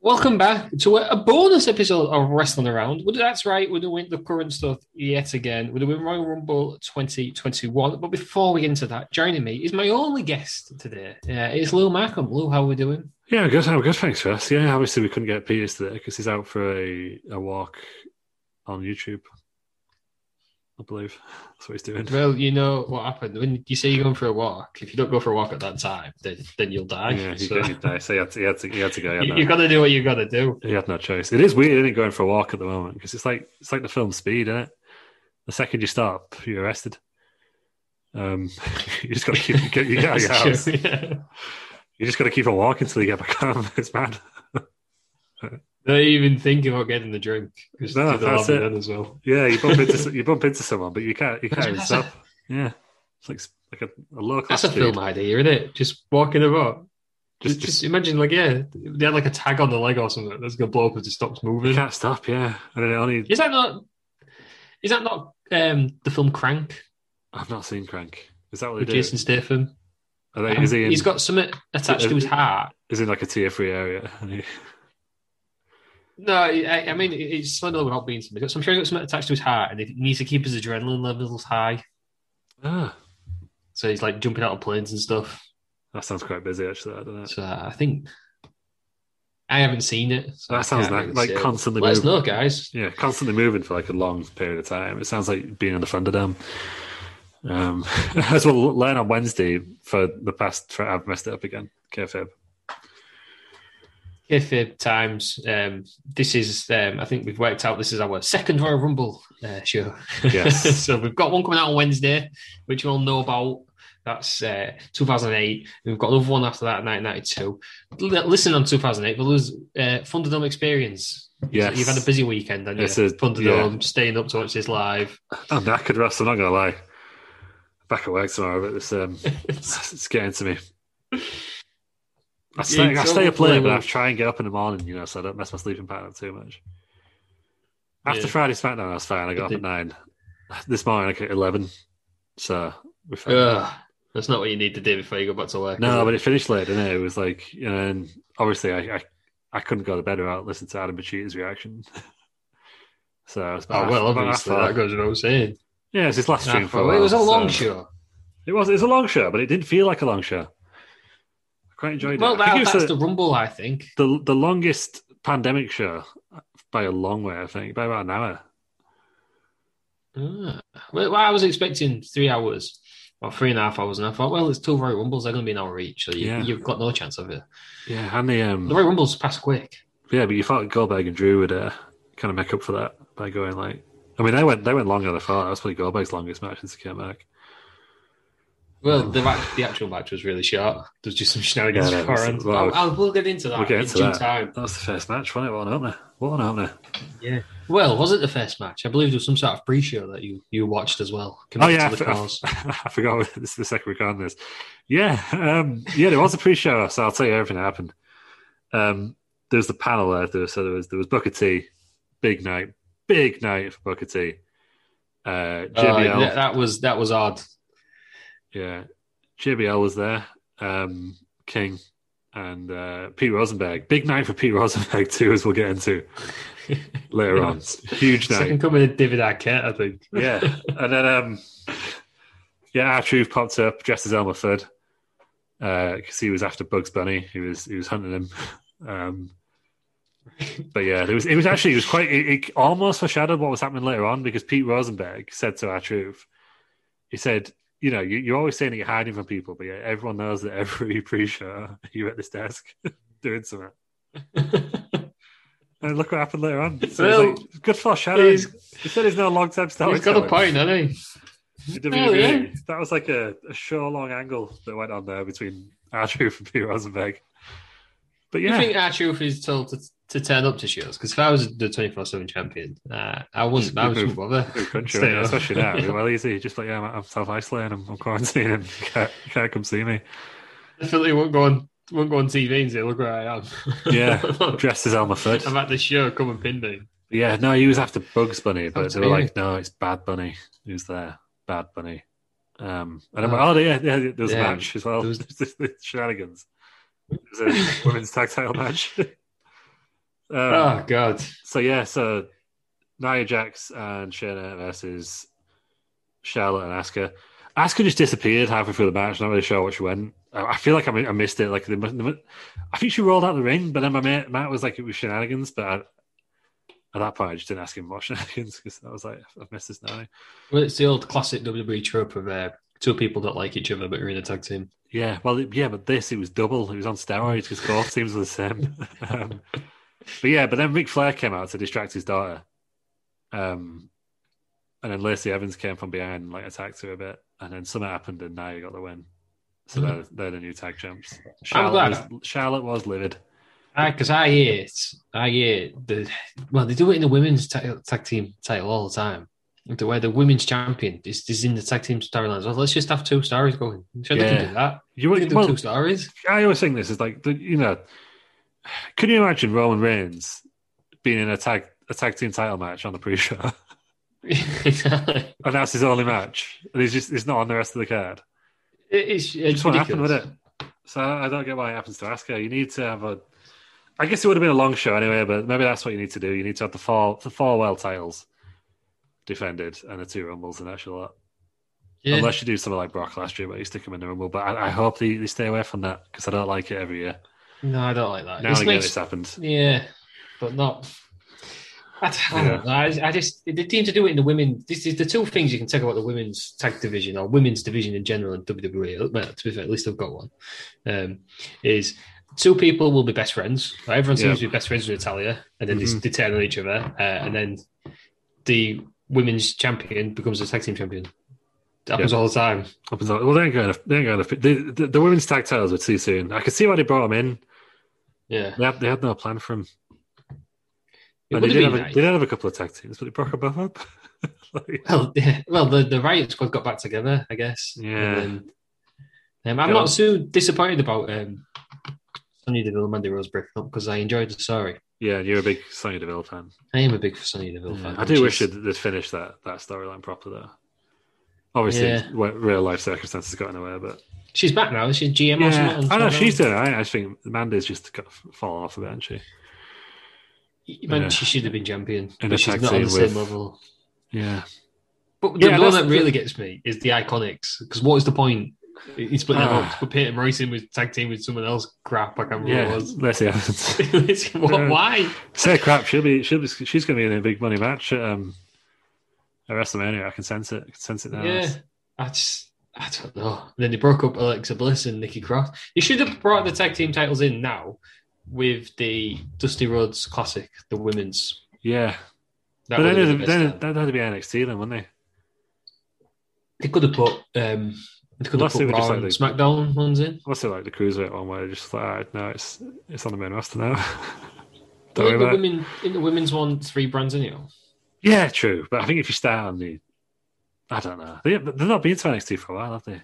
Welcome back to a, a bonus episode of Wrestling Around. Well, that's right, we're doing the current stuff yet again. We're doing Royal Rumble 2021. But before we get into that, joining me is my only guest today. Uh, it's Lou Markham. Lou, how are we doing? Yeah, good. I'm good. Thanks, Russ. Yeah, obviously we couldn't get Peters today because he's out for a, a walk on YouTube. I believe that's what he's doing. Well, you know what happened when you say you're going for a walk. If you don't go for a walk at that time, then then you'll die. Yeah, he So, did die. So he had to, he had to, he had to go. He had, you, no, you got to do what you got to do. he had no choice. It is weird, isn't it, going for a walk at the moment? Because it's like it's like the film Speed, isn't it? The second you stop, you're arrested. Um, you just got to keep get, you get out of your It's house. true, yeah. You just got to keep on walking until you get back home. It's mad. Not even thinking about getting the drink because No, that's it. as well. Yeah, you bump into you bump into someone, but you can't you can't even stop. Yeah, it's like like a, a low class. That's a film idea, isn't it? Just walking about. Just, Just- just imagine, like, yeah, they had like a tag on the leg or something that's gonna blow up as it stops You moving. can't stop. Yeah, and then it only Is that not? Is that not um, the film Crank I've not seen Crank. Is that what they with do? Jason Statham? Um, Are they, is he? In, He's got something attached to his heart. Is in like a tier three area? And he- No, I, I mean it- it's Slender without being something. So I'm sure he's got something attached to his heart, and he needs to keep his adrenaline levels high. ah, So he's like jumping out of planes and stuff. that sounds quite busy actually. I don't know. So I think I haven't seen it. So That I sounds can't like- really like say. constantly Let us moving. know, guys. Yeah, constantly moving for like a long period of time. It sounds like being in the Thunderdome. Um, as we'll learn on Wednesday for the past, for, I've messed it up again. Kfib. Kayfabe times. Um, this is, um, I think we've worked out this is our second Royal Rumble uh, show. Yes. so we've got one coming out on Wednesday, which you all know about. That's uh, 2008. And we've got another one after that, 1992. L- listen on 2008, but lose uh, Thunderdome experience. Yes. You've had a busy weekend, and you? It's a- Thunderdome, staying up to watch this live. I'm knackered, Russ. I'm not going to lie. Back at work tomorrow, but this um, it's getting to me. I stay, I stay up late, but I try and get up in the morning, you know, so I don't mess my sleeping pattern up too much. After Yeah. Friday SmackDown, I was fine. I got up at nine. This morning, I got eleven, so we're fine. Ugh, that's not what you need to do before you go back to work. is no, it? but it finished late, didn't it? It was like, you know, and obviously, I, I I couldn't go to bed without listening to Adam Bachitta's reaction. so I was Oh about- well, about obviously half- that goes without saying. Yeah, it's his last stream Half for uh, a hour. while, it was a long so- show. It was. It's a long show, but it didn't feel like a long show. I quite enjoyed Well, it. I that, think it that's was the, the, rumble, I think. the the longest pandemic show by a long way. I think by about an hour. Ah. Well, I was expecting three hours or three and a half hours, and I thought, well, it's two Royal Rumbles. They're going to be an hour each, so you, Yeah. you've got no chance of it. Yeah, and the um, The Royal Rumbles pass quick. yeah, but you thought Goldberg and Drew would uh, kind of make up for that by going like. I mean, they went they went longer than I thought. That was probably Goldberg's longest match since he came back. Well, the, act- the actual match was really short. There's just some shenanigans Oh. Yeah, no, beforehand. well, I'll, I'll- we'll get into that we'll get into in due that. time. That was the first match, wasn't it? What an opener! What an opener! Yeah. Well, was it the first match? I believe there was some sort of pre-show that you, you watched as well. Oh Committed yeah, I, to the for- cause. I forgot. This is the second week on this. Yeah, um, yeah. There was a pre-show, so I'll tell you everything that happened. Um, there was the panel there. There was, so there was there was Booker T, big night, big night for Booker T. Uh, JBL, Uh, that- that was that was odd. yeah, JBL was there. Um, King and uh, Pete Rosenberg. Big night for Pete Rosenberg too, as we'll get into later on. Huge night. Second coming of David Arquette, I think. yeah, and then um, yeah, our truth popped up dressed as Elmer Fudd because he was after Bugs Bunny. He was he was hunting him. Um, but yeah, it was it was actually it was quite it, it almost foreshadowed what was happening later on because Pete Rosenberg said to our truth, he said. You know, you, you're always saying that you're hiding from people, but yeah, everyone knows that every pre-show you're at this desk doing something. And look what happened later on. So Well, it's like, good foreshadowing. he's- he said he's not a long-time star. He's got a point, hasn't he? WWE. Hell, yeah. That was like a, a show long angle that went on there between Andrew and Pete Rosenberg. But Do you yeah, think our truth is told to, to turn up to shows? Because if I was the 24 7 champion, uh, I wasn't. I was Move- just bother. big Mm-hmm. country, Stay yeah, up. especially now. it'd be Well, easy. Just like, yeah, I'm, I'm self isolating, I'm, I'm quarantining. You can't, you can't come see me. Definitely won't go on. Won't go on TV and say, "Look where I am." Yeah, Look, dressed as Elmer Fudd. I'm at the show. Come and pin me. Yeah, no, he was after Bugs Bunny, but Sounds they were weird. like, no, it's Bad Bunny who's there. Bad Bunny. Um, and I'm like, oh, yeah, yeah, there was Uh, Yeah, a match as well. there was- Shenanigans. It was a women's tag title match. um, Oh God! So yeah, so Nia Jax and Shayna versus Charlotte and Asuka. Asuka just disappeared halfway through the match. Not really sure where she went. I I feel like I, mi- I missed it. Like they, must- they must- I think she rolled out the ring, but then my mate Matt was like it was shenanigans. But I, at that point, I just didn't ask him what shenanigans because I was like, I've missed this now. Well, it's the old classic WWE trope of uh, two people that like each other but are in a tag team. Yeah, well, it- yeah, but this it was double. It was on steroids because both teams were the same. um, but yeah, but then Ric Flair came out to distract his daughter, um, and then Lacey Evans came from behind and like attacked her a bit, and then something happened, and Nia got the win. So they're, they're the new tag champs. Charlotte Mm-hmm. glad. was, Charlotte was livid. Because I hate, I hate the. Well, they do it in the women's ta- tag team title all the time. The way the women's champion is, is in the tag team storylines. Well, let's just have two stories going. Sure, they Yeah. can do that. You They can were- do well, two stories. I always think this is like the, you know, can you imagine Roman Reigns being in a tag a tag team title match on the pre-show, exactly. and that's his only match, and he's just he's not on the rest of the card. It- It's, It's it's what ridiculous. happened with it. So I don't get why it happens to Asuka. You need to have a. I guess it would have been a long show anyway, but maybe that's what you need to do. You need to have the four the four world titles defended and the two rumbles, and that's a lot. Yeah. Unless you do something like Brock last year, where you stick him in the rumble. But I, I hope they, they stay away from that because I don't like it every year. No, I don't like that. Now Uh, This and again, makes- it's happened. Yeah, but not. I, I don't know. I, I just they seem to do it in the women. This is the two things you can take about the women's tag division or women's division in general in WWE. Well, uh, to be fair, at least I've got one. Um, is two people will be best friends. Right? Everyone seems to be best friends with Natalia, and then Mhm. they, they turn on each other, uh, and then the women's champion becomes the tag team champion. That happens all the time. Happens all- Well, they ain't going to. They ain't going to. The, the, the women's tag titles were too soon. I could see why they brought them in. Yeah, They had, they had no plan for them. it And they would did, have have a, been they nice. did have a couple of tag teams, but they broke them both up. Like- Well, yeah, well, the the riot squad got back together, I guess. Yeah. And then- um, I'm Yeah. not so disappointed about um, Sonya Deville and Mandy Rose breaking up because I enjoyed the story. Yeah, and you're a big Sonya Deville fan. I am a big Sonya Deville fan. I do wish she's- they'd, they'd finished that, that storyline properly, though. Obviously, Yeah. where real life circumstances got in the way, but she's back now. She's GM or yeah, something. I know she's doing. I, I think Amanda's just got fallen off a bit, hasn't she? Man, yeah. She should have been champion, In a but she's tag not on team the same with- level. Yeah, But the Yeah, one that's- that really gets me is the Iconics because what is the point? He's putting them Ah. up. But Peyton Royce in with tag team with someone else. Crap, I can't remember yeah. what it was. Let's see. Evans. It's- what- Yeah. Why? Say crap. She'll be. She'll be. She's going to be in a big money match at, um, at WrestleMania. I can sense it. I can sense it now. Yeah, I just I don't know. And then they broke up Alexa Bliss and Nikki Cross. You should have brought the tag team titles in now with the Dusty Rhodes Classic, the women's. Yeah. That but would have then, been it'd- the best then time. it- that'd have to be NXT then, wouldn't they? they could have put um, they could have Unless they put were just Raw and like the- SmackDown ones in. What's it like the cruiserweight one where they're just like, all right, no, it's it's on the main roster now. Well, Don't worry in the about it. women in the women's one, three brands in it. Yeah, true. But I think if you start on the, I don't know, they, they've not been to NXT for a while, have they?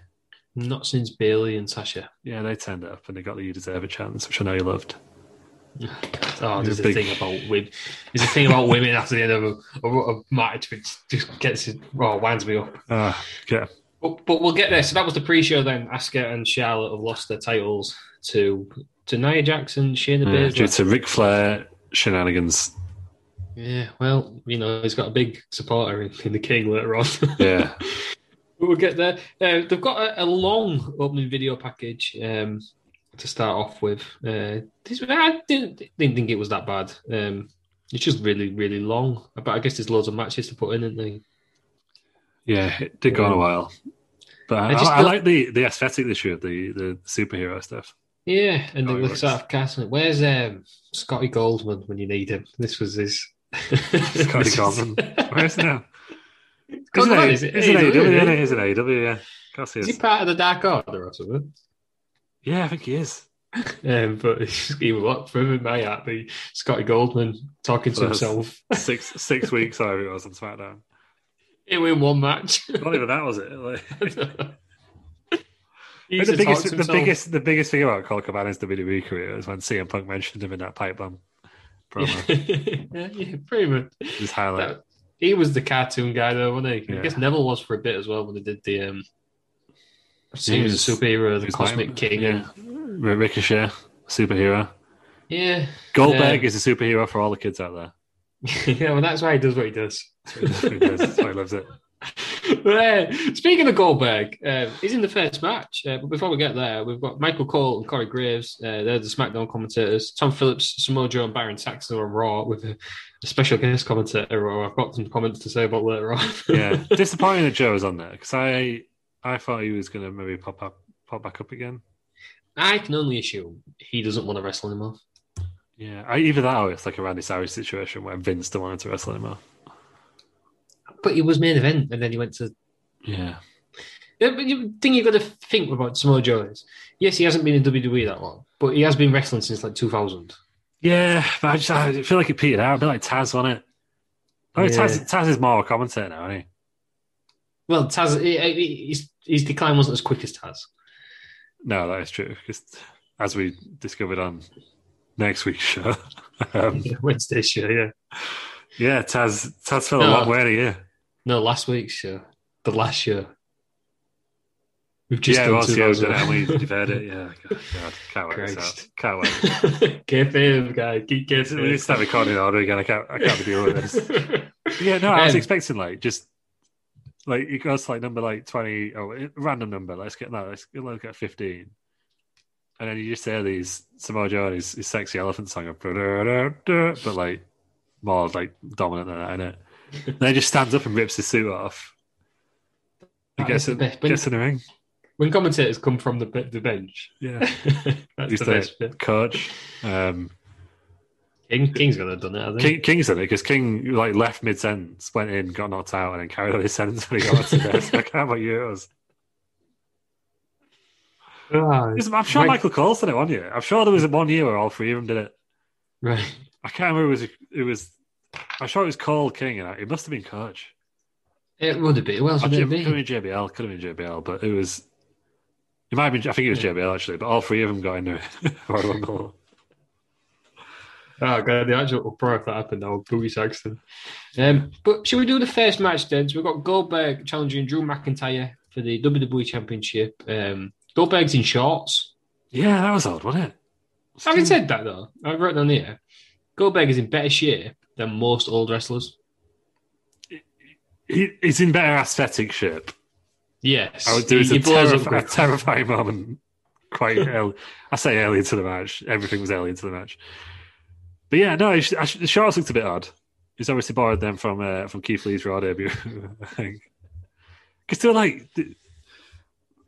Not since Bailey and Sasha. Yeah, they turned up and they got the "You Deserve a Chance," which I know you loved. Oh, there's It's a big. thing about women. There's a thing about women after the end of a, a, a match which just gets it, well, winds me up. Ah, yeah, But, but we'll get there. So that was the pre-show then. Asuka and Charlotte have lost their titles to to Nia Jackson, Shayna Yeah, due Baszler. to Ric Flair shenanigans. Yeah, well, you know, he's got a big supporter in, in the King later on. Yeah, But we'll get there. Uh, they've got a, a long opening video package um, to start off with. Uh, this, I didn't, didn't think it was that bad. Um, it's just really, really long. But I guess there's loads of matches to put in, isn't there? yeah, it did go on a while. But I, I just I, don't- like the the aesthetic this year, the the superhero stuff. Yeah, and Oh, they it look works. sort of casting it. Where's um, Scotty Goldman when you need him? This was his. Scotty Goldman. Where is it now? Come Isn't on, it- is it isn't AEW, AEW? isn't Yeah, it? it is an AEW. Yeah, can't see Is he us. part of the Dark Order or something? Yeah, I think he is. Um, but he will look through in my heart. The Scotty Goldman talking to Well, that's- himself. Six six weeks, I think it was on SmackDown. He win one match. Not even that was it. Like, He But used the to talk biggest, to the himself. biggest, the biggest thing about Cole Cabana's WWE E career is when CM Punk mentioned him in that pipe bomb promo. yeah, yeah, pretty much. His highlight. That- he was the cartoon guy, though, wasn't he? Yeah. I guess Neville was for a bit as well when they did the. Um, I think He he was a was- superhero, He the was Cosmic like- King. yeah. Yeah. R- Ricochet, superhero. yeah. Goldberg Yeah. is a superhero for all the kids out there. yeah, well, that's why he does what he does. That's what he does. That's why he loves it. But, uh, speaking of Goldberg, uh, he's in the first match. Uh, but before we get there, we've got Michael Cole and Corey Graves. Uh, they're the SmackDown commentators. Tom Phillips, Samoa Joe, and Baron Saxon are on Raw with a, a special guest commentator. Or I've got some comments to say about later on. Yeah, disappointing that Joe was on there because I, I thought he was going to maybe pop up, pop back up again. I can only assume he doesn't want to wrestle anymore. Yeah, I, either that or it's like a Randy Savage situation where Vince don't want him to wrestle anymore. But he was main event, and then he went to. Yeah, Yeah, but The thing you've got to think about Samoa Joe is, yes, he hasn't been in WWE that long, but he has been wrestling since like 2000. yeah, but I just I feel like it petered out a bit like Taz on it. I mean, Taz, Yeah. Taz is more of a commentator now, isn't he? Well, Taz, he- he- his, his decline wasn't as quick as Taz. No, that is true. Because as we discovered on next week's show, um, Wednesday show, yeah. yeah, Taz Taz fell a No. long way in a year. No, last week's show. The last show. We've yeah, done well, yeah, we've 2000. done it and we deferred it. Yeah, God, God, can't wait this Christ. out. Can't wait. Kayfabe, guy. Keep We need to kayfabe. start recording in order again. I can't. I can't be dealing with this. Yeah, no, I was Um, expecting like just like it goes to, like number like twenty oh it- random number. Let's get no, let's, let's get fifteen. And then you just hear these Samoa Joe and his, his sexy elephant song, of "Da-da-da-da," but like more like dominant than that, innit? And then he just stands up and rips his suit off. And That gets is the in, best. gets in the ring. when commentators come from the, be- the bench, Yeah, that's he's the the best bit. coach. Um, King, King's going to have done it, I think. King, King's in it because King like left mid sentence, went in, got knocked out, and then carried on his sentence when he got to this. I can't remember you it was. Ah, Listen, I'm sure Mike- Michael Cole's done it one year. I'm sure there was one year where all three of them did it. right. I can't remember. It was. It was. I'm sure it was Cole King, and I- it must have been Coach. It would have been. Who else Or would it J- have Could have been? been JBL. Could have been JBL, but it was. It might have been. I think it was JBL actually, but all three of them got into it. Royal Rumble. Oh, God, the actual uproar if that happened now. Booty Saxton. Um, but should we do the first match then? So we've got Goldberg challenging Drew McIntyre for the WWE Championship. Um, Goldberg's in shorts. yeah, that was odd, wasn't it? Having said that, though, I wrote down here Goldberg is in better shape than most old wrestlers. He, he's in better aesthetic shape. Yes. I would do it He- a, he blows up terrif- a quick. terrifying moment. Quite early. I say early into the match. Everything was early into the match. But yeah, no, it's- I should- the shorts looked a bit odd. He's obviously borrowed them from uh, from Keith Lee's Raw debut, I think. Because they're like, th-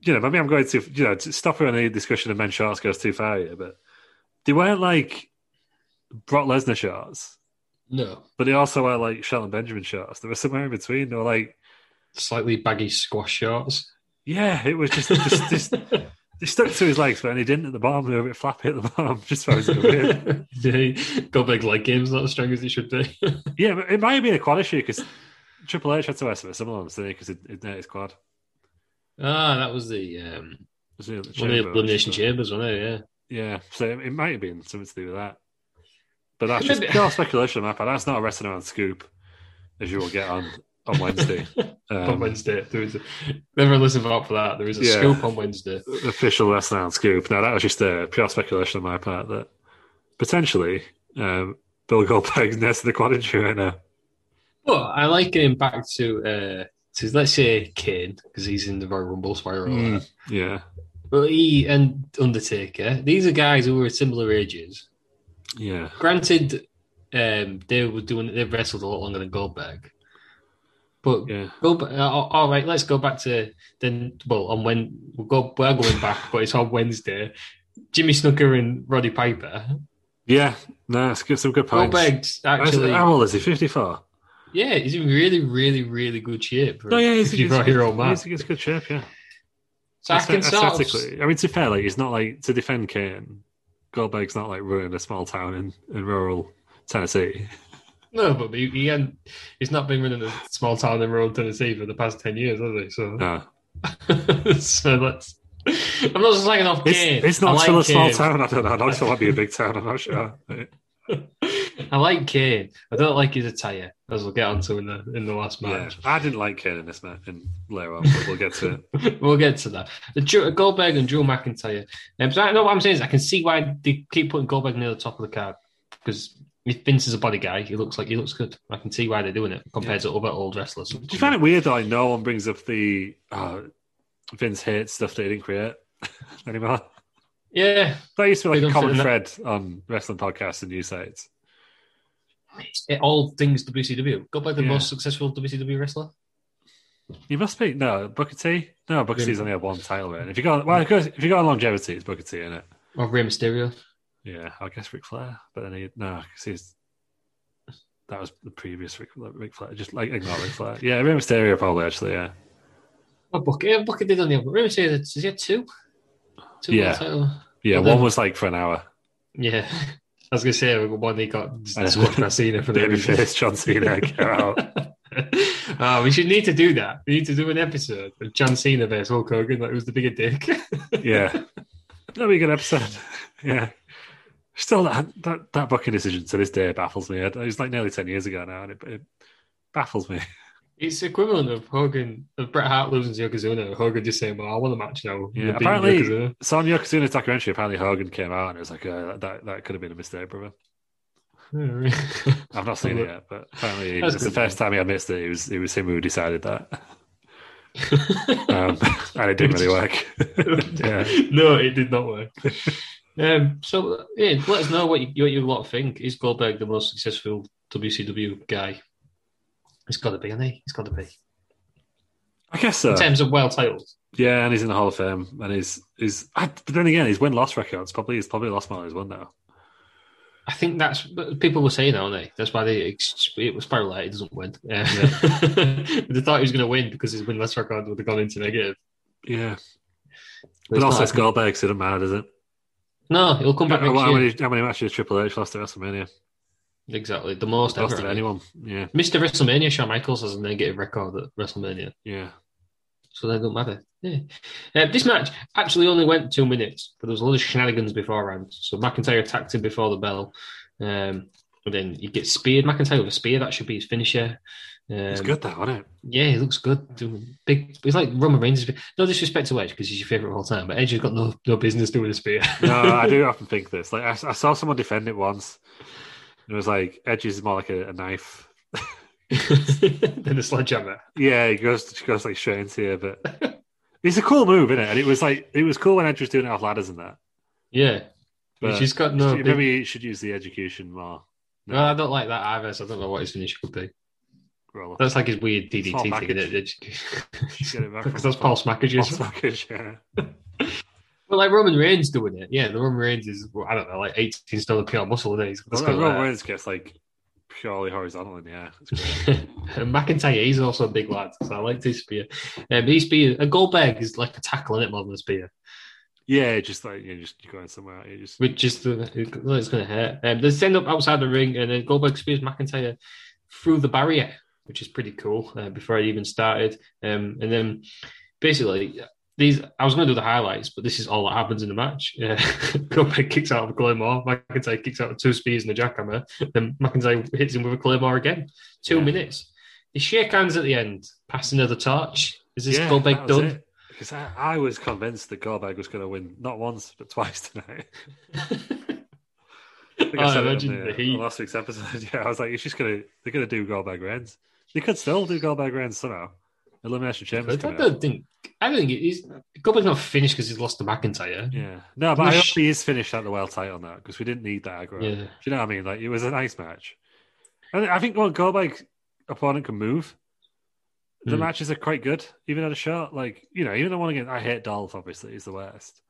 you know, maybe I'm going to, you know, to stop her on the discussion of men's shorts goes too far here, but they weren't like Brock Lesnar shorts, No. but they also were like Shelton Benjamin shorts. They were somewhere in between. They were like, Slightly baggy squash shorts. yeah, it was just, just, just He stuck to his legs, but then he didn't at the bottom. They were a bit flappy at the bottom. Just found it weird. yeah, Goldberg's leg game's not as strong as it should be. Yeah, but it might have been a quad issue because Triple H had to wear something similar on today because it, it hurt his quad. ah, that was the, um, It was in the one of the chamber, elimination so- chambers, wasn't it? Yeah. Yeah, so it, it might have been something to do with that. But that's just Maybe- pure speculation on my part. That's not a wrestling around scoop, as you will get on on Wednesday. on Um, Wednesday. There is a, never listen out for that. There is a Yeah. scoop on Wednesday. official wrestling Island scoop. Now that was just a pure speculation on my part that potentially um, Bill Goldberg's next to the quadrants right now. But I like him back to uh, to let's say Kane because he's in the Royal Rumble spiral. Mm. Yeah, But he and Undertaker, these are guys who were similar ages. yeah, Granted, um, they were doing they wrestled a lot longer than Goldberg. But yeah. go ba- uh, all all right, let's go back to then. Well, on when we'll go, we're going back, but it's on Wednesday. Jimmy Snooker and Roddy Piper. Yeah, no, it's good, some good points. Goldberg's actually, How old is he? 54? yeah, he's in really, really, really good shape. No, yeah, he's, You're he's, right, he's, you're all mad. he's, he's good shape, yeah. So I can sort of- Aesthetically. I mean, to be fair, like, he's not like, to defend Kane, Goldberg's not like running a small town in, in rural Tennessee. No, but he, he had, he's not been running a small town in rural Tennessee for the past 10 years, has he? So, No. so that's. I'm not just slagging off It's, Kane. it's I not like still a small Kane. town. I don't know. Knoxville might be a big town. I'm not sure. I like Kane. I don't like his attire, as we'll get onto in the in the last Yeah, match. I didn't like Kane in this match in later on, but we'll get to it. we'll get to that. The Drew, Goldberg and Drew McIntyre. Um, so I know what I'm saying is I can see why they keep putting Goldberg near the top of the card because if Vince is a body guy, he looks like he looks good. I can see why they're doing it compared to other old wrestlers. Do you find it weird that like, no one brings up the uh, Vince hates stuff that he didn't create anymore? Yeah, That used to be They like don't a common fit in thread on wrestling podcasts and news sites. it, all things WCW. Goldberg, the Yeah. most successful WCW wrestler. You must be no Booker T. No, Booker Yeah. T's only had one title reign. If you got well, of course, if you got longevity, it's Booker T in it. Or Rey Mysterio. Yeah, I guess Ric Flair, but then he no, 'cause he's that was the previous Ric, Ric Flair. Just like ignore Ric Flair. Yeah, Rey Mysterio probably actually. Yeah, Oh, Booker, yeah, Booker did on the other. Rey Mysterio, does he have two? Two Yeah. world title? yeah. Well, then- one was like for an hour. Yeah. I was going to say, one he got Uh, squashed by Cena for the Babyface John Cena, get out. Ah, we should need to do that. We need to do an episode of John Cena versus Hulk Hogan. Like, who's the bigger dick? Yeah, that'll be a good episode. Yeah, still that that, that booking decision to this day baffles me. It was like nearly ten years ago now, and it, it baffles me. it's equivalent of Hogan, of Bret Hart losing to Yokozuna. Hogan just saying, "Well, I want a match now." Yeah, You're beating apparently- Yokozuna. So on Yokozuna's documentary, apparently Hogan came out and it was like, uh, that that could have been a mistake, brother. Yeah, right. I've not seen it yet, but apparently That's it's the good. first time he admits that it was it was him who decided that, um, and it didn't really work. yeah, No, it did not work. um, so, yeah, let us know what you, what you lot think. Is Goldberg the most successful WCW guy? It's got to be, isn't he? It's got to be. I guess so. In terms of world titles. Yeah, and he's in the Hall of Fame, and he's he's. I, but then again, his win loss record's probably he's probably lost more than he's won now. I think that's but people were saying that, aren't they? That's why they ex- it was probably like, it doesn't win. Yeah. they thought he was going to win because his win less record would have gone into negative. Yeah, But but also not it's Goldberg, so it doesn't matter, does it? No, he'll come back How, next how year. many, how many matches Triple H lost at WrestleMania? Exactly, the most Lost ever. at anyone? Yeah, Mr. WrestleMania, Shawn Michaels has a negative record at WrestleMania. yeah. so they don't matter. Yeah. Uh, this match actually only went two minutes, but there was a lot of shenanigans beforehand. So McIntyre attacked him before the bell. Um, and then he gets speared. McIntyre with a spear, that should be his finisher. Um, It's good though, wasn't it? Yeah, he looks good. Doing Big, he's like Roman Reigns. No disrespect to Edge because he's your favorite of all time, but Edge has got no, no business doing a spear. No, I do often think this. Like I, I saw someone defend it once, and it was like Edge is more like a, a knife. then the sledgehammer. Yeah, he goes he goes like straight into you, but it's a cool move, isn't it? And it was like it was cool when Edge was doing it off ladders and that. Yeah, But which he's got no. maybe big- you should use the education more. No, I don't like that either. So I don't know what his finisher could be. Roll up. That's like his weird DDT Paul thing. Mackage. Edge. Get it back from Because that's Paul Paul Smackage's Smackage's, yeah. Well, like Roman Reigns doing it. Yeah, the Roman Reigns is, well, I don't know, like 18 stone pure muscle days. Well, Roman Reigns gets like purely horizontal in the air. It's great. and McIntyre, he's also a big lad, so I like his spear. Um, his spear, a Goldberg is like a tackle in it more than a spear, yeah, just like you're just going somewhere. You just which is the, it's going to hurt. Um, they send up outside the ring, and then Goldberg spears McIntyre through the barrier, which is pretty cool uh, before it even started. Um, and then basically, these I was going to do the highlights, but this is all that happens in the match. Yeah. Goldberg kicks out of a claymore. McIntyre kicks out of two spears and a jackhammer. Then McIntyre hits him with a claymore again. Two Yeah. minutes. They shake hands at the end, pass another torch. Is this yeah, Goldberg that was done? it. Because I, I was convinced that Goldberg was going to win not once but twice tonight. I think Oh, I said it on imagine the heat. on last week's episode. Yeah, I was like, it's just going to they're going to do Goldberg Reigns. They could still do Goldberg Reigns somehow. Elimination Chamber's But I coming up. don't think. I don't think it is. Goldberg's not finished because he's lost to McIntyre. Yeah, no, but I Wish- hope he is finished at the world title now because we didn't need that aggro. Yeah. Do you know what I mean? Like it was a nice match, and I think well, Goldberg's opponent can move. The Hmm. matches are quite good, even at a shot. Like you know, even the one against I hate Dolph. Obviously, he's the worst,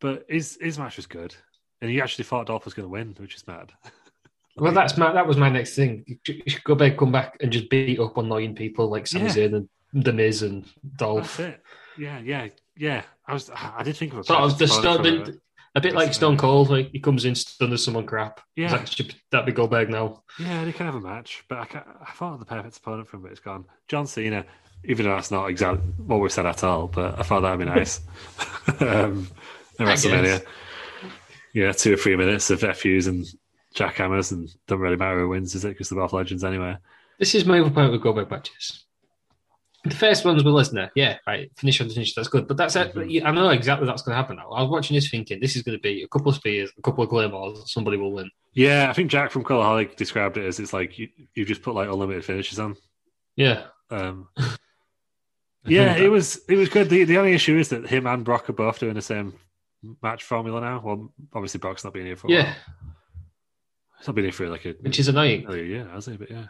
but his his match was good, and he actually thought Dolph was going to win, which is mad. Well, that's my that was my next thing. You should Go back, come back, and just beat up on annoying people like Sami Yeah. Zayn and The Miz and That's Dolph. it. Yeah, yeah, yeah. I was I did think of a Sort of perfect opponent for disturbing, it. a bit like That's Stone right. Cold. Like he comes in, stuns someone crap. Yeah. that should be- that'd be Goldberg now. Yeah, they can have a match, but I, can't, I thought the perfect opponent for him, but it's gone. John Cena, even though that's not exactly what we've said at all, but I thought that'd be nice. um, in I guess. WrestleMania. Yeah, two or three minutes of FUs and jackhammers, and doesn't really matter who wins, is it? Because they're both legends anyway. This is my other point with Goldberg matches. The first ones with Lesnar, yeah, right. Finish on the finish, that's good. But that's it. Mhm. I know exactly that's going to happen now. I was watching this thinking this is going to be a couple of spears, a couple of claymores, somebody will win. Yeah, I think Jack from Colaholic described it as it's like you, you just put like unlimited finishes on. Yeah, Um, I yeah, think that- it was it was good. The the only issue is that him and Brock are both doing the same match formula now. Well, obviously Brock's not been here for a yeah, while. He's not been here for like a which is annoying another year, has he? But Oh, yeah,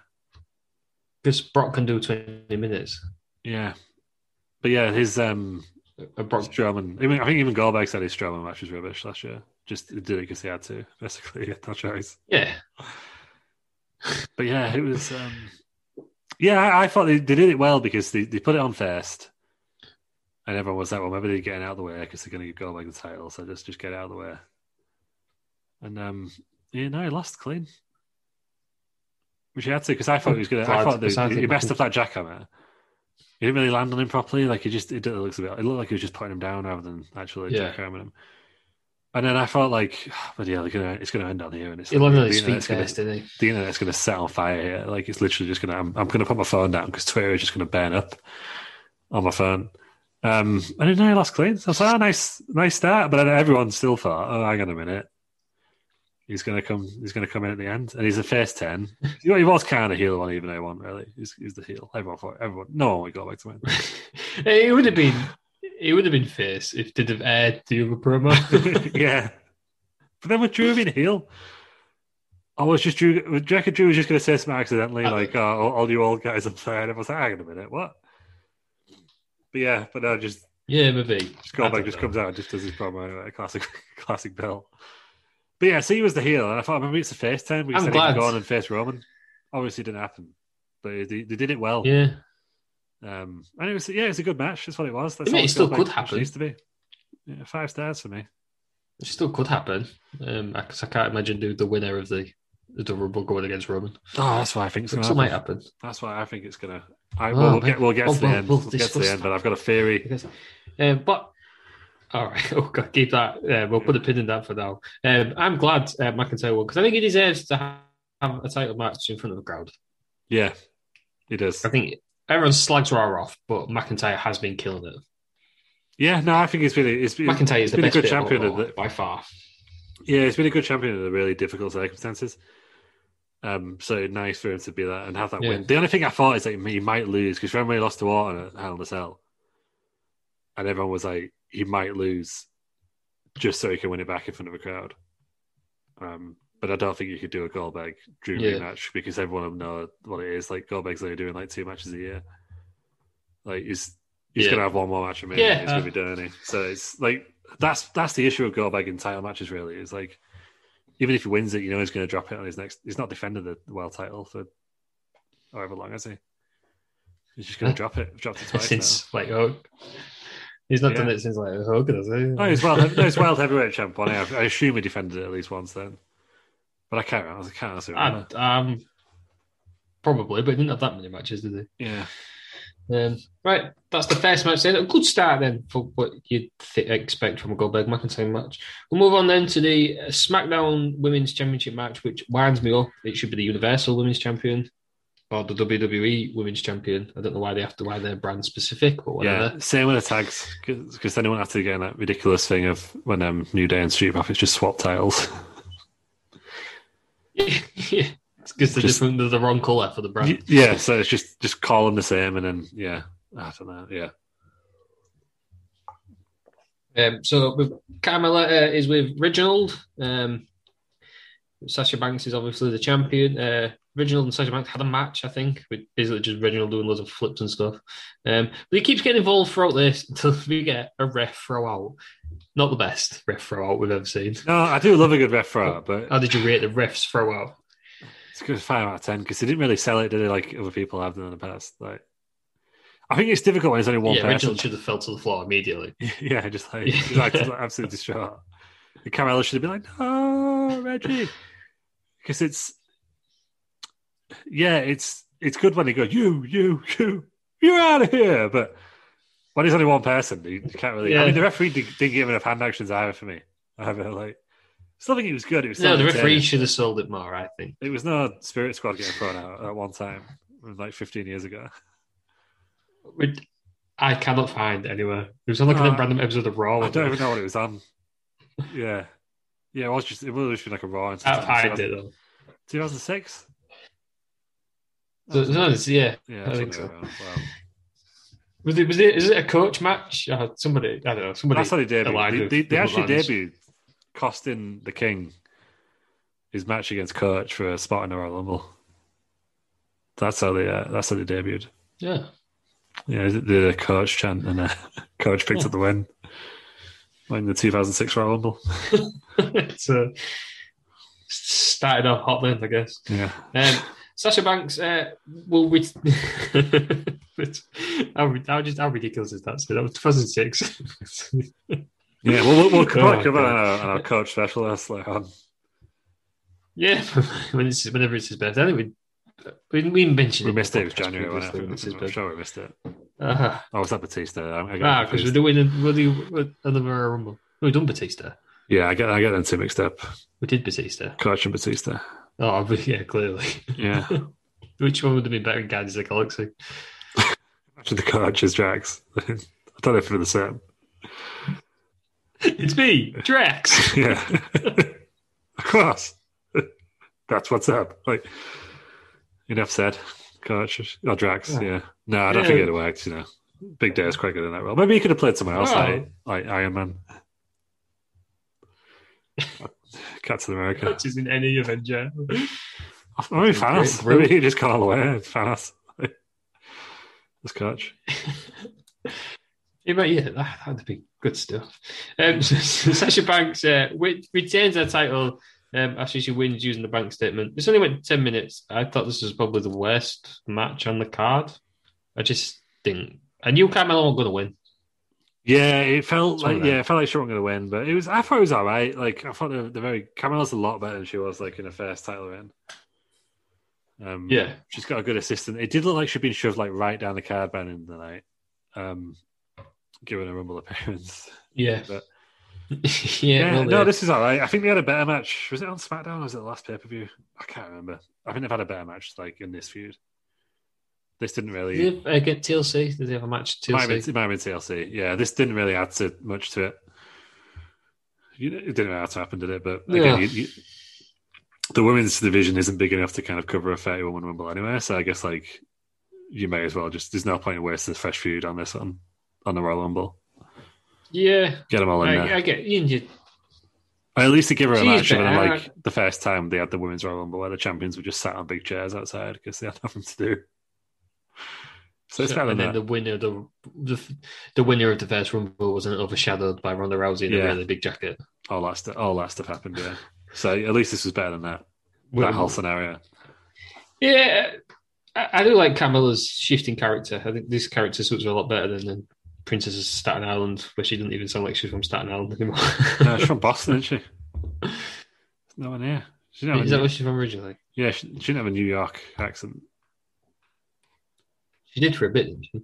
because Brock can do twenty minutes. yeah, but yeah, his um Uh, Brock Strowman. I, mean, I think even Goldberg said his Strowman match was rubbish last year. Just did it because he had to, basically. He had no choice. Yeah, But yeah, it was. um Yeah, I, I thought they, they did it well because they, they put it on first, and everyone was like, "Well, maybe they're getting out of the way because they're going to give Goldberg the title, so just just get it out of the way." And um, yeah, no, he lost clean, which he had to because I thought he was going. to I Glad- thought besides they, he it- messed up that jackhammer. He didn't really land on him properly. Like he just it looks a bit. It looked like he was just putting him down rather than actually Yeah. jackhammering him. And then I felt like, but yeah, they're gonna, it's going to end on here, and it's he landed on the his feet internet's gonna- first, didn't he? the internet's going to set on fire here. Like it's literally just going to. I'm, I'm going to put my phone down because Twitter is just going to burn up on my phone. Um, I didn't know he lost clean. So I was like, oh, nice, nice start. But then everyone still thought, oh, hang on a minute, he's going to come. He's going to come in at the end, and he's a face ten. You know, he was kind of heel one, even though one really. He's, he's the heel. Everyone thought, everyone, no one would go back to win. it would have been it would have been fierce if they'd have aired the other promo. yeah, but then with Drew being heel. I was just Drew. Do you reckon Drew was just going to say something accidentally, Uh, like, oh, all- all you old guys are there? And I was like, hang on a minute, what? But yeah, but no, just, yeah, maybe. just I don't Goldberg just know. comes out and just does his promo anyway, classic, classic Bill. But yeah, so he was the heel, and I thought maybe it's a face time because I'm then he can glad. go on and face Roman. Obviously, it didn't happen, but they, they did it well. Yeah, Um, and it was yeah, it's a good match. That's what it was. That's I mean, all it still Goldberg could happen. Used to be yeah, five stars for me. it still could happen. Um, I, 'cause I can't imagine the, the winner of the the Rumble going against Roman. Oh, that's why I think it's So going it to might happen. happen. That's why I think it's gonna. I, Oh, well, we'll man. get we'll get Oh, to the well, end. well, We'll get this to the was- end, but I've got a theory. Because, um, but all right, oh god, keep that. Uh, we'll put a pin in that for now. Um, I'm glad uh, McIntyre won because I think he deserves to have, have a title match in front of the crowd. Yeah, he does. I think everyone slags Raw off, but McIntyre has been killing it. Yeah, no, I think it's been a- it's been, McIntyre is it's the been a best good bit of champion of Raw, the, by far. yeah, it's been a good champion in the really difficult circumstances. Um, so nice for him to be that and have that Yeah. win. The only thing I thought is that he might lose because remember he lost to Orton at Hell in a Cell, and everyone was like, he might lose just so he can win it back in front of a crowd. Um, but I don't think you could do a Goldberg Drew Yeah. rematch because everyone will know what it is. Like Goldberg's only doing like two matches a year. Like he's he's Yeah. gonna have one more match remaining. Yeah. Yeah, he's gonna be doing it. So it's like that's that's the issue of Goldberg in title matches. Really, is like even if he wins it, you know he's gonna drop it on his next. He's not defended the world title for however long has he? He's just gonna Huh? drop it. Dropped it twice since like Hulk. He's not done Yeah. it since like Hogan, has he? now. No, Oh, he's world. no, he's world heavyweight champ. One, I, I assume he defended it at least once then. But I can't. remember- I can't honestly remember. And, um, probably, but he didn't have that many matches, did Yeah. he? Um, right, that's the first match. Then a good start then for what you'd th- expect from a Goldberg McIntyre match. We'll move on then to the uh, SmackDown Women's Championship match, which winds me up. It should be the Universal Women's Champion. or the WWE Women's Champion. I don't know why they have to why they're brand specific, but whatever. Yeah, same with the tags because then you won't have to get that ridiculous thing of when um, New Day and Street Profits just swap titles. Yeah, it's because they're Just- different. They're the wrong color for the brand. Y- yeah, so it's just just call them the same, and then yeah, I don't know. Yeah, Um, so with Carmella uh, is with Reginald. Um, Sasha Banks is obviously the champion. Uh, Reginald and Sasha Banks had a match, I think, with basically just Reginald doing loads of flips and stuff. Um, but he keeps getting involved throughout this until we get a ref throw out. Not the best ref throw out we've ever seen. no, I do love a good ref throw, but How did you rate the refs throw out? it's good five out of ten because they didn't really sell it, did they? Like other people have done in the past. Like, I think it's difficult when it's only one yeah, person. Reginald should have fell to the floor immediately. yeah, just like, Yeah. just like, just like absolutely distraught. And Carmella should have been like, no, Reggie, because it's yeah, it's it's good when they go, you, you, you, you're out of here, but. When it's only one person, you can't really. I Yeah. mean, the referee didn't, didn't give enough hand actions either for me. Either, like, still think he was good. It was still No, the entertaining. referee should have sold it more, I think. It was no Spirit Squad getting thrown out at one time, like 15 years ago. Which I cannot find anywhere. It was on like a Uh, random episode of Raw. I wasn't don't it? even know what it was on. Yeah, yeah, it was just it was just like a raw. in I find 2000- it though. 2006. So, no, it's- yeah. yeah, I that's think what so. they were on. Wow. Was it, was it, is it a coach match? Uh, somebody, I don't know, somebody. That's how they aligned debuted. with They, they, they the actually Lions. debuted costing the King his match against Coach for a spot in the Royal Rumble. That's how they. Uh, that's how they debuted. Yeah. Yeah, the coach chant and uh, coach picked up the win. In the 2006 Royal Rumble. so, started off hot then, I guess. Yeah. Um, Sasha Banks uh, will re- how, ri- how, just, how ridiculous is that? So that was 2006. Yeah, well, we'll, we'll Oh, probably cover God. that on our, on our coach special that's like on. yeah, when it's, whenever it's his birthday. I think we, we, we mentioned We it missed it. It was in the podcast January. wasn't previously, it? when it's his I'm birthday. sure we missed it. Uh-huh. Oh, was that Batista? I'm, I get Ah, because confused. we're doing a- we'll do another Royal Rumble. No, We've done Batista. Yeah, I get I get them two mixed up. We did Batista. Coach and Batista. Oh, but yeah, clearly. Yeah, Which one would have been better in Guardians of the Galaxy? actually, the coach is Drax. I don't know if they're the same. It's me, Drax. Yeah, of course. That's what's up. Like enough said. Coach or Drax. Yeah. No, I don't Yeah. think it'd worked. You know, Big Day is quicker than that role. Maybe he could have played someone else, Oh. like like Iron Man, Captain America. Which is in any Avenger. I mean, Thanos. Great group. Maybe he just got all the way. Thanos. This coach. Yeah, but yeah, that, that'd be good stuff. Um, so, so Sasha Banks uh, wi- retains her title um, after she wins using the bank statement. This only went 10 minutes. I thought this was probably the worst match on the card. I just didn't. I knew Carmelo wasn't going to win. Yeah, it felt It's like one of them. yeah, it felt like she wasn't going to win, but it was. I thought it was all right. Like I thought the, the very Carmella's a lot better than she was like in her first title run. Um, Yeah. she's got a good assistant. It did look like she'd been shoved like right down the card by the end of the night, um, given her rumble appearance. Yeah. But- yeah, Yeah, well, uh, no, yeah. this is all right. I think they had a better match. Was it on SmackDown? or Was it the last pay per view? I can't remember. I think they've had a better match like in this feud. This didn't really. Did they uh, get TLC? Did they have a match at It might, have TLC? been, it might have been TLC. Yeah, this didn't really add to much to it. You know, it didn't really add to happen, did it? But Yeah. again, you, you, the women's division isn't big enough to kind of cover a 30 woman rumble anyway. So I guess like you may as well just. There's no point in wasting fresh feud on this one on the Royal Rumble. Yeah, Get them all in I, there. I get you. you- Or at least to give her a She's match. And better. like the first time they had the women's Royal Rumble, where the champions were just sat on big chairs outside because they had nothing to do. So it's So- better and than then that. the winner, the, the the winner of the first rumble wasn't overshadowed by Ronda Rousey in a Yeah. really big jacket. all that stuff. All that stuff happened. Yeah. So at least this was better than that. that whole scenario. Yeah, I, I do like Camilla's shifting character. I think this character suits her a lot better than, than Princess of Staten Island, where she doesn't even sound like she's from Staten Island anymore. No, she's from Boston, isn't she? No one here. She didn't have Is a that New, where she's from originally? yeah, she, she didn't have a New York accent. She did for a bit, didn't she?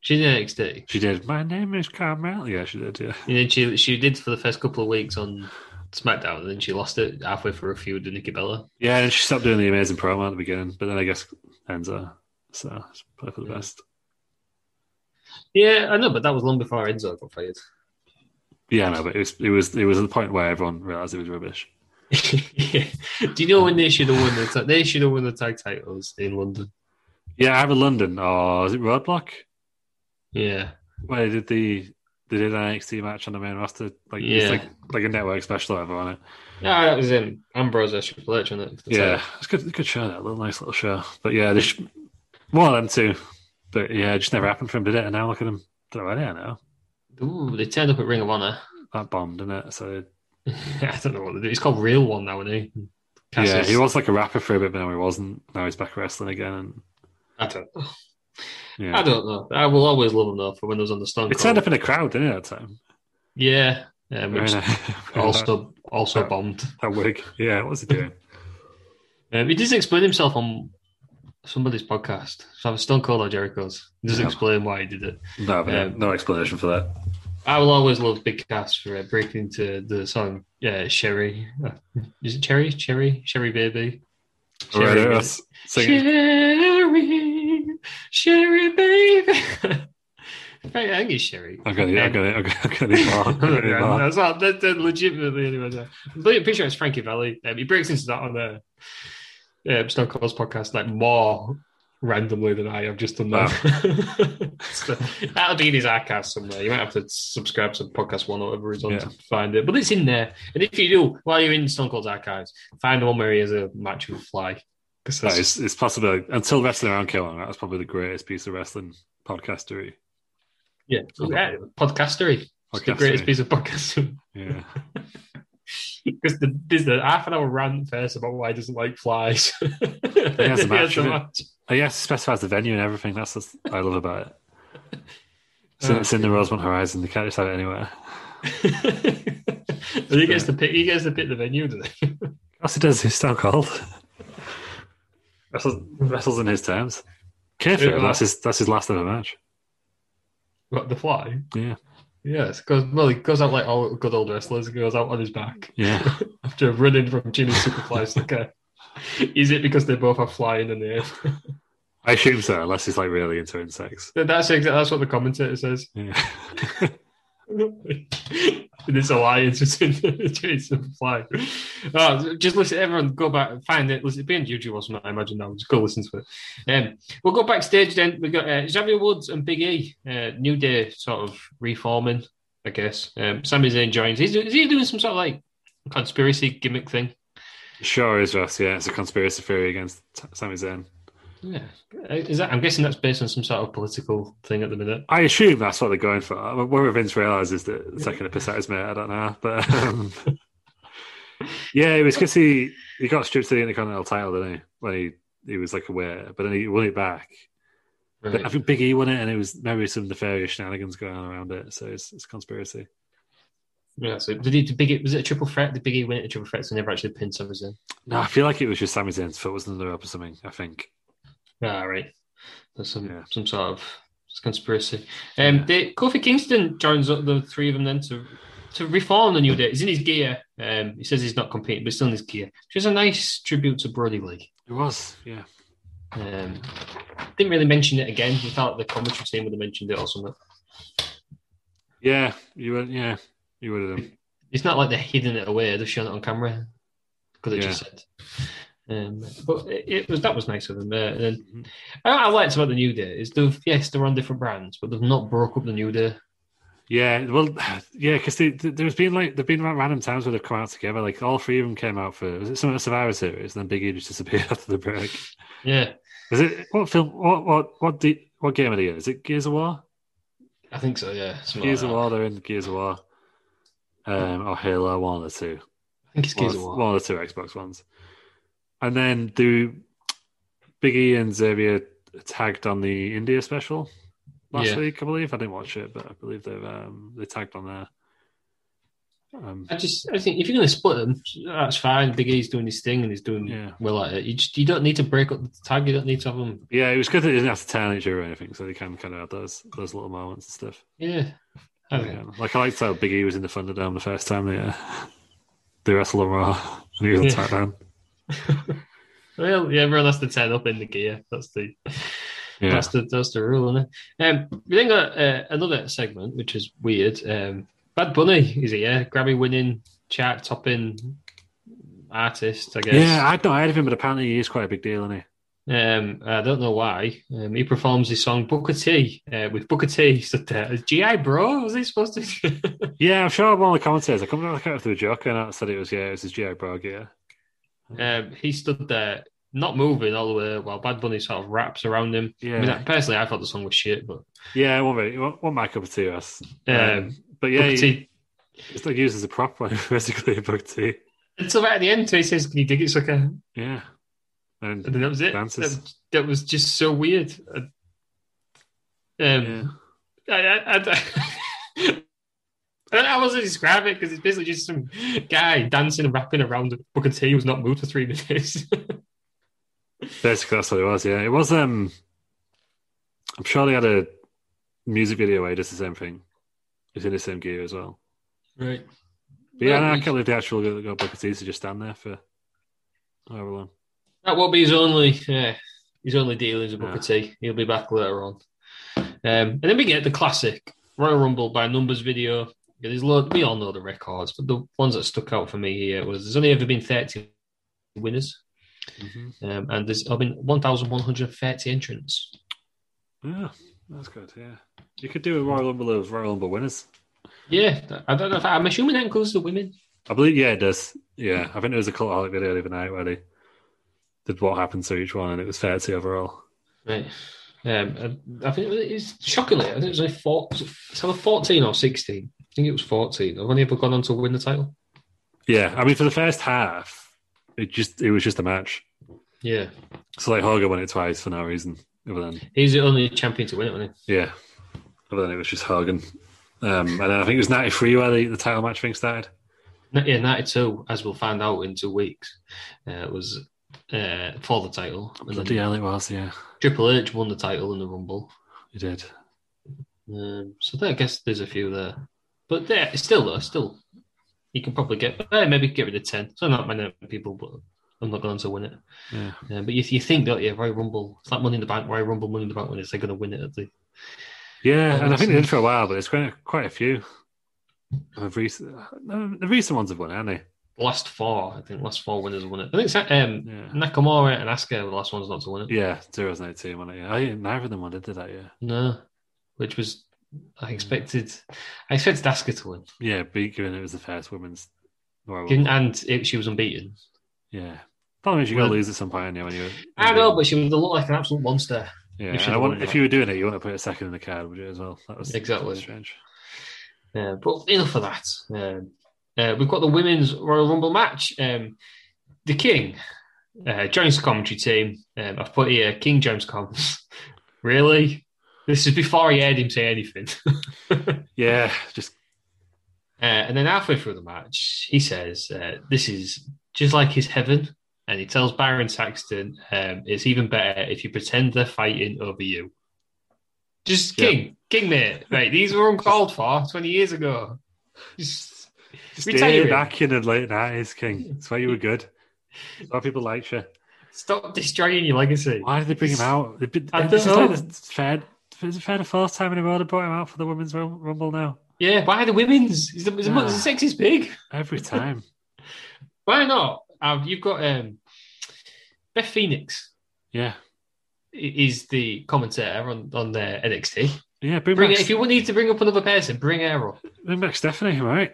She did NXT. She did. My name is Carmel. Yeah, she did. Yeah, And then she she did for the first couple of weeks on SmackDown, and then she lost it halfway through a feud with Nikki Bella. yeah. And she stopped doing the amazing promo at the beginning, but then I guess Enzo. So it's probably for the Yeah. best. Yeah, I know, but that was long before Enzo got fired. Yeah, no, but it was it was it was at the point where everyone realised it was rubbish. Do you know when they should have won the ta- they should have won the tag titles in London? Yeah, either London or is it Roadblock? Yeah, Where they did the they did an NXT match on the main roster, like Yeah. it's like like a network special or whatever on it. yeah, that was in Ambrose versus Triple H, wasn't it? The yeah, title. it's good good show that little nice little show. But yeah, they sh- one of them too. But yeah, it just never happened for him, did it? And now look at him. Don't know where they are now. Ooh, they turned up at Ring of Honor. That bombed, didn't it? So I don't know what they do. It's called Real One now, isn't he? yeah, Cassius. he was like a rapper for a bit, but now he wasn't. Now he's back wrestling again. And I don't. know. yeah, I don't know. I will always love him though for when I was on the Stone it Cold. turned up in a crowd, didn't it? That time. yeah, yeah, Wearing which a- also also Yeah. bombed. that wig. Yeah, what was he doing? Um, he does explain himself on somebody's podcast. So I'm Stone Cold or Jericho's. He does Yeah. explain why he did it. No, but Um, no explanation for that. I will always love Big Cass for uh, breaking into the song uh, Sherry. Uh, Is it Cherry? Cherry? Sherry Baby? Right, Sherry, yes. Sing it. Sherry, Sherry Baby. Right, I think it's Sherry. I've got it. I've got it. I've got it. I've got it. Mark, I've got it, Mark. That's not that, that legitimately anyway. yeah. I'm pretty sure it's Frankie Valley. Um, he breaks into that on the uh, Stone Cold's podcast like more randomly than I have just done that. So, that'll be in his archive somewhere. You might have to subscribe to podcast one or whatever it's on Yeah. to find it, but it's in there. And if you do, while you're in Stone Cold's archives, find the one where he has a match with Fly. Because No, it's, it's possible until wrestling around Killing. That's probably the greatest piece of wrestling podcastery. yeah, yeah, podcastery. It's the greatest Podcastery. piece of podcasting. Yeah, Because the, there's a half an hour rant first about why he doesn't like flies. has a He match, has a isn't it? match. oh, yeah, it specifies the venue and everything. That's what I love about it. It's, in- Oh, it's in the Rosemont Horizon. They can't just have it anywhere. And he gets to pick. He gets to pick the venue, doesn't he? Yes, it does. He's Stone Cold. wrestles, wrestles in his terms. Kayfabe. Yeah. That's his. That's his last ever match. What the fly? Yeah, Yes, goes well. He goes out like all good old wrestlers. He goes out on his back yeah. after running from Jimmy Superfly Snuka. Is it because they both are flying in the air? I assume so, unless he's like really into insects. that's exa- that's what the commentator says. Yeah. this alliance between between supply. Oh, just listen, everyone, go back and find it. Listen, being Juju wasn't, I imagine now. Just go listen to it. Um, we'll go backstage then. We got uh, Xavier Woods and Big E, uh, New Day sort of reforming, I guess. Um, Sami Zayn joins. He's, is he doing some sort of like conspiracy gimmick thing? Sure is Russ, yeah. It's a conspiracy theory against T- Sami Zayn. Yeah, uh, is that? I'm guessing that's based on some sort of political thing at the minute. I assume that's what they're going for. Whether Vince realizes that it's taking a piss at his mate, I don't know. But um, yeah, it was because he, he got stripped to the Intercontinental title, didn't he? When he, he was like aware, but then he won it back. But I think Big E won it, and it was maybe some nefarious shenanigans going on around it. So it's, it's conspiracy. Yeah, so did he did Big E, was it a triple threat? Did Big E win it a triple threat? So he never actually pinned Sami Zayn. No, I feel like it was just Sami Zayn's foot was under the rope or something, I think. Ah, right. That's some Yeah. some sort of conspiracy. Um, Yeah. they, Kofi Kingston joins up the three of them then to to reform the New Day. He's in his gear. Um, he says he's not competing, but he's still in his gear, which is a nice tribute to Brody Lee. It was, yeah. Um, didn't really mention it again. We thought the commentary team would have mentioned it or something. Yeah, you would, yeah, you would have done. It's not like they're hidden it away. They've shown it on camera because it Yeah. just said. Um, but it, it was that was nice of them. Uh, and then, Mm-hmm. I, I liked about the New Day is they've yes they're on different brands, but they've not broke up the New Day. Yeah, well, yeah, because there's been like there've been like random times where they've come out together. Like all three of them came out for was it some of the Survivor Series, and then Big E just disappeared after the break. Yeah, Is it what film? What what what do, what game are they in? Is it Gears of War? I think so. Yeah, something Gears like of that. War. They're in Gears of War, um, or Halo, one of the two. I think it's Gears of War. One of the two Xbox ones. And then do Big E and Xavier tagged on the India special last Yeah. week? I believe I didn't watch it, but I believe they've um, they tagged on there. Um, I just, I think if you're going to split them, that's fine. Big E's doing his thing and he's doing Yeah. well at it. You just, you don't need to break up the tag. You don't need to have them. Yeah, it was good that they didn't have to turn each other or anything, so they can kind of have those those little moments and stuff. Oh, Yeah, I don't know. Yeah. Like I liked how Big E was in the Thunderdome the first time they uh, they wrestled on Raw and he was on Yeah. SmackDown. Well, yeah, everyone has to turn up in the gear. That's the Yeah. that's the that's the rule, isn't it? Um, we then got uh, another segment which is weird. Um, Bad Bunny is he? Yeah, Grammy winning, chart topping artist, I guess. Yeah, I'd not heard of him, but apparently he is quite a big deal, isn't he? Um, I don't know why. Um, he performs his song Booker T uh, with Booker T. stood there. GI Bro, was he supposed to? Yeah, I'm sure one of the commentators, I can't remember if I through a joke and I said it was, yeah, it was his G.I. Brog, yeah. um, he stood there, not moving all the way, while Bad Bunny sort of wraps around him. I mean, Yeah. personally, I thought the song was shit, but Yeah, one, very, one, one my cup of tea, us. Um, um, but yeah, Booker he, T. it's like used as a prop, like, basically, a bug tea. It's about at the end, so he says, "Can you dig it, sucker?" Yeah. And, And then that was it. Dances. That, that was just so weird. Uh, yeah. Um, I, I, I, I don't know how else to describe it because it's basically just some guy dancing and rapping around a Booker T who's not moved for three minutes. Basically, that's what it was. Yeah, it was. Um, I'm sure they had a music video where he does the same thing. He's in the same gear as well. right. But yeah, Well, no, I we- can't believe the actual go, go Booker T to just stand there for however long. That will be his only yeah, his only dealings with Booker Yeah. T. He'll be back later on. Um, and then we get the classic Royal Rumble by numbers video. Yeah, There's lo- we all know the records, but the ones that stuck out for me here was there's only ever been 30 winners, um, and there's I mean 1,130 entrants. Yeah, that's good. Yeah, you could do a Royal Rumble of Royal Rumble winners. Yeah, I don't know. If, I'm assuming that includes the women. I believe. Yeah, it does. Yeah, I think there was a cultaholic video the other night where they did what happened to each one, and it was 30 overall. Right. Um, I, I think it's shockingly. I think it was only four, was it- it's either fourteen or sixteen. I think it was fourteen. I've only ever gone on to win the title. Yeah, I mean, for the first half, it just it was just a match. Yeah, So like Hogan won it twice for no reason, other than he's the only champion to win it. Wasn't Yeah. But then it was just Hogan. Um, and then I think it was 93 where the, the title match thing started. he? Ni- Yeah, ninety-two, as we'll find out in two weeks, uh, was uh, for the title. And Bloody then hell, it was, yeah. Triple H won the title in the Rumble. It did. Um, so there, I guess there's a few there, but there it's still though, still you can probably get eh, maybe get rid of ten. So not many people, but I'm not going to win it. Yeah. Yeah, but you, you think, don't you? Royal Rumble, it's like Money in the Bank. Royal Rumble, Money in the Bank. When it's they're going to win it at the Yeah, and I think they did for a while, but it's quite quite a few. Of recent, no, the recent ones have won, haven't they? last four. I think last four winners have won it. I think it's, um, Yeah. Nakamura and Asuka were the last ones not to win it. Yeah, 2018 won it. Yeah. I think neither of them won, did they, that year? No, which was I expected. I expected Asuka to win, Yeah, beat given it was the first women's Royal Didn't- Rumble. and it, she was unbeaten. Yeah. That means you're going Well- to lose at some point, anyway. When you I know, but she would look like an absolute monster. yeah, you should and I have want, won if that. you were doing it, you want to put a second in the card, would you, as well? That was Exactly. strange. Uh, but enough of that. Um, uh, we've got the women's Royal Rumble match. Um, the King uh, joins the commentary team. Um, I've put here King James comms. really? This is before he heard him say anything. uh, Yeah, just and then halfway through the match, he says, uh, "This is just like his heaven." And he tells Byron Saxton, um, "It's even better if you pretend they're fighting over you." Just Yeah. King, King, mate. Right? These were uncalled for twenty years ago. Just Retiring. Stay back in the late nineties, King. That's why you were good. That's why people liked you. Stop destroying your legacy. Why did they bring him out? They- I don't This is know. like the third, is it third or fourth time in a row they brought him out for the women's Rum- rumble now. Yeah, why the women's? Is the, is the, Yeah. is the sex is big? Every time. Why not? Um, you've got um, Beth Phoenix yeah. i- is the commentator on on their NXT. Yeah, bring, Bring back, her, if you would need to bring up another person, bring her up. bring back Stephanie, all right?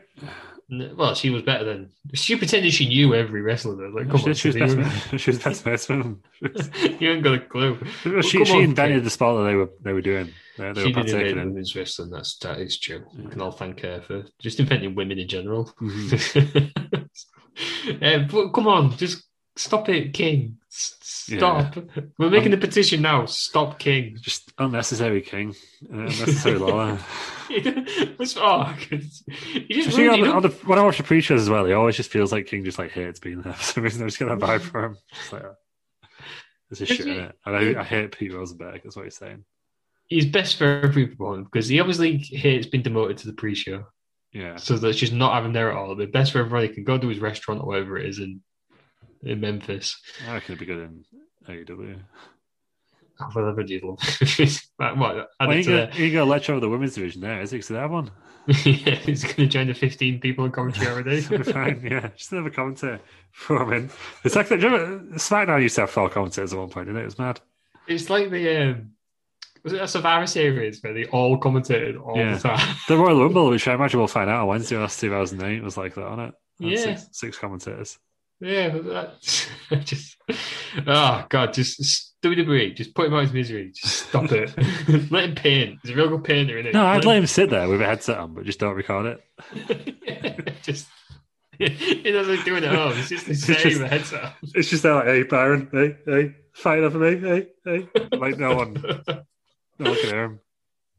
N- Well, she was better than she pretended she knew every wrestler. Though. Like, come She, on, she, was Steve, best, she was best best man. She, was- you ain't got a clue. she, come she on, invented the sport that they were they were doing. They, they She did were invent partaking in. women's wrestling. That's that is true. We can all thank her for just inventing women in general. Mhm. um, but come on, just stop it, King. S- Stop. We're making the petition now. Stop, King. Just unnecessary King. Uh, unnecessary Lola. What's wrong? You just Actually, ruined on it. Look, the, on the, when I watch the pre-shows as well, it always just feels like King just like hates being there for some reason. I just get that Mm-hmm. vibe from him. It's like, this is Does shit, he- innit? And I, I hate Pete Rosenberg. That's what he's saying. He's best for everyone because he obviously hates being demoted to the pre-show, Yeah, so that's just not having there at all. The best for everybody can go to his restaurant or whatever it is and in Memphis. I reckon it'd be good in E AEW. Oh, whatever you love. that, what, add Well, it he to got, he got let over the women's division there, is he? 'Cause they have one. the- yeah, he's going to join the 15 people in commentary already. It'll be fine, yeah. Just another commentator for women. It's like, do you remember SmackDown used to have four commentators at one point, didn't it? It was mad. it's like the um, was it a Survivor Series where they all commented all Yeah. the time. The Royal Rumble, which I imagine we'll find out on Wednesday, last 2008, was like that, on it? Had Yeah. Six, six commentators. Yeah, but that's just oh god, just s- WWE, just put him out of his misery, just stop it. let him paint. He's a real good painter, isn't it? No, I'd let him sit there with a headset on, but just don't record it. just he doesn't do it at home. It's just the It's same just- headset. on. It's just there like, hey, Byron, hey, hey, fight over me, hey, hey. Like, no one, no one can hear him.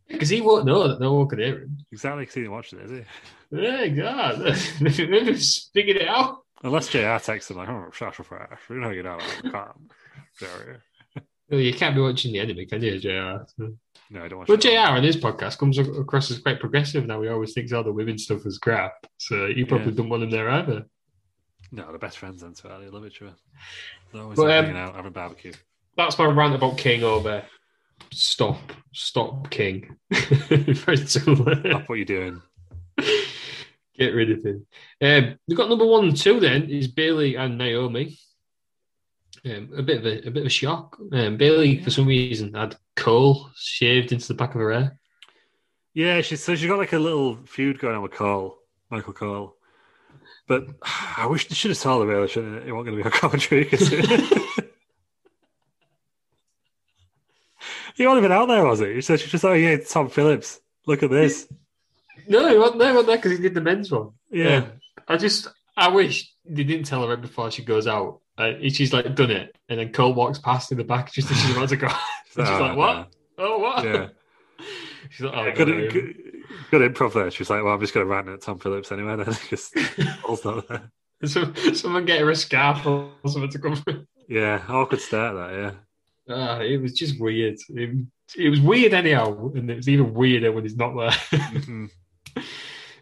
Because he won't know that no one could hear him. Exactly, because he didn't watch it, is he? Yeah, God. Maybe he's figured it out. Unless JR texts him, like, oh, shut up, fresh. We know you know that. I can't. Sorry. No, you can't be watching the enemy, can you, JR? No, I don't watch Well, it. JR on his podcast comes ac- across as quite progressive now. He always thinks all the women's stuff is crap. So you probably Yeah. don't want him there either. No, they're best friends then, so they love each other. They're always But, out um, hanging out, having barbecue. That's my rant about King over. Stop. Stop King. For his tool. Stop what you're doing. Get rid of him. Um, we've got number one and two then is Bailey and Naomi. Um, a bit of a, a bit of a shock. Um, Bailey for some reason had coal shaved into the back of her hair. Yeah, she so she got like a little feud going on with Cole, Michael Cole. But I wish they should have told her really, shouldn't it? It wasn't going to be on commentary because he wasn't even out there, was he? So she just oh yeah, it's Tom Phillips. Look at this. No, he wasn't there, wasn't there because he did the men's one. Yeah, Um, I just I wish they didn't tell her right before she goes out. Uh, she's like done it, and then Cole walks past in the back just as she's about to go. So, she's like, "What? oh what? Yeah. She's like, oh, good, no. good, good improv there. She's like, well, I'm just going to rant at Tom Phillips anyway then because Cole's not there. So, someone get her a scarf or something to cover. Yeah, awkward start that. Yeah. Uh, it was just weird. It, it was weird anyhow, and it's even weirder when he's not there. Mhm.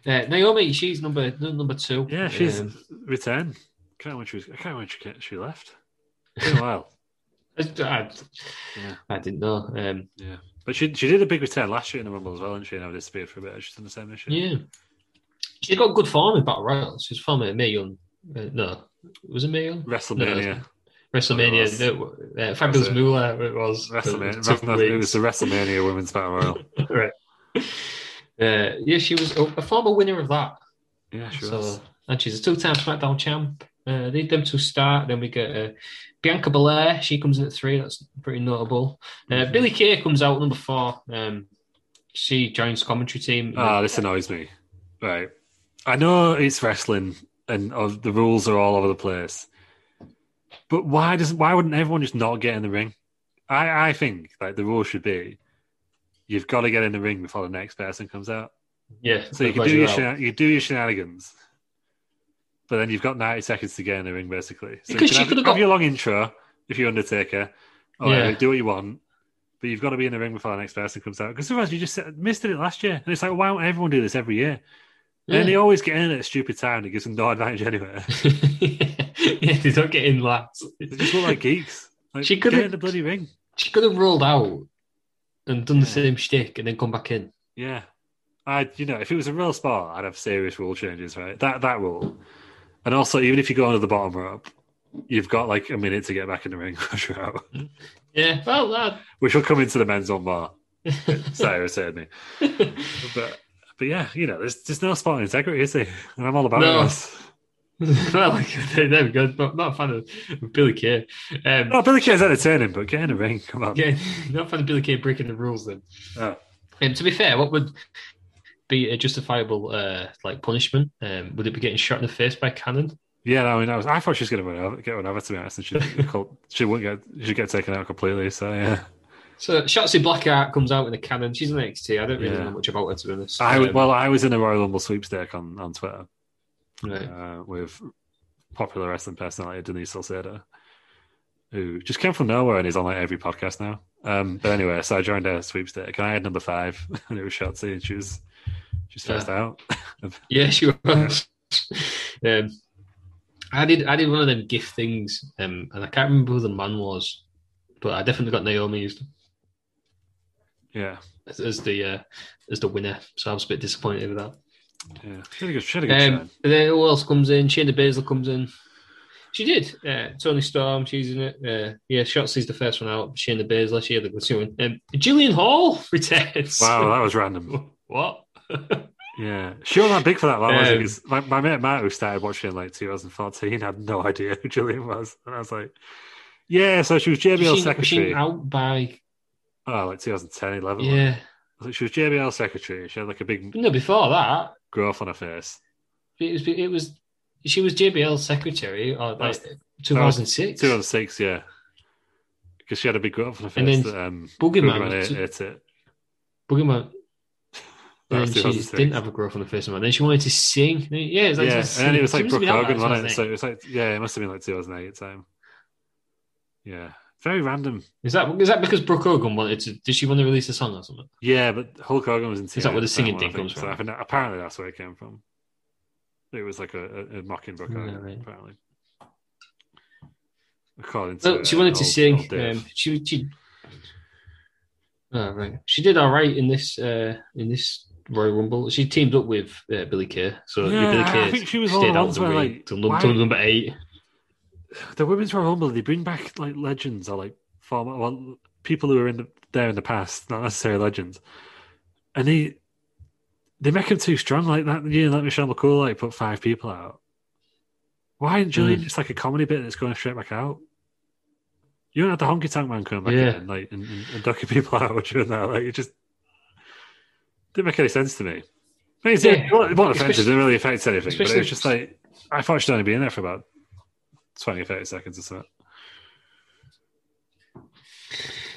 uh, Naomi, she's number number two. Yeah, she's Um, returned. Can't remember when she was. I can't remember when she, ca- she left. Been a while. I, I- Yeah. I didn't know. Um, Yeah, but she she did a big return last year in the Rumble as well, didn't she? And now disappeared for a bit. She's done the same this year. Yeah. She's got good form in Battle Royal. She's former Mae Young. Uh, no. Was it Mae Young? WrestleMania. WrestleMania. It was. no, uh, Fabulous It was it. Moolah, it was. WrestleMania. It was Wrestlemania- two it was the WrestleMania Women's Battle Royal. weeks. right. Uh, yeah, she was a, a former winner of that. Yeah, she was. So, and she's a two time SmackDown champ. Uh, they them to start. Then we get uh, Bianca Belair. She comes in at three. That's pretty notable. Uh, Mm-hmm. Billy Kay comes out number four. Um, she joins commentary team. Ah, this annoys me. Right, I know it's wrestling and uh, the rules are all over the place, but why does why wouldn't everyone just not get in the ring? I I think like the rule should be, you've got to get in the ring before the next person comes out. yeah. So you can otherwise do your you're out. shena- you do your shenanigans, but then you've got ninety seconds to get in the ring, basically. So Because you she can have, could've have got- your long intro if you're Undertaker, or Yeah. whatever, do what you want, but you've got to be in the ring before the next person comes out. Because otherwise, you just said- missed it last year, and it's like, why don't everyone do this every year? Yeah. And they always get in at a stupid time. It gives them no advantage anyway. yeah, they don't get in last. they just look like geeks. Like, She she could could've- get in the bloody ring. She could have rolled out and done the Yeah. same shtick and then come back in. Yeah, I you know if it was a real sport, I'd have serious rule changes, right? That that rule, and also even if you go under the bottom rope, you've got like a minute to get back in the ring, once you're out. Yeah, well, that. which will come into the men's one more. Sorry, certainly, but but yeah, you know, there's there's no sport integrity, is there? And I'm all about No. this. well, there there we go. Not, not a fan of Billy Kay. Um, No, Billy Kay's entertaining, but get in the ring, come on. yeah, not a fan of Billy Kay breaking the rules then. Oh. Um, to be fair, what would be a justifiable uh, like punishment? Um, would it be getting shot in the face by cannon? Yeah, no, I mean, I, was, I thought she was going to run over, get run over to me, honest, and she she wouldn't get she get taken out completely. So yeah, So Shotzi Blackheart comes out in a cannon. She's an NXT. I don't really Yeah. know much about her to be honest. I Um, well, I was in a Royal Rumble sweepstake on on Twitter, right. uh, with popular wrestling personality Denise Salcedo, who just came from nowhere and is on like every podcast now. Um, but anyway, so I joined a sweepstake and I had number five, and it was Shotzi, and she was she's first out. Yeah, she was. um, I did. I did one of them gift things, um, and I can't remember who the man was, but I definitely got Naomi's Yeah, as, as the uh, as the winner. So I was a bit disappointed with that. yeah. She had a good, she had a good Um, time. and then who else comes in? Shayna Baszler comes in. She did. Uh, Tony Storm, she's in it. Uh, yeah, Shotzi's the first one out. Shayna Baszler, she had the good one. Um, Gillian Hall returns. Wow, that was random. what? Yeah, she wasn't that big for that long, was she? Um, 'Cause my, my mate Matt, who started watching in like 2014, had no idea who Gillian was. And I was like, yeah, so she was JBL Was she, was secretary. she out by? oh, like 2010, 11. wasn't it? Yeah. I was like, she was JBL secretary. She had like a big No, before that, growth on her face. it was. It was. She was JBL's secretary, uh, or was- like 2006. 2006, yeah. Because she had a big growth on her face. And then that, um, Boogeyman Boogeyman was ate, two- ate it. Boogeyman. That And was then she 2006. didn't have a growth on the first one. Then she wanted to sing. Yeah, it was like yeah, and then it was like she Brooke must have been out Hogan, by wasn't 2008. it? So it was like, yeah, it must have been like 2008 time. Yeah, very random. Is that is that because Brooke Hogan wanted to? Did she want to release a song or something? Yeah, but Hulk Hogan was in TNA. Is that where the at singing time, I thing comes think. So from? I think that- apparently that's where it came from. It was like a, a, a mocking book, Yeah, Hogan, right. apparently. According to No, she uh, wanted to old- sing. old Dave. Um, she she. Oh, right. She did all right in this uh, in this Royal Rumble. She teamed up with uh, Billy Kay, so Yeah, Billy I- Kay I think she was one of stayed the out ones the where, ring like, to num- why- to number eight. the women's Royal Rumble, they bring back like legends or like former well, people who were in the, there in the past, not necessarily legends. And they they make them too strong like that. You know, like Michelle McCool, like put five people out. Why isn't Hmm. Julian just like a comedy bit that's going straight back out? You don't have the honky tonk man coming back Yeah. in like and, and, and ducking people out during that. Like it just didn't make any sense to me. I mean, it's, Yeah. it wasn't offensive, it Especially- didn't really affect anything. But it especially- was just like I thought she'd only be in there for about 20, 30 seconds or so.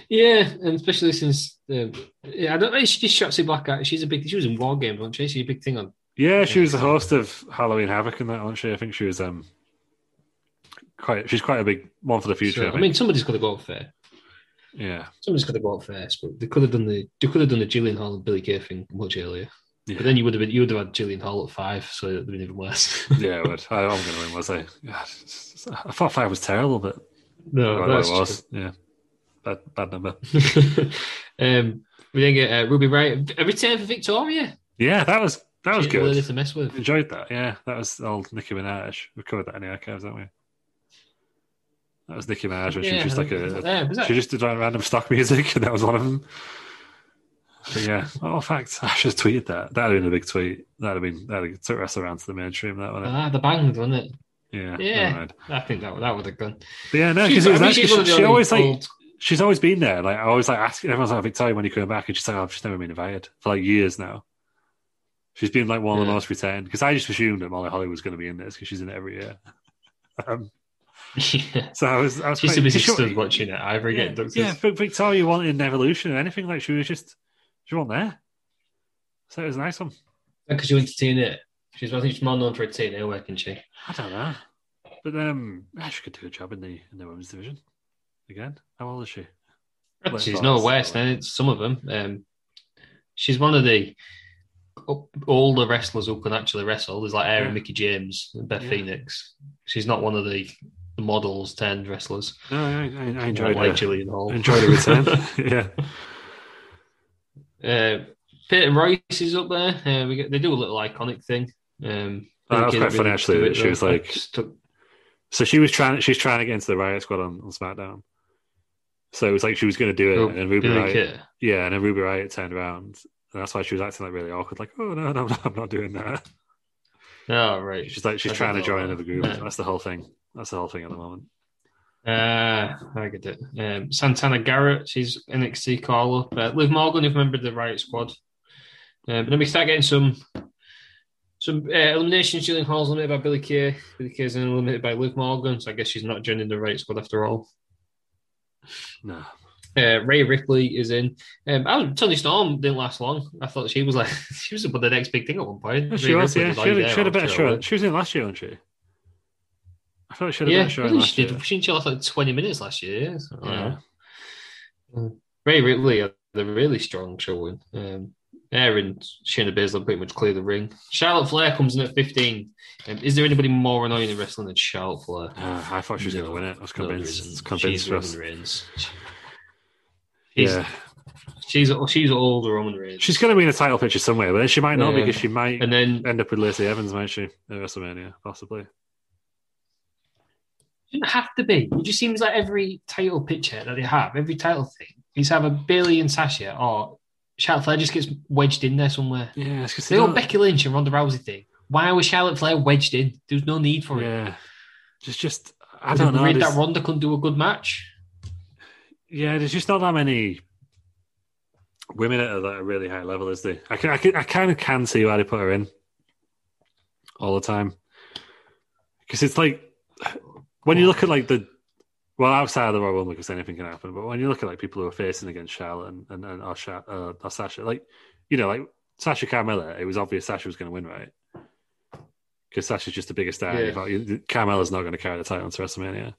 Yeah, and especially since um, yeah, I don't know. She just shot Shotzi Blackheart. She's a big. She was in War Games, wasn't she? She's a big thing on. Yeah, she was the host of Halloween Havoc and that, wasn't she? I think she was um quite she's quite a big one for the future. so, I I think. mean, somebody's got to go up there. yeah. Somebody's got to go up first, but they could have done the they could have done the Gillian Hall and Billy Kay thing much earlier. Yeah. But then you would have been you would have had Gillian Hall at five, so it'd have been even worse. yeah, I would. I, I'm gonna win, was I? God, I thought five was terrible, but no, well, that's it was. Yeah. Bad bad number. true. um, we then get uh, Ruby Wright a return for Victoria. Yeah, that was that was She ain't really good. to mess with. Enjoyed that, yeah. That was old Nicki Minaj. We covered that in the archives, haven't we? That was Nicki Minaj when she was Yeah, just like a, a yeah, was that- She just did like random stock music, and that was one of them. But yeah. Oh, in fact, I should have tweeted that. That'd have been a big tweet. That'd have been that'd have took us around to the mainstream. That one. Ah, the banged, wasn't it? yeah. yeah. never mind. I think that that would have gone. But yeah, no, She's- because it I was mean, nice. she's 'cause one of She, the she only always like old- she's always been there. Like I always like asking everyone's like Victoria when you coming back, and she's like, "Oh, I've just never been invited for like years now. She's been like one of the Yeah. most returned because I just assumed that Molly Holly was going to be in this because she's in it every year. um, yeah. so I was, I was She's quite- too busy she- stood watching it. Ivory yeah, get ducked. yeah, but Victoria wasn't in Evolution or anything. Like she was just she wasn't there. So it was a nice one. because she went to TNA. She's I think she's more known for her TNA work, isn't she? I don't know, but um, yeah, she could do a job in the in the women's division again. How old is she? Well, She's it's no not- eh? worse than it's some of them. Um, she's one of the o- older wrestlers who can actually wrestle. There's like Aaron Yeah. Mickey James and Beth Yeah. Phoenix. She's not one of the, the models turned wrestlers. No, I, I, I enjoyed like her. Gillian Hall. Enjoy the return. yeah. uh, Peter Royce is up there. Uh, we get, they do a little iconic thing. Um, Oh, that was Kay quite funny, really actually, do it, that she though. was like- Just took- So she was trying. She's trying to get into the Riot Squad on, on SmackDown. So it was like she was going to do it, oh, and then Ruby Billy Riot, Kay. yeah, and then Ruby Riot turned around, and that's why she was acting like really awkward, like, "Oh no, no, no I'm not doing that." Oh, right. She's like, she's I trying to don't know. join another group. Yeah. That's the whole thing. That's the whole thing at the moment. Uh, I get it. Um, Santana Garrett, she's NXT call up. Uh, Liv Morgan, if remembered the Riot Squad. Um, then we start getting some some uh, eliminations. Jillian Hall's eliminated by Billy Kay. Billy Kay's then eliminated by Liv Morgan, so I guess she's not joining the Riot Squad after all. No, Uh, Ray Ripley is in. Um, I was, Tony Storm didn't last long. I thought she was like she was about the next big thing at one point. she Rhea was. Ripley Yeah, she already had, a- there she had a after better all show. that. She was in last year, wasn't she? I thought she had a Yeah, better show I in think last she year. Oh, did. She didn't she last like twenty minutes last year. So, I don't know. Yeah. uh, Ray Ripley had a really strong showing. Um, Air and Shayna Baszler pretty much clear the ring. Charlotte Flair comes in at 15. Um, is there anybody more annoying in wrestling than Charlotte Flair? Uh, I thought she was going to win it. I was No, there convinced. isn't. convinced she's for us. Roman Reigns. She's, Yeah. she's, she's old Roman Reigns. She's going to be in a title picture somewhere, but then she might not Yeah. because she might and then end up with Lacey Evans, might she? At WrestleMania, possibly. shouldn't have to be. It just seems like every title picture that they have, every title thing, is have a Bailey and Sasha or Charlotte Flair just gets wedged in there somewhere. Yeah, it's 'cause The they old don't. Becky Lynch and Ronda Rousey thing. Why was Charlotte Flair wedged in? There's no need for it. Yeah, just just I Was don't it know. worried there's- that Ronda couldn't do a good match. Yeah, there's just not that many women at that are really high level, is there? I can, I can, I kind of can see why they put her in all the time because it's like when you look at like the well outside of the Royal Rumble because anything can happen, but when you look at like people who are facing against Charlotte and and, and or, Sha, uh, or Sasha, like you know, like Sasha Carmella, it was obvious Sasha was going to win, right? Because Sasha's just the biggest star. Yeah. You've got- you- Carmella's not going to carry the title to WrestleMania.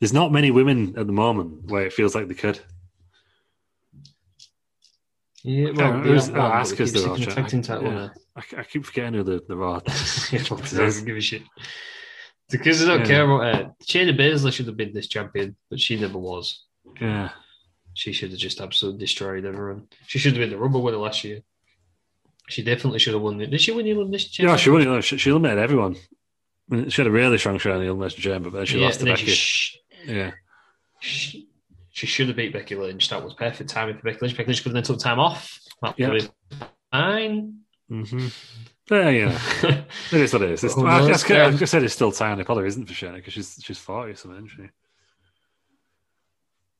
There's not many women at the moment where it feels like they could. Yeah, well, they who's- have oh, one, but Asuka's they keep the sticking Raw a tag team champ. title on Yeah. her. I, I keep forgetting who the, the Raw. Yeah, champion I is. don't give a shit. Because I don't Yeah. care about her. Shayna Baszler should have been this champion, but she never was. yeah, She should have just absolutely destroyed everyone. She should have been the rubber winner last year. She definitely should have won it. Did she win the Elimination Chamber? yeah, she won it. though. She, she eliminated everyone. I mean, She had a really strong showing in the Elimination Chamber, but then she Yeah, lost to and then she Becky. sh- yeah, sh- she should have beat Becky Lynch. That was perfect timing for Becky Lynch. Becky Lynch could have then took time off. That Yeah. was fine. mm-hmm. yeah, yeah. It is what it is. It's, Who I, I, knows? I, Oh, Yeah. said it's still time. It probably isn't for Shana because she's she's forty or something, isn't she?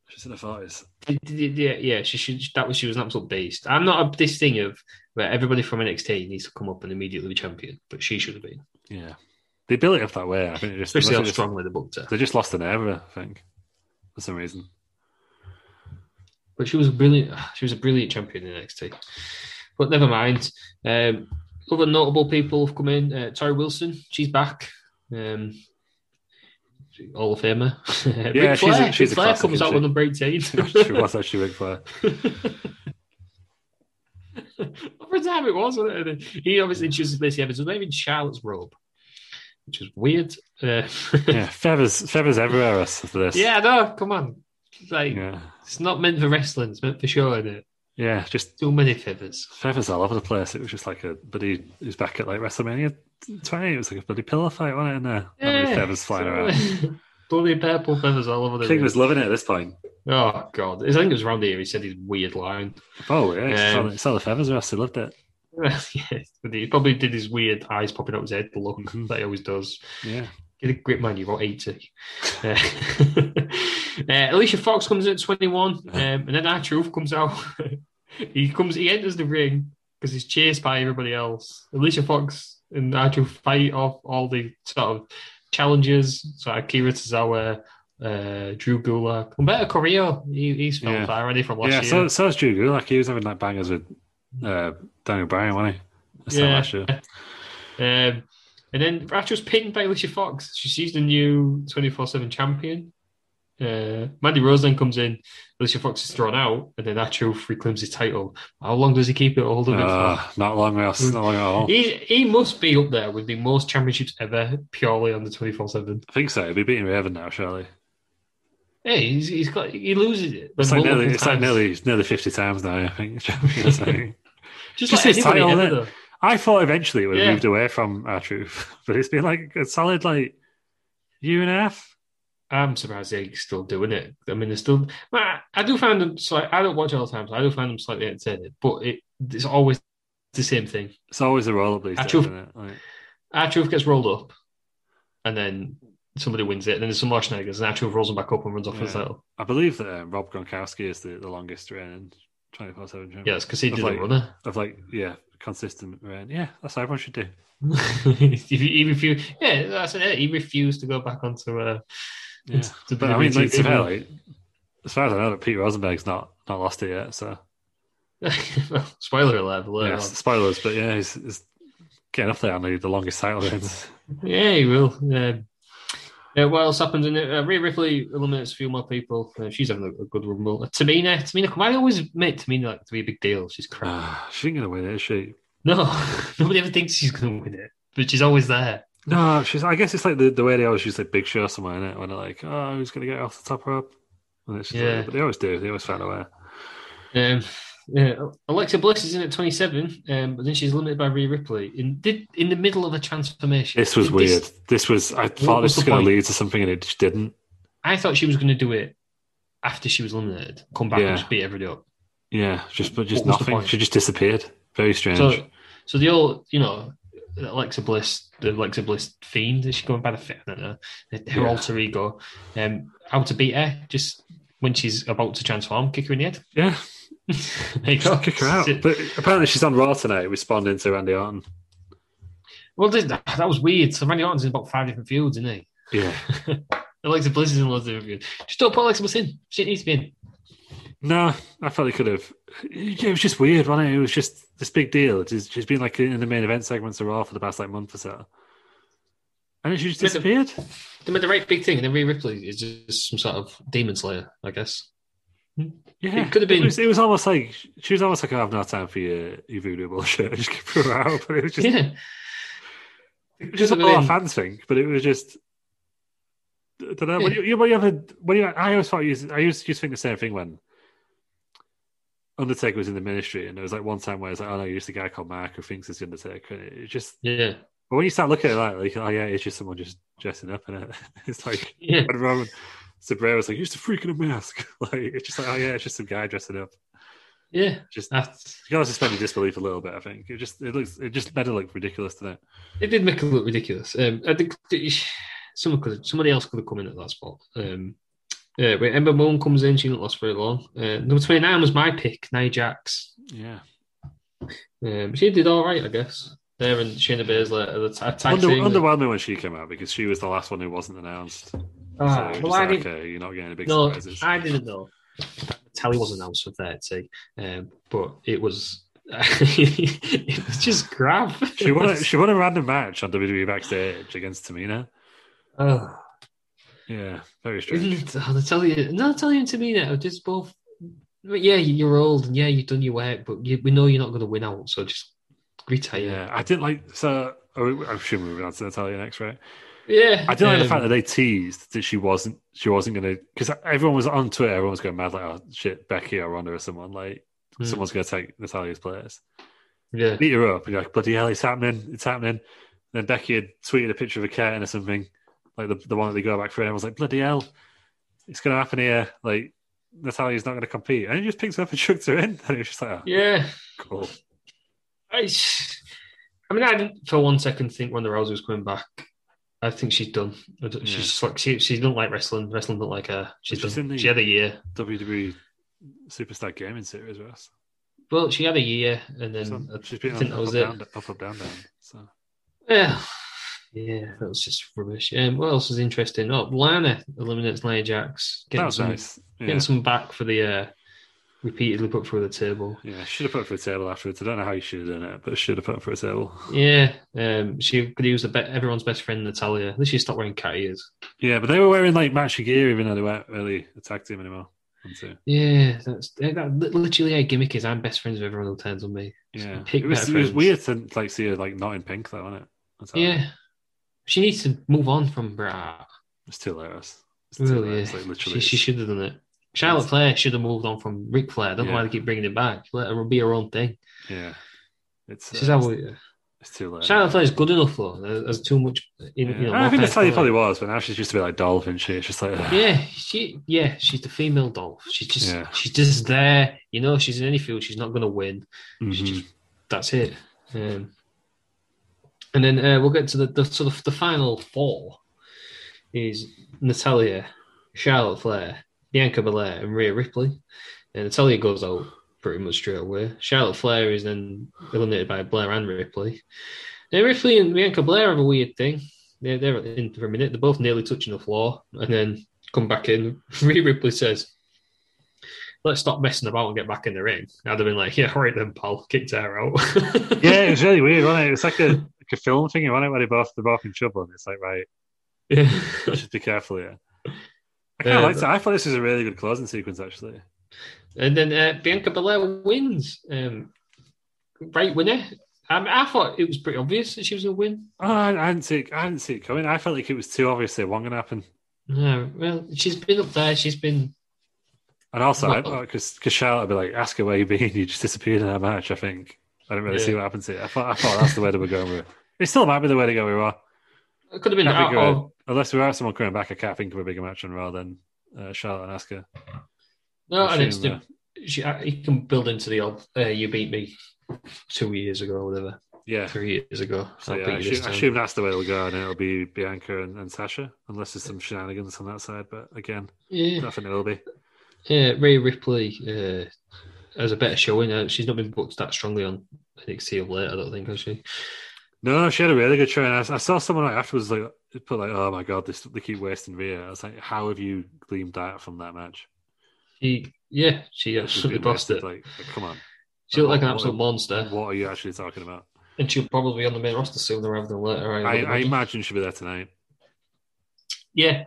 She's in her forties. yeah, yeah, she should. That was she was an absolute beast. I'm not a, this thing of where everybody from NXT needs to come up and immediately be champion, but she should have been, Yeah, they built it up that way. I think they just, especially how they just- strongly they booked her. they just lost an error. I think for some reason. But she was a brilliant. She was a brilliant champion in NXT. But never mind. Um, other notable people have come in. Uh, Tori Wilson, she's back. Um, Hall of Famer. Yeah, Ric she's a- Flair. she's a Ric Flair classic, comes isn't out she? with number eighteen. she was actually Ric Flair. Every time it was, wasn't it? And he obviously chooses Lacey Evans. It was wearing Charlotte's robe, which is weird. Uh, Yeah, feathers feathers everywhere. Us for this. yeah, no, come on. It's Like, Yeah. it's not meant for wrestling. It's meant for showing it. Yeah, just Too many feathers. feathers all over the place. It was just like a bloody. It was back at like WrestleMania 20. It was like a bloody pillow fight, wasn't it? In there, How many feathers flying around. around. Bloody purple feathers all over the King ring. was loving it at this point. Oh god! I think it was around here. He said his weird line. Oh yeah, he saw Um, the- he saw the feathers. Ross, he loved it. yes, but he probably did his weird eyes popping out his head look Mhm. that he always does. Yeah, Get a grip, man! You're about eighty. uh, uh, Alicia Fox comes in at twenty-one, Uh-huh. um, and then our truth comes out. he comes. He enters the ring because he's chased by everybody else. Alicia Fox and our truth fight off all the sort of challenges. So Akira Tozawa. Uh, Drew Gulak, Humberto Carrillo, he, he's filmed Yeah. already from last yeah. year. So so was Drew Gulak. He was having like bangers with uh, Daniel Bryan, wasn't he? That's Yeah. last year. Um, and then Rachel's pinned by Alicia Fox. She sees the new 24 7 champion. Uh, Mandy Rose then comes in. Alicia Fox is thrown out, and then Rachel reclaims his title. How long does he keep it hold of it for? Uh, not long, Ross. Not long at all. He, he must be up there with the most championships ever purely on the 24 7. I think so. He'll be beating Raven now, surely. Hey, he's, he's got he loses it. It's like nearly, multiple it's like times. nearly, it's nearly fifty times now. I think. Champions, I think. just, just like his anybody title, ever, innit? though. I thought eventually it would have Yeah. moved away from our truth, but it's been like a solid like year and a half. I'm surprised they're still doing it. I mean, they're still. Well, I- I do find them. Slight, I don't watch all the time, so I do find them slightly entertaining. But it, it's always the same thing. It's always a roll up these Our days, Truth- isn't it? Like, Our truth gets rolled up, and then somebody wins it. And then there's some more shenanigans, and our truth rolls them back up and runs off with the Yeah. title. I believe that um, Rob Gronkowski is the, the longest reigning twenty four seven champion. Yeah, it's because he Of did like- a runner. Of like yeah, consistent reign. Yeah, that's what everyone should do. if you, he refused, yeah, that's it. He refused to go back onto. Uh, Yeah, It's the but I mean, like, WWE to be fair, TV. like, as far as I know, that Pete Rosenberg's not not lost it yet. So spoiler alert! but yeah, later on. spoilers, but yeah, he's, he's getting up there on the, the longest title reigns. Yeah, he will. Um, Yeah, what else happened? And uh, Rhea Ripley eliminates a few more people. Uh, she's having a, a good rumble. Uh, Tamina, Tamina, why do I always make Tamina like to be a big deal? She's crap. Ah, she ain't gonna win it, is she? No, nobody ever thinks she's going to win it, but she's always there. No, she's. I guess it's like the, the way they always use like Big Show somewhere in it when they're like, oh, who's gonna get off the top rope? And it's just like- Yeah. but they always do. They always find a way. Um, yeah, Alexa Bliss is in at 27, um, but then she's limited by Rhea Ripley in did in the middle of a transformation. This was This- weird. This was. I thought was this was the gonna point? lead to something, and it just didn't. I thought she was going to do it after she was eliminated, come back Yeah. and just beat everybody up. Yeah, just but just What was the nothing. point? She just disappeared. Very strange. So, so the old, you know, Alexa Bliss, the Alexa Bliss fiend, is she going by the fit? I don't know. Her Yeah. alter ego, um, how to beat her just when she's about to transform, kick her in the head. yeah, there you go. just kick her out. Sit- But apparently she's on Raw tonight, responding to Randy Orton. Well, th- that was weird. So Randy Orton's in about five different fields, isn't he? Yeah. Alexa Bliss is in loads of different fields. Just don't put Alexa Bliss in. She needs to be in. No, I thought they could have. It was just weird, wasn't it? It was just this big deal. It's just, she's been like in the main event segments of Raw for the past like month or so, and then she just Bit of- disappeared. They made the right big thing, and then Rhea Ripley is just some sort of demon slayer, I guess. Yeah, It could have been- It was, it was almost like she was almost like, "I have no time for your, your voodoo bullshit." Just keep her out. But it was just, yeah. it was just Could what have our been. fans think. But it was just. I don't know. When you, you- when you have a, when you, I always thought you, I used to just think the same thing when Undertaker was in the ministry, and there was like one time where it's like, "Oh no, you're just a guy called Mark who thinks it's the Undertaker." And it, it just Yeah. But when you start looking at that, like, oh yeah, it's just someone just dressing up in it. It's like Yeah. when Roman Sabrera was like, "You're just a freak in a mask." Like it's just like, oh yeah, it's just some guy dressing up. Yeah. Just you That's- gotta suspend your disbelief a little bit. I think it just it looks it just better look ridiculous than it. It did make it look ridiculous. Um, I think that someone could, somebody else could have come in at that spot. Um, yeah, but Ember Moon comes in. She didn't last very long. Uh, number twenty nine was my pick, Nia Jax. Yeah, Um, she did all right, I guess. There and Shayna Baszler are the t- tag Under, team. underwhelming when she came out because she was the last one who wasn't announced. Ah, so well, just I like, didn't- okay, you're not getting any big no, surprises. I didn't know. Tally was announced for thirty, um, but it was it was just crap. She won. A, she won a random match on WWE backstage against Tamina. Oh. Yeah, very strange. Isn't it? I'll tell you, no, I'll tell you to me now. Just both. But yeah, you're old, and yeah, you've done your work, but you, we know you're not going to win out, so just retire. Yeah, I didn't like. So oh, I'm sure we're on to Natalia next, right? Yeah, I don't like the um, fact that they teased that she wasn't she wasn't going to because everyone was on Twitter, everyone was going mad like, oh shit, Becky or Ronda or someone like Mm. someone's going to take Natalia's place, Yeah, beat her up, and you're like bloody hell, it's happening, it's happening. then Becky had tweeted a picture of a curtain or something like the the one that they go back for, and I was like bloody hell, it's going to happen here. Like Natalia's not going to compete, and he just picked her up and chucked her in, and it was just like, oh, yeah. cool. I, I mean, I didn't for one second think Ronda Rousey was coming back. I think she's done. I don't- Yeah. She's just like she, she don't like wrestling. Wrestling don't like her. She's, She's done. in the- She had a year. WWE E Superstar Gaming Series, Ross. Well, she had a year, and then So I she's been think on that up, was it. down, up, up, down, down. So. Yeah, yeah, that was just rubbish. Um, what else was interesting? Oh, Lana eliminates Nia Jax, That getting was some nice. Yeah. getting some back for the uh, repeatedly put through the table. Yeah, should have put it for a table afterwards. I don't know how you should have done it, but should have put it for a table. Yeah, um, she could use the be- everyone's best friend Natalia. At least she stopped wearing cat ears. Yeah, but they were wearing like matchy gear, even though they weren't really a tag team anymore. weren't they? Yeah, that's eh, that. li- Literally, her gimmick is I'm best friends with everyone who turns on me. Yeah, Pick it was, better it was friends. weird to like see her like not in pink though, wasn't it? That's all. Yeah, she needs to move on from Bra. it's too hilarious. It's too Really, hilarious. yeah. Like literally, she, she should have done it. Charlotte Flair should have moved on from Ric Flair. I don't know why Yeah. they keep bringing it back. Let her be her own thing. yeah, it's She's uh, how it's, we- it's too hilarious. Charlotte Flair's good enough though. There's, there's too much. In, Yeah. you know, I more think that's how you personality. probably was, but now she's just a bit like dolphin. She, it's just like ugh. Yeah, she. Yeah, she's the female doll. She's just. Yeah. She's just there. You know, she's in any field. She's not going to win. She Mhm. just, that's it. Um, and then uh, we'll get to the, the sort of the final four is Natalia, Charlotte Flair, Bianca Belair, and Rhea Ripley. And Natalia goes out pretty much straight away. Charlotte Flair is then eliminated by Blair and Ripley. And Ripley and Bianca Blair have a weird thing. They're, they're in for a minute. They're both nearly touching the floor and then come back in. Rhea Ripley says, Let's stop messing about and get back in the ring. I'd have been like, Yeah, all right then, pal. Kicked her out. yeah, it was really weird, wasn't it? It was like a like a film thing, wasn't it? Where they both they're both in trouble, and it's like right, Yeah. I should be careful, yeah. I Yeah, kind of like but- that. I thought this was a really good closing sequence, actually. And then uh, Bianca Belair wins. Um, right winner. Um, I thought it was pretty obvious that she was going to win. Oh, I, I didn't see it. I didn't see it coming. I felt like it was too obvious that one going to happen. No, well, she's been up there. She's been. And also, Well- because Charlotte would be like, ask her where you've been. You just disappeared in that match, I think. I didn't really Yeah. see what happened to it. I thought, I thought that's the way they were going with it. It still might be the way to go with Raw. It could have been That'd out be good. or, Unless we have someone coming back, I can't think of a bigger match on Raw than uh, Charlotte and Asuka. No, and it's Shame, the, she, I- you can build into the old. Uh, you beat me two years ago, or whatever. Yeah. Three years ago. So, I'll yeah, I, beat you this assume, I time. assume that's the way it'll go, and it'll be Bianca and, and Sasha, unless there's some shenanigans on that side. But again, yeah. nothing it'll be. Yeah, Ray Ripley uh, has a better showing. Uh, she's not been booked that strongly on NXT of late, I don't think, has she? No, she had a really good show. And I, I saw someone like afterwards like put like, "Oh my god, this, they keep wasting Rhea." I was like, "How have you gleaned that from that match?" She, yeah, she She's absolutely been bossed wasted, it. Like, like, come on, She looked like an What- absolute monster, what are you actually talking about? and she'll probably be on the main roster sooner rather than later. I, I, would I imagine. imagine she'll be there tonight. yeah,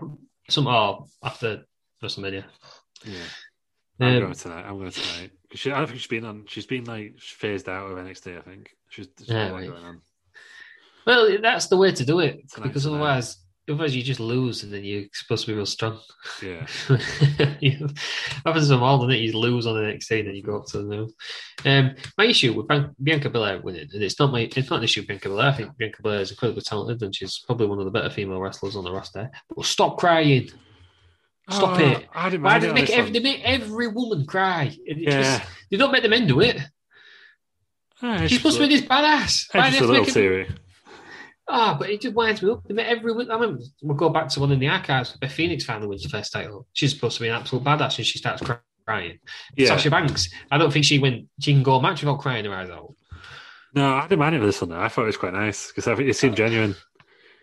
somehow after WrestleMania. Yeah, I'm Um, going tonight. I'm going tonight. 'Cause She, I don't think she's been on. She's been like phased out of NXT. I think she's, she's got Yeah, a lot right. going on. well, that's the way to do it Tonight, because tonight. otherwise, otherwise you just lose, and then you're supposed to be real strong. Yeah, You- happens to them all, doesn't it? You lose on the next day, then you go up to the new. Um, my issue with Ban- Bianca Belair winning, and it's not my, it's not an issue with Bianca Belair. I think Bianca Belair is incredibly talented, and she's probably one of the better female wrestlers on the roster. But stop crying. Stop Oh, it. I didn't Why mind do they it on make this every, one. they make every woman cry? And it's Yeah. just- they don't make the men do it. Ah, She's supposed to be this badass. It's Why do just they a little make it- theory. Ah, but it just winds me up. They met every win. I mean, we'll go back to one in the archives. Beth Phoenix finally wins the first title. She's supposed to be an absolute badass, and she starts cry- crying. Yeah. Sasha Banks. I don't think she went. She can go a match without crying her eyes out. No, I didn't mind it for this one. Though. I thought it was quite nice because I think it seemed genuine.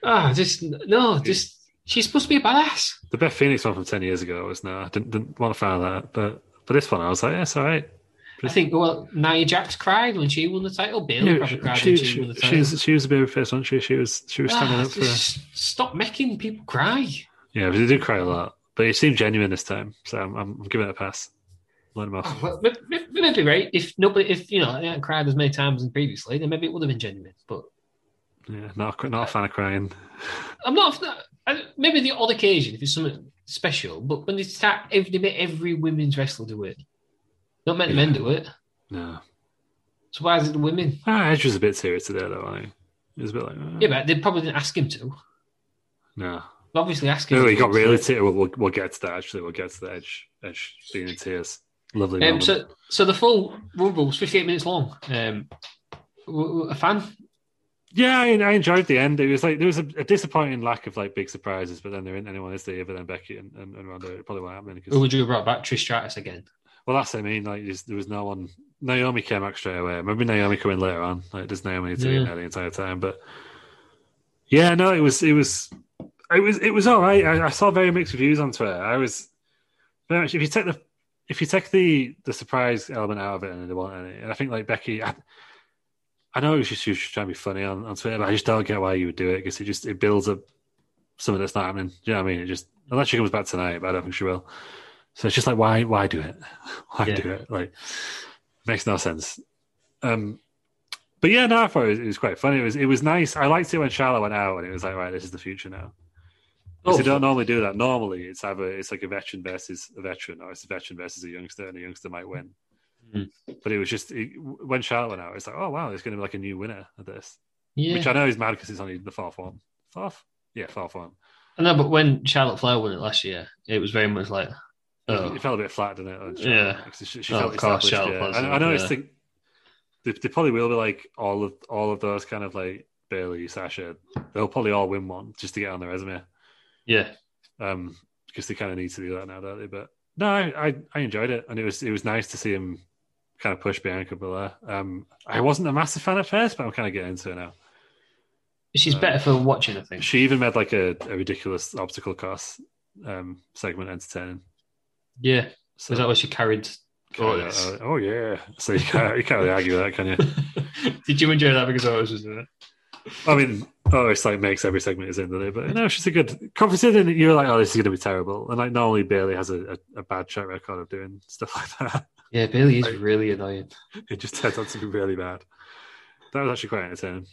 Ah, just no. Just she's supposed to be a badass. The Beth Phoenix one from ten years ago was no, I didn't, didn't want to find that, but but this one I was like, yeah, it's all right. I think. Well, Nia Jax cried when she won the title. Bailey Yeah, probably cried she, when she, she, won the she, title. was she was a baby face, wasn't she? She was she was standing Ah, up for. just stop making people cry. Yeah, but they did cry a lot, but it seemed genuine this time, so I'm, I'm giving it a pass. Let him Oh, off. well, may- may- maybe right. If nobody, if you know, they hadn't cried as many times as previously, then maybe it would have been genuine. But Yeah, not a- not a fan of crying. I'm not. I- Maybe the odd occasion if it's something special, but when they start, every, they make every women's wrestler do it. Not meant men do it. No, So why is it the women? ah, Edge was a bit serious today though. Wasn't he? he was a bit like, uh, Yeah, but they probably didn't ask him to. no, They Obviously, ask him. no, to he do it. got Um, really tear. We'll, we'll, we'll get to that actually. We'll get to the Edge Edge being in tears. Lovely. Um, moment. so, so the full rumble was 58 minutes long. Um, w- w- a fan. Yeah, I, I enjoyed the end. It was like there was a, a disappointing lack of like big surprises, but then there isn't anyone is there other than Becky and, and, and Ronda. It probably won't happen. Who 'cause- would you have brought back? Trish Stratus again. well, that's what I mean. Like there's- there was no one. Naomi came back straight away. Maybe Naomi coming later on. Like does Naomi need to be in Yeah. there the entire time? But yeah, no, it was it was it was it was all right. I, I saw very mixed reviews on Twitter. I was very much if you take the if you take the the surprise element out of it and there wasn't any, and I think like Becky. I, I know it was just she was just trying to be funny on, on Twitter, but I just don't get why you would do it because it just it builds up something that's not happening. Do you know what I mean? It just unless she comes back tonight, but I don't think she will. So it's just like why why do it? Why Yeah. do it? Like makes no sense. Um, but yeah, no, I thought it was, it was quite funny. It was it was nice. I liked it when Charlotte went out and it was like right, this is the future now. Because Oh, they don't normally do that. Normally, it's either it's like a veteran versus a veteran, or it's a veteran versus a youngster, and a youngster might win. Mhm. But it was just it, when Charlotte went out, it's like, oh wow, there's going to be like a new winner of this, yeah. which I know is mad because it's only the fourth one. Fourth, yeah, fourth one. I know, but when Charlotte Flair won it last year, it was very much like, oh, It felt a bit flat, didn't it? Yeah. 'Cause she, she Oh, felt of course, established, Charlotte yeah. was, I, I know it's yeah. the, they, they probably will be like all of all of those kind of like Bailey, Sasha. They'll probably all win one just to get on the resume. yeah. um, because they kind of need to do that now, don't they? But no, I, I, I enjoyed it, and it was it was nice to see him kind of push Bianca Belair. Um, I wasn't a massive fan at first, but I'm kind of getting into it now. She's Uh, better for watching, I think. She even made like a, a ridiculous obstacle course um, segment entertaining. yeah. So Is that what she carried? oh, yeah, Otis? oh, oh, yeah, so you can't you can't really argue with that, can you? Did you enjoy that because I was just in it? I mean, oh, it's like makes every segment is in the day. But no, she's a good. Considering that you're like, oh, this is going to be terrible, and like normally Bailey has a, a, a bad track record of doing stuff like that. Yeah, Bailey is really annoying. It just turns out to be really bad. That was actually quite entertaining.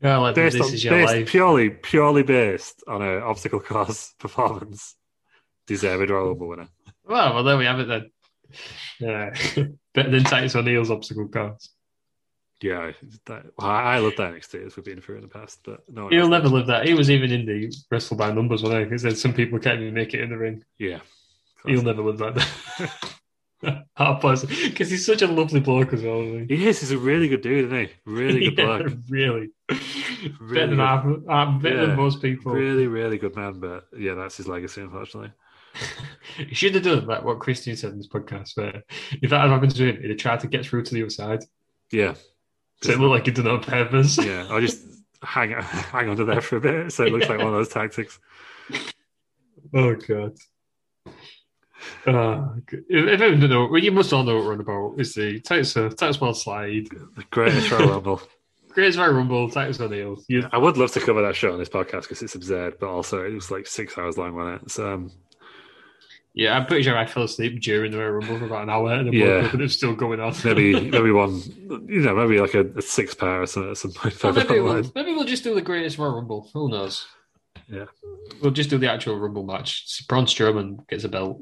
Yeah, like Based this on, is your based- life. purely, purely based on an obstacle course performance, deserved Royal Rumble winner. Well, well, there we have it then. Yeah. Better than Titus O'Neil's obstacle course. Yeah, that, well, I I love that NXT as we've been through in the past, but no, one He'll else- never live that. He was even in the wrestle by numbers one. I because some people can't even make it in the ring. yeah, He'll never live that. Because he's such a lovely bloke as well. Isn't he? He is. He's a really good dude, isn't he? Really good Yeah, bloke. Really. better Really than good. half, uh, better Yeah. than most people. Really, really good man, but yeah, that's his legacy, unfortunately. He should have done like what Christian said in this podcast. Where if that had happened to him, he'd have tried to get through to the other side. Yeah, So it looked like he'd done it on purpose. yeah. I'll just hang hang onto there for a bit, so it looks like one of those tactics. Oh god. Uh, if if anyone don't know, well, you must all know what we're on about. Is the Titus uh, Titus World Slide, The greatest Royal Rumble. Greatest Royal Rumble, Titus O'Neil. You, I would love to cover that show on this podcast because it's absurd, but also it was like six hours long, wasn't it? So um, yeah, I'm pretty sure I fell asleep during the Royal Rumble for about an hour, and then woke Yeah. up and it was still going on. maybe maybe one, you know, maybe like a, a six pair or something at some point. Well, further Oh, maybe, down the we'll, line. maybe we'll just do the Greatest Royal Rumble. Who knows? Yeah. we'll just do the actual Rumble match. Braun Strowman gets a belt.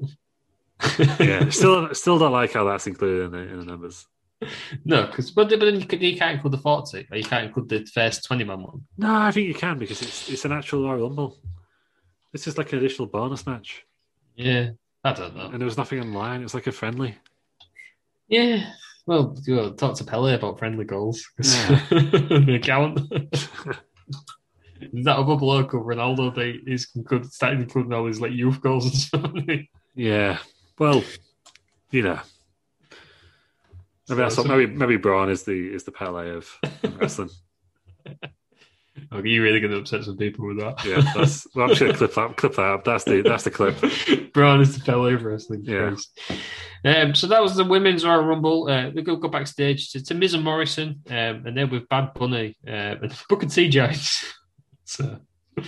yeah, still still don't like how that's included in the, in the numbers. no, because but, but then you, can, you can't include the forty, or you can't include the first twenty man one. No, I think you can because it's it's an actual Royal Rumble. This is like an additional bonus match, Yeah, I don't know. and there was nothing online. It was like a friendly. Yeah. Well, you know, talk to Pele about friendly goals. Yeah. the account. that other bloke of Ronaldo, they is good, starting including all his like youth goals and stuff. Yeah, well, you know, maybe that's what, maybe maybe Braun is the is the Pele of wrestling. Okay, you're really going to upset some people with that. Yeah, that's well, I'm sure clip that clip that up. That's the that's the clip. Braun is the Pele of wrestling. Yeah. Christ. Um, so that was the women's Royal Rumble. Uh, we go, go backstage to, to Miz and Morrison, um, and then with Bad Bunny uh, and Booker T Giants. so, uh,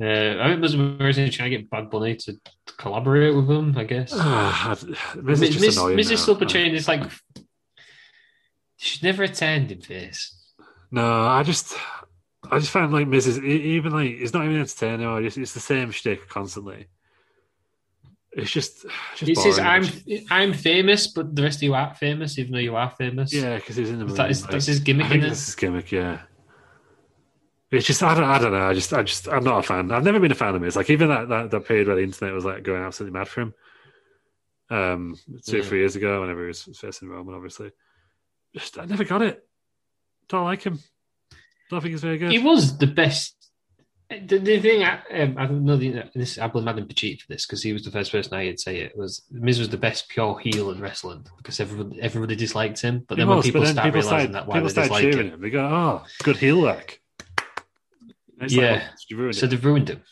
I think Miz and Morrison are trying to get Bad Bunny to collaborate with them, I guess. Ah, Miz is Miss, just Miss, annoying now. Oh. Mrs. Silverchain is like, she's never attended this. No, I just, I just find like Mrs. e- Even like it's not even entertaining. Or it's, it's the same shtick constantly. It's just, it's just He says, boring. "I'm I'm famous, but the rest of you aren't famous, even though you are famous." yeah, because he's in the Is room. that his- like- that's his gimmick, I think innit? that's his gimmick. Yeah. It's just I don't, I don't know. I just I just I'm not a fan. I've never been a fan of Miz. Like even that, that, that period where the internet was like going absolutely mad for him, um, two Yeah. three years ago, whenever he was facing Roman, obviously. Just I never got it. Don't like him. Don't think he's very good. he was the best. The, the thing I, um, I don't know. The, this I blame Adam Pacheco for this because he was the first person I heard say it was Miz was the best pure heel in wrestling because everyone everybody disliked him, but He then when was, people but then start people realizing started- that why people they started dislike cheering him, They go, "Oh, good heel work." And it's like, Yeah. well, you ruined so it. they've ruined him.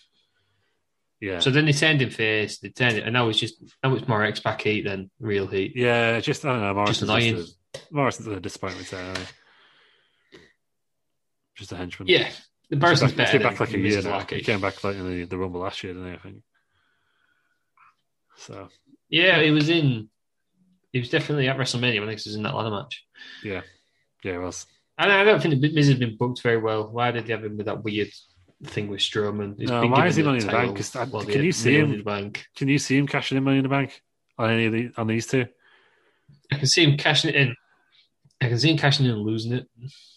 yeah, So then they turned him face, they turned it, and now it's just now it's more X back heat than real heat. yeah. Just I don't know. Morrison's just, annoying. a, Morrison's a disappointment. there, isn't he? Just a henchman. Yeah, the He's Morrison's back, better he's been back like a than year. Mrs. Now. He Lackey. came back like in the, the Rumble last year, didn't he? I think. So Yeah, he was in. He was definitely at WrestleMania. I think he was in that ladder match. yeah, it was. And I don't think Miz has been booked very well. Why did they have him with that weird thing with Strowman? No, been given why is he the not in the title bank? 'Cause that- while can the- you see him? in the bank? Can you see him cashing in money in the bank on any of the on these two? I can see him cashing it in. I can see him cashing in and losing it.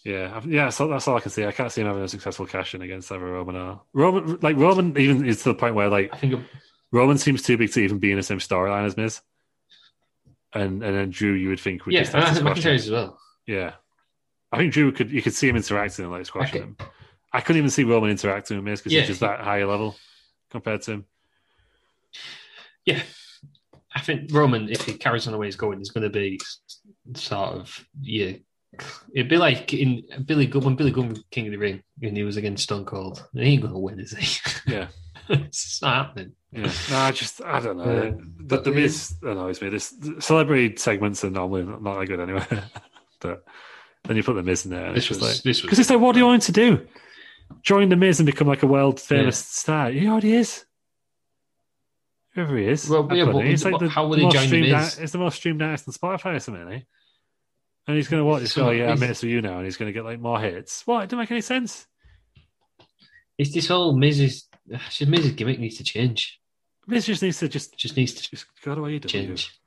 Yeah, I've- yeah, so that's all I can see. I can't see him having a successful cash in against either Roman or Roman. Like Roman, even is to the point where like I think it- Roman seems too big to even be in the same storyline as Miz, and and then Drew, you would think would yeah, just and have I to think squash McIntyre him. as well. Yeah, I think Drew could you could see him interacting and like squashing him. I couldn't even see Roman interacting with Miz because Yeah. he's just that higher level compared to him. Yeah, I think Roman, if he carries on the way he's going, is going to be sort of yeah. It'd be like in Billy Gunn when Billy Gunn was King of the Ring and he was against Stone Cold. He ain't going to win, is he? Yeah, it's not happening. yeah. No, I just I don't know. Yeah. But the Miz annoys me. This the celebrity segments are normally not, not that good anyway. but then you put the Miz in there, and This it's was just like this was because it's like, what do you want him to do? join the Miz and become like a world famous star. He already is. Whoever he is, Well, I yeah, don't but know. He's would- like the, how would the he most join the streamed Miz? ar- It's the most streamed artist on Spotify or something, eh? And he's going to watch this. So oh yeah, I he's- made it for you now, and he's going to get like more hits. What? It doesn't make any sense. It's this whole Miz's she's Miz's gimmick needs to change. Miz just needs to just Just needs to just go to AEW. change.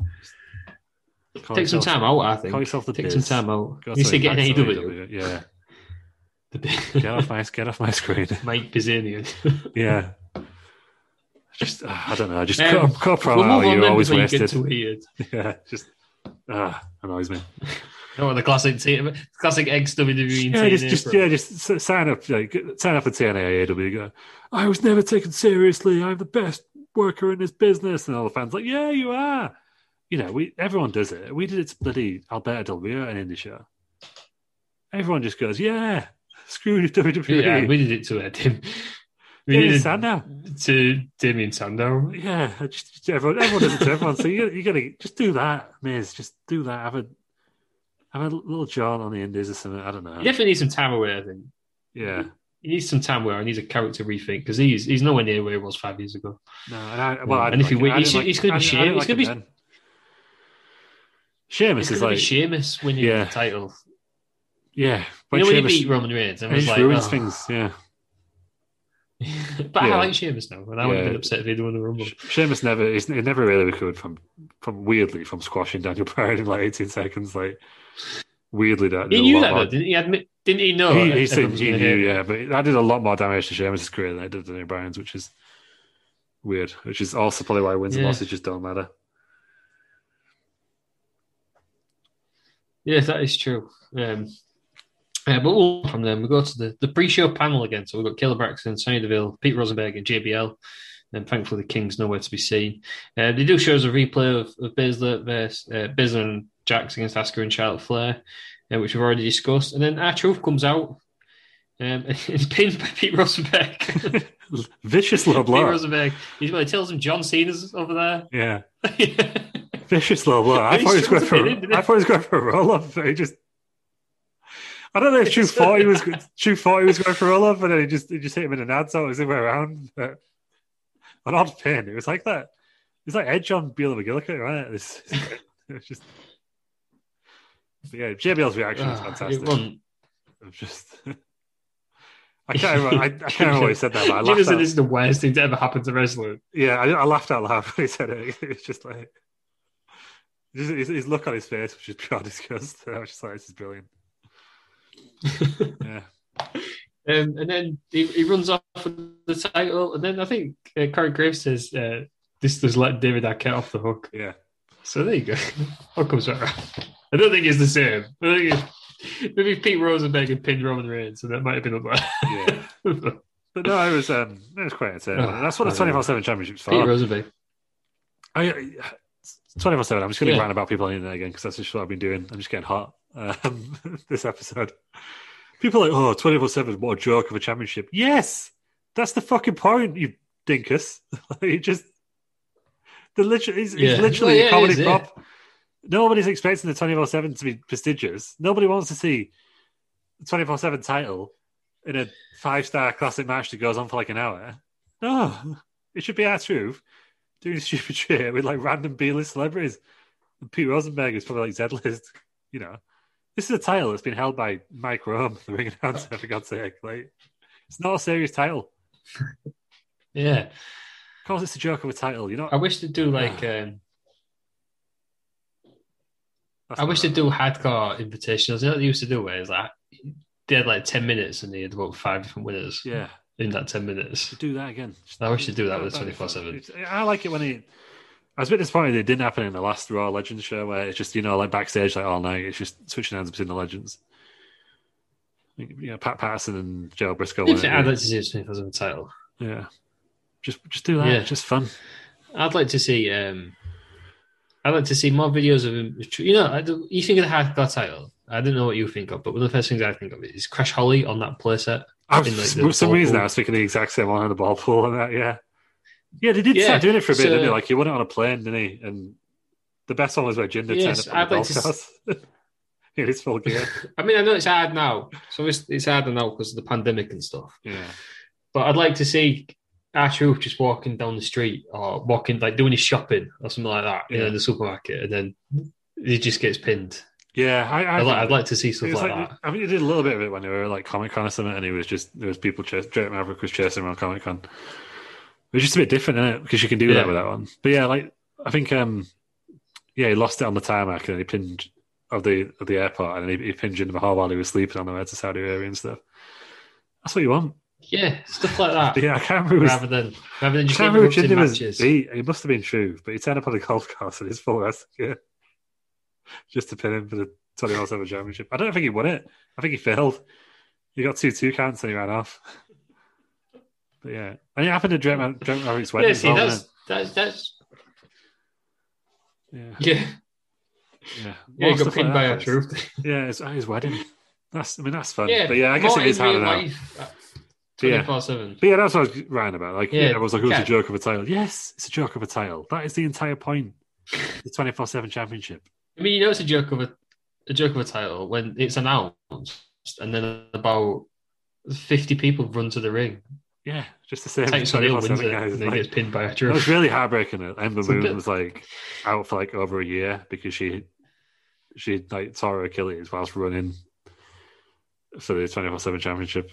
Call Take some yourself- time out, I Call think. yourself the Take Biz. some time out. Go You used to to get E an AEW. AW. Yeah, The get bit- off my get off my screen. Mike Bizanian. Yeah. Just uh, I don't know. Just Um, cut, cut a promo We'll out. move on You're then always before you get wasted. too weird. Yeah. Just ah annoys me. No, the classic t- classic ex WWE. Yeah, just, just yeah, just s- sign up. Like sign up for TNA AEW. Go. I was never taken seriously. I'm the best worker in this business, and all the fans like, yeah, you are. You know, we everyone does it. We did it to bloody Alberto Del Rio and Indie Show. Everyone just goes, yeah, screw you E." WWE. yeah, Yeah, we did it to him. We you did it stand now. to Damien Sandow. Yeah, I just, just everyone, everyone does it to everyone. So you, you gotta just do that, Miz. Just do that. Have a have a little jaunt on the Indies or something. I don't know. You definitely need some time away, I think. Yeah. He needs some time where he needs a character rethink because he's he's nowhere near where he was five years ago. No, and I, well, I And if he didn't win- like it. I he didn't should- he's gonna be like- I shame- didn't- I didn't he's like gonna it be- then. Sheamus It's is gonna like, be Sheamus winning Yeah. the title. yeah, You when know when Sheamus, he beat Roman Reigns, and I he was just like, ruins oh. things. Yeah, but Yeah. I like Sheamus now, and I would have Yeah. been upset if he'd won the Rumble. Sh- Sheamus never, he's, he never really recovered from, from weirdly from squashing Daniel Bryan in like eighteen seconds. Like weirdly, that He did a knew lot that, more- though, didn't he? Admit, didn't he know? he, he, said everyone was he gonna knew, hate him? yeah, but that did a lot more damage to Sheamus' career than it did to Daniel Bryan's, which is weird. Which is also probably why wins and Yeah. losses just don't matter. Yeah, that is true. Um, yeah, but we'll from them. We go to the, the pre-show panel again. So we've got Kayla Braxton, Sonny Deville, Pete Rosenberg, and JBL. And thankfully, the King's nowhere to be seen. Uh, they do show us a replay of, of Baszler versus uh, Baszler and Jax against Asuka and Charlotte Flair, uh, which we've already discussed. And then our truth comes out. Um, and it's pinned by Pete Rosenberg. Pete Vicious low blow. Rosenberg. He's well, he tells him John Cena's over there. Yeah. vicious low blow. I He thought he was going struck for. it in, didn't I he? thought he was going for a roll up, but he just. I don't know if Chu thought he was Chu thought he was going for a roll up, but then he just he just hit him in an ad, so it was the other way around. But an odd pin. It was like that. It's like Edge on Bela McGillicuddy, right? It's, it's just. But yeah, JBL's reaction was Ah, it fantastic. wasn't. I'm just. I can't remember. I, I can't remember what he said there, but I laughed. said Out. this is the worst thing to ever happen to wrestling. Yeah, I, I laughed out loud when he said it. It was just like just his, his look on his face, which is pure disgust. I was just like, this is brilliant. yeah, Um, and then he, he runs off with the title. And then I think uh, Corey Graves says, uh, This does let David Arquette off the hook. yeah. So there you go. All comes right around. I don't think it's the same. I think it's, maybe Pete Rosenberg had pinned Roman Reigns, so that might have been up Yeah. there. But no, it was um, it was quite entertaining. Oh, That's what I the twenty four seven championships for. Pete Rosenberg. I twenty four seven. I'm just going to Yeah. rant about people on the internet again because that's just what I've been doing. I'm just getting hot um, this episode. People are like, oh, 24 seven. What a joke of a championship. Yes, that's the fucking point. You dinkus. you just the literally it's, Yeah. it's literally Well, yeah, a it comedy is, yeah. prop. Nobody's expecting the twenty four seven to be prestigious. Nobody wants to see the twenty four seven title in a five star classic match that goes on for like an hour. No, it should be our truth doing stupid shit with like random B list celebrities. And Pete Rosenberg is probably like Z list, you know. This is a title that's been held by Mike Rome, the ring announcer, for God's sake. Like, it's not a serious title. Yeah. Of course, it's a joke of a title. You're not. I wish they'd do like. Um, that's I not wish right. they'd do hardcore invitationals. You know what they used to do where it's like they had like 10 minutes and they had about five different winners Yeah, in that 10 minutes. to do that again. Just- I wish they'd do that with that'd be fun. 24/7. It's- I like it when it. I was a bit disappointed it didn't happen in the last Raw Legends show where it's just you know like backstage like all night it's just switching hands between the legends. You know, Pat Patterson and Joe Briscoe. weren't I'd it? like to see a 24 title. Yeah. Just just do that. Yeah. It's just fun. I'd like to see. Um, I'd like to see more videos of him. You know, I do, you think of the hardcore title. I don't know what you think of, but one of the first things I think of is Crash Holly on that playset. I In, like, was, the for some ball reason, pool. I was thinking the exact same one on the ball pool and that, yeah. Yeah, they did Yeah, start doing it for a bit, so- didn't they? Like, he won it on a plane, didn't he? And the best one was where Jinder Yes, turned up on I'd the like golf to s- course. in his full gear. I mean, I know it's hard now. So it's, it's harder now because of the pandemic and stuff. Yeah. But I'd like to see our truth just walking down the street or walking, like doing his shopping or something like that you know, Yeah. in the supermarket. And then he just gets pinned. Yeah. I, I I'd, like, think- I'd like to see He stuff was like, like- that. I mean, he did a little bit of it when they were like Comic Con or something, and he was just there was people chas- Drake Maverick was chasing around Comic Con. It was just a bit different, is Because you can do Yeah. that with that one. But yeah, like I think, um yeah, he lost it on the tarmac and he pinned of the of the airport, and he, he pinned Jinder Mahal while he was sleeping on the way to Saudi Arabia and stuff. That's what you want. Yeah, stuff like that. But yeah, I can't remember. rather Who's, than rather than I just can't remember who interrupting Jinder was matches. beat. It must have been true, but he turned up on a golf course in his full wrestling gear just to pin him for the 24 7 championship. I don't think he won it. I think he failed. He got two two counts and he ran off. But yeah, and it happened to Drake Ma- Drake Maverick's wedding. Yeah, as see, well, that's, that's that's didn't it? yeah. yeah, yeah. Yeah, Lots you of got stuff like pinned that, by our but- truth. Yeah, it's at his wedding. That's, I mean, that's fun. but yeah, I guess it is harder now. But yeah. Twenty four uh, seven. But yeah, that's what I was ranting about. Like, Yeah, yeah, I was like, oh, it's okay. a joke of a title. Yes, it's a joke of a title. That is the entire point. The 24 7 championship. I mean, you know, it's a joke of a, a joke of a title when it's announced, and then about fifty people run to the ring, Yeah, just the same. takes on 24/7 Hill, wins it, guys, and then like- gets pinned by a it truth. was really heartbreaking. that Ember It's a Moon bit- was like out for like over a year because she she like tore her Achilles whilst running for the twenty four seven championship.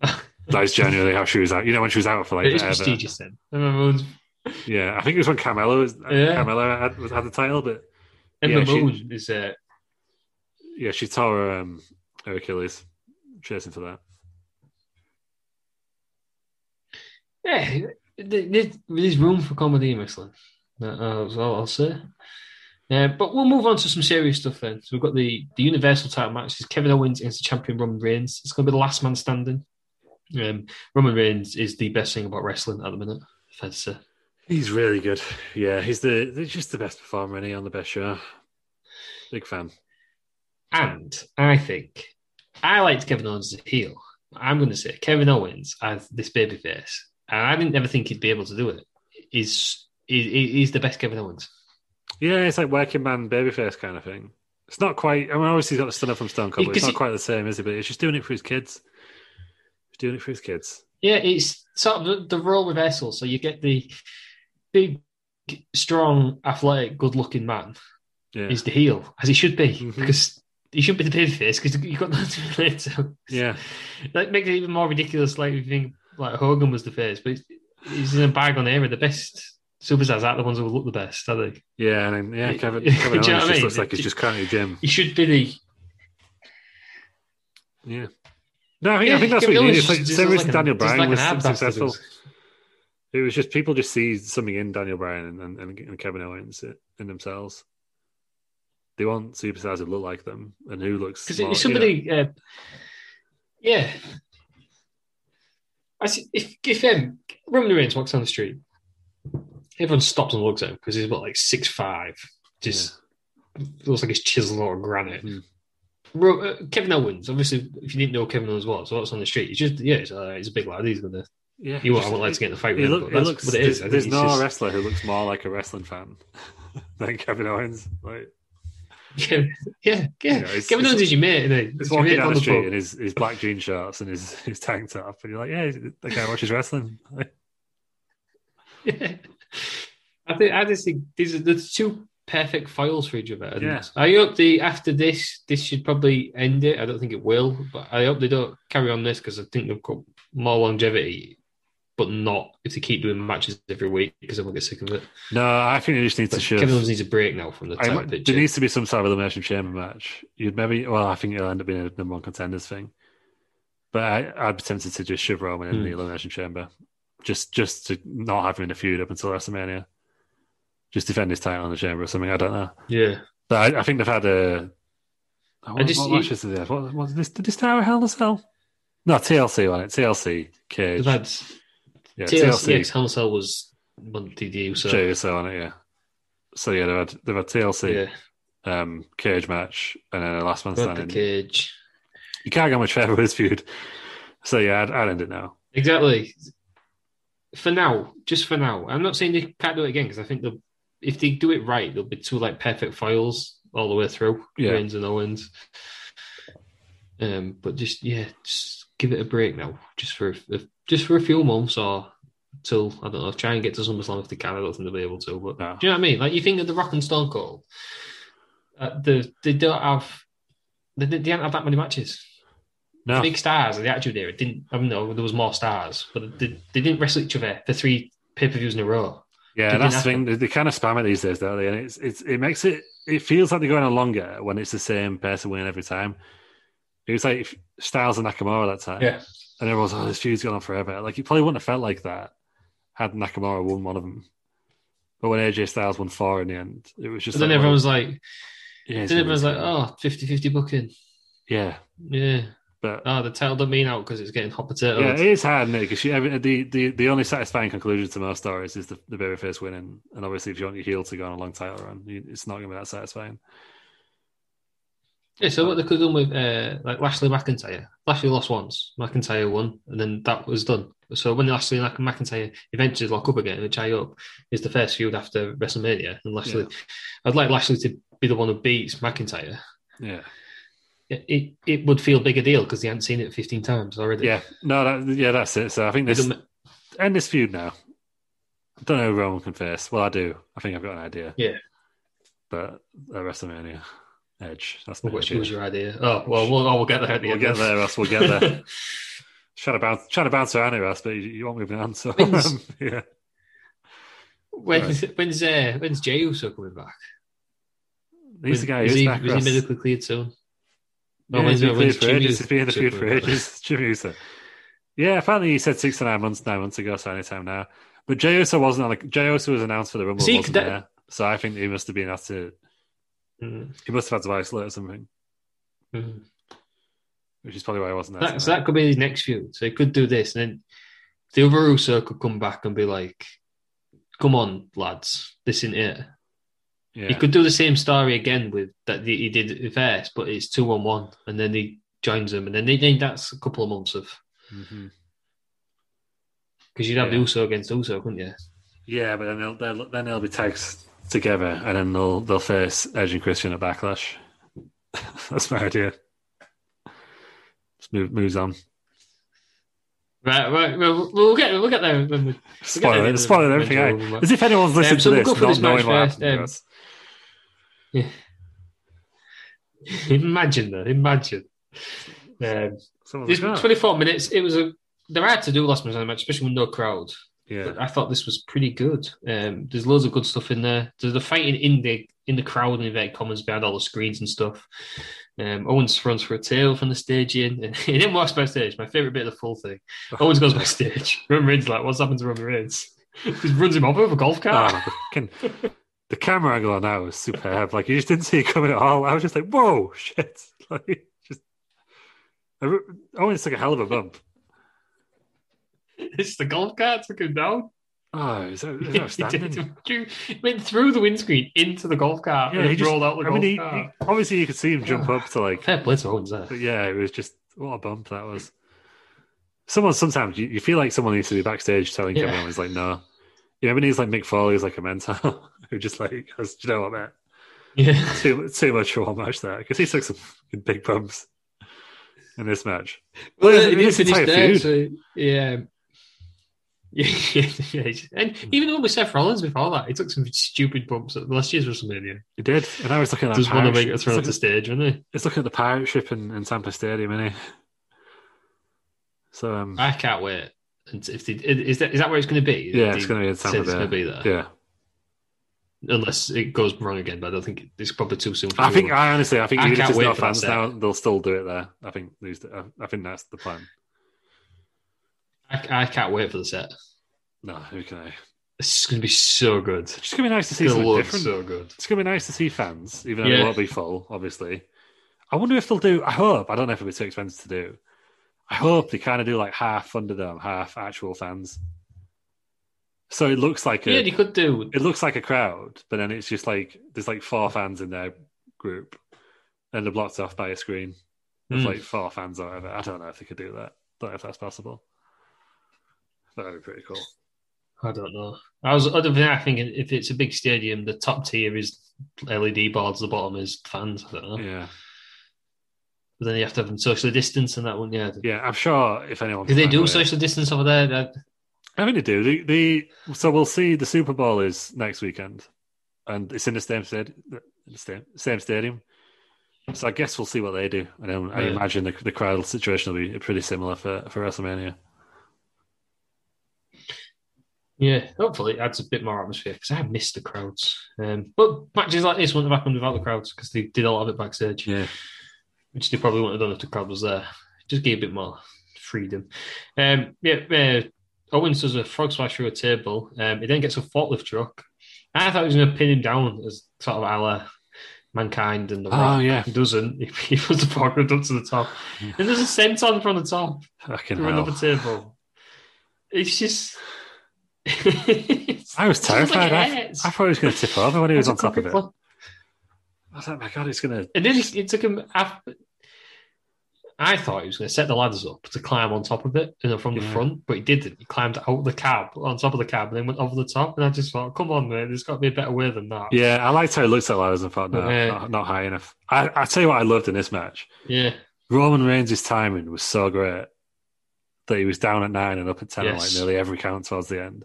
that is genuinely how she was out. You know when she was out for like It's forever. prestigious then. Emma Moon's Yeah, I think it was when Carmelo was uh, Yeah. Carmelo had, was, had the title, but Emma Yeah, she- Moon is uh, yeah, she tore her, um, her Achilles chasing for that. yeah. th- th- There's room for comedy in wrestling. That- uh, That's all I'll say. Uh, but we'll move on to some serious stuff then. So we've got the, the Universal title match. It's Kevin Owens against the champion Roman Reigns. It's going to be the last man standing. Um, Roman Reigns is the best thing about wrestling at the minute. Fair to say. He's really good. Yeah, he's the he's just the best performer, and he on the best show. Big fan. And I think I liked Kevin Owens as a heel. I'm going to say Kevin Owens as this babyface. And I didn't ever think he'd be able to do it. Is is the best Kevin Owens? Yeah, it's like working man babyface kind of thing. It's not quite. I mean, obviously he's got the stunner from Stone Cold, but it's Because not he- quite the same, is it? But it's just doing it for his kids. He's doing it for his kids. Yeah, it's sort of the, the role reversal. So you get the big, strong, athletic, good-looking man Yeah, is the heel, as he should be, Mhm. because he shouldn't be the babyface because you've got nothing to relate to. yeah, that makes it even more ridiculous. Like if you think like Hogan was the face, but he's, he's in a bag on era. The best superstars aren't the ones who look the best, are they? yeah. And then, yeah, Kevin, Do you Kevin know Owens what I just mean? looks like he's just currently Jim. He should be the Yeah. No, I think, I think Yeah, that's Kevin what you Owens need. It's like the just- same just reason like an- Daniel just Bryan like an was ab bastard successful. was. It was just people just see something in Daniel Bryan and, and, and, and Kevin Owens in themselves. They want superstars who look like them and who looks Because more- you know. it's somebody, uh, yeah. I see, if if um, Roman Reigns walks down the street, everyone stops and looks at him because he's what like six five, just looks like he's chiseled out of granite. Mm. Ro- uh, Kevin Owens, obviously, if you didn't know Kevin Owens was, what's on the street, he's just yeah, he's, uh, he's a big lad. He's gonna Yeah, he won't, I just- won't like to get in the fight with It, him. look, but it that's looks. what it is. I There's, think there's he's no just- wrestler who looks more like a wrestling fan than Kevin Owens. Like, yeah, yeah, yeah. You know, it's- Kevin it's- Owens is your mate. Isn't he? he's He's your mate walking down on the the street pub. in his, his black jean shorts and his, his tank top, and you're like, yeah, the guy watches wrestling. Yeah. I think I just think these are the two perfect files for each other. And Yeah. I hope the after this, this should probably end it. I don't think it will, but I hope they don't carry on this because I think they've got more longevity, but not if they keep doing matches every week because everyone gets sick of it. no, I think he just needs to But shift. Kevin Owens needs a break now from the I- title picture. there needs to be some sort of elimination chamber match. You'd maybe, well, I think it'll end up being a number one contenders thing. But I, I'd be tempted to just shove Roman in Hmm. the elimination chamber, just just to not have him in a feud up until WrestleMania. Just defend his title in the chamber or something. I don't know. yeah. But I, I think they've had a. What, just- what matches did they have? What, what, did this, did this Tower Hell in a Cell? No, TLC on it. TLC, Cage. They've had yeah, TLC, TLC, yes, Hell in a Cell was Monday the Uso. Jey Uso on it, yeah. So yeah, they've had, they've had TLC, Yeah. um, Cage match, and then a last man Got the standing. cage. You can't get much further with this feud. So yeah, I'd, I'd end it now. Exactly. For now, just for now. I'm not saying they can't do it again because I think they'll, if they do it right, they'll be two like perfect files all the way through, Yeah. Reigns and Owens. Um, but just yeah, just give it a break now, just for a, just for a few months or till I don't know. Try and get to SummerSlam if they can. I don't think they'll be able to. But No. do you know what I mean? Like you think of the Rock and Stone Cold, uh, the they don't have they, they don't have that many matches. No, The big stars of the Attitude Era didn't. I mean, no, there was more stars, but they, they didn't wrestle each other for three pay per views in a row. yeah, Did that's you the thing. They, they kind of spam it these days, don't they? And it's it's it makes it it feels like they're going on longer when it's the same person winning every time. It was like if Styles and Nakamura that time, Yeah. and everyone's oh, this feud's gone on forever. Like you probably wouldn't have felt like that had Nakamura won one of them. But when AJ Styles won four in the end, it was just And then like, everyone's like, well, yeah, it's then gonna be everyone's like, good. oh, 50 50 booking. yeah, Yeah. but Oh, the title don't mean out because it's getting hot yeah, potatoes. it is hard, Nick. Because the, the the only satisfying conclusion to most stories is the, the babyface winning, and obviously, if you want your heel to go on a long title run, you- it's not going to be that satisfying. Yeah, so what they could have done with uh, like Lashley McIntyre. Lashley lost once, McIntyre won, and then that was done. So when Lashley and McIntyre eventually lock up again, which I hope is the first feud after WrestleMania, and Lashley, I'd like Lashley to be the one who beats McIntyre. Yeah, It it, it would feel big a deal because they hadn't seen it 15 times already. yeah, no, that, yeah, that's it. So I think They this don't ma- end this feud now. I don't know who Roman can face. Well, I do. I think I've got an idea. Yeah. but uh, WrestleMania Edge. That's my Which idea. was your idea? Oh well, we'll, oh, we'll get there. At the We'll end get then. there, Russ. We'll get there. Trying to bounce, trying to bounce around it, Russ, but you, you won't give an answer. Wins. yeah. when's when's uh, when's Jey Uso coming back? He's the guy Is who's he, back. is Russ. he medically cleared soon? Yeah, he's been cleared for Jimmy ages. He's been in the Uso feud for coming back? ages. Jimmy Uso. Yeah, apparently he said six to nine months, nine months ago, so anytime now. But Jey Uso wasn't on the Jey Uso was announced for the Rumble, See, wasn't that- there? So I think he must have been asked to Mm, he must have had to isolate or something, mm. which is probably why I wasn't there. That, so tonight. that could be his next feud. So he could do this, and then the other Uso could come back and be like, "Come on, lads, this isn't it." He yeah. could do the same story again with that he he did at first, but it's two on one, and then he joins them, and then, they- then that's a couple of months of Mhm. because you'd have the Yeah. Uso against Uso, couldn't you? yeah, but then they'll, they'll then they'll be tagged together and then they'll they'll face Edge and Christian at Backlash. That's my idea. Just move, moves on. Right, right. Well, we'll get we'll get there when we Spoiler, the- spoiling the- everything. the- eh? As if anyone's listened so to we'll this, go for not this knowing match what first, happened. um, Russ. Imagine that. Imagine. Um, Someone's this like, "Oh, 24 minutes. It was a. They're hard to do last minute match, especially with no crowd. Yeah, But I thought this was pretty good. Um, there's loads of good stuff in there. There's the fighting in the in the crowd and inverted commas behind all the screens and stuff. Um, Owens runs for a tail from the stage in, and he didn't walk backstage. My favorite bit of the full thing. Owens goes backstage. Roman Reigns like, what's happened to Roman Reigns? Just runs him off with a golf cart. Ah, the, fucking- the camera angle on that was superb. Like you just didn't see it coming at all. I was just like, "Whoa, shit!" Like just, I re- Owens took a hell of a bump. it's the golf cart took him down. Oh, is that, is He that outstanding? did. He went through the windscreen into the golf cart Yeah, and he just- rolled out the I golf mean, he, cart. he- obviously you could see him jump up to like, Fair play to Owens there. but yeah, it was just what a bump that was. Someone sometimes you, you feel like someone needs to be backstage telling Yeah. Kevin Owens like, "No." You know, when he's like Mick Foley, he's like a mentor who just like, goes, "Do you know what, man? Yeah. too too much for one match there because he took some fucking big bumps in this match. Well, This- it this is finished entire there, feud. so, yeah. Yeah, yeah, yeah. and even though with Seth Rollins before that, he took some stupid bumps at last year's WrestleMania. He did, and I was looking at that Just want to pirate make ship. it It's thrown off the looking, stage, wasn't he? it's looking at the pirate ship in, in Tampa Stadium, isn't he? So um, I can't wait. And if they, is that is that where it's going to be? yeah, They it's going to be in said Tampa. It's Bay. going to be there, Yeah, unless it goes wrong again. But I don't think it's probably too soon. For I think I, I honestly, I think I even if can't there's wait no for that fans set. now, they'll still do it there. I think these, I, I think that's the plan. I, can't wait for the set. No, who can I? It's going to be so good. It's just gonna be nice to It's see going to something look different. so good. It's gonna be nice to see fans, even though Yeah. it won't be full, obviously. I wonder if they'll do. I hope. I don't know if it'll be too expensive to do. I hope they kind of do like half Thunderdome, half actual fans. So it looks like a, Yeah, they could do. it looks like a crowd, but then it's just like there's like four fans in their group, and they're blocked off by a screen of Mm. like four fans or whatever. I don't know if they could do that. Don't know if that's possible. That would be pretty cool. I don't know. I was other than that, I think if it's a big stadium, the top tier is LED boards at the bottom as fans. I don't know. Yeah, But then you have to have them socially distance and that one. Yeah. yeah. I'm sure if anyone Do they do Yeah. social distance over there? That- I think they do. The, the so we'll see. The Super Bowl is next weekend, and it's in the same stadium. Same, same stadium. So I guess we'll see what they do. And then I Yeah. imagine the, the crowd situation will be pretty similar for, for WrestleMania. Yeah, hopefully it adds a bit more atmosphere because I miss the crowds. Um, but matches like this wouldn't have happened without the crowds because they did a lot of it backstage, Yeah, which they probably wouldn't have done if the crowd was there. Just gave a bit more freedom. Um, yeah, uh, Owens does a frog splash through a table. Um, he then gets a forklift truck. I thought he was going to pin him down as sort of a la mankind and the Oh, Rock. yeah. He doesn't. He, he puts the forklift up to the top. And there's a senton from the top fucking through hell. another table. It's just. It's- I was it feels like terrified. it I, hurts. I thought he was going to tip over when he was on That's a top of it. quick one. I was like, my god, it's going to. And then it, it took him. After, I thought he was going to set the ladders up to climb on top of it and then from the Yeah. front, but he didn't. He climbed out the cab, on top of the cab, and then went over the top. And I just thought, come on, mate, there's got to be a better way than that. Yeah, I liked how he looked at Lars and thought, no, Yeah. not, not high enough. I, I tell you what, I loved in this match. Yeah. Roman Reigns' timing was so great that he was down at nine and up at ten on like Yes. nearly every count towards the end.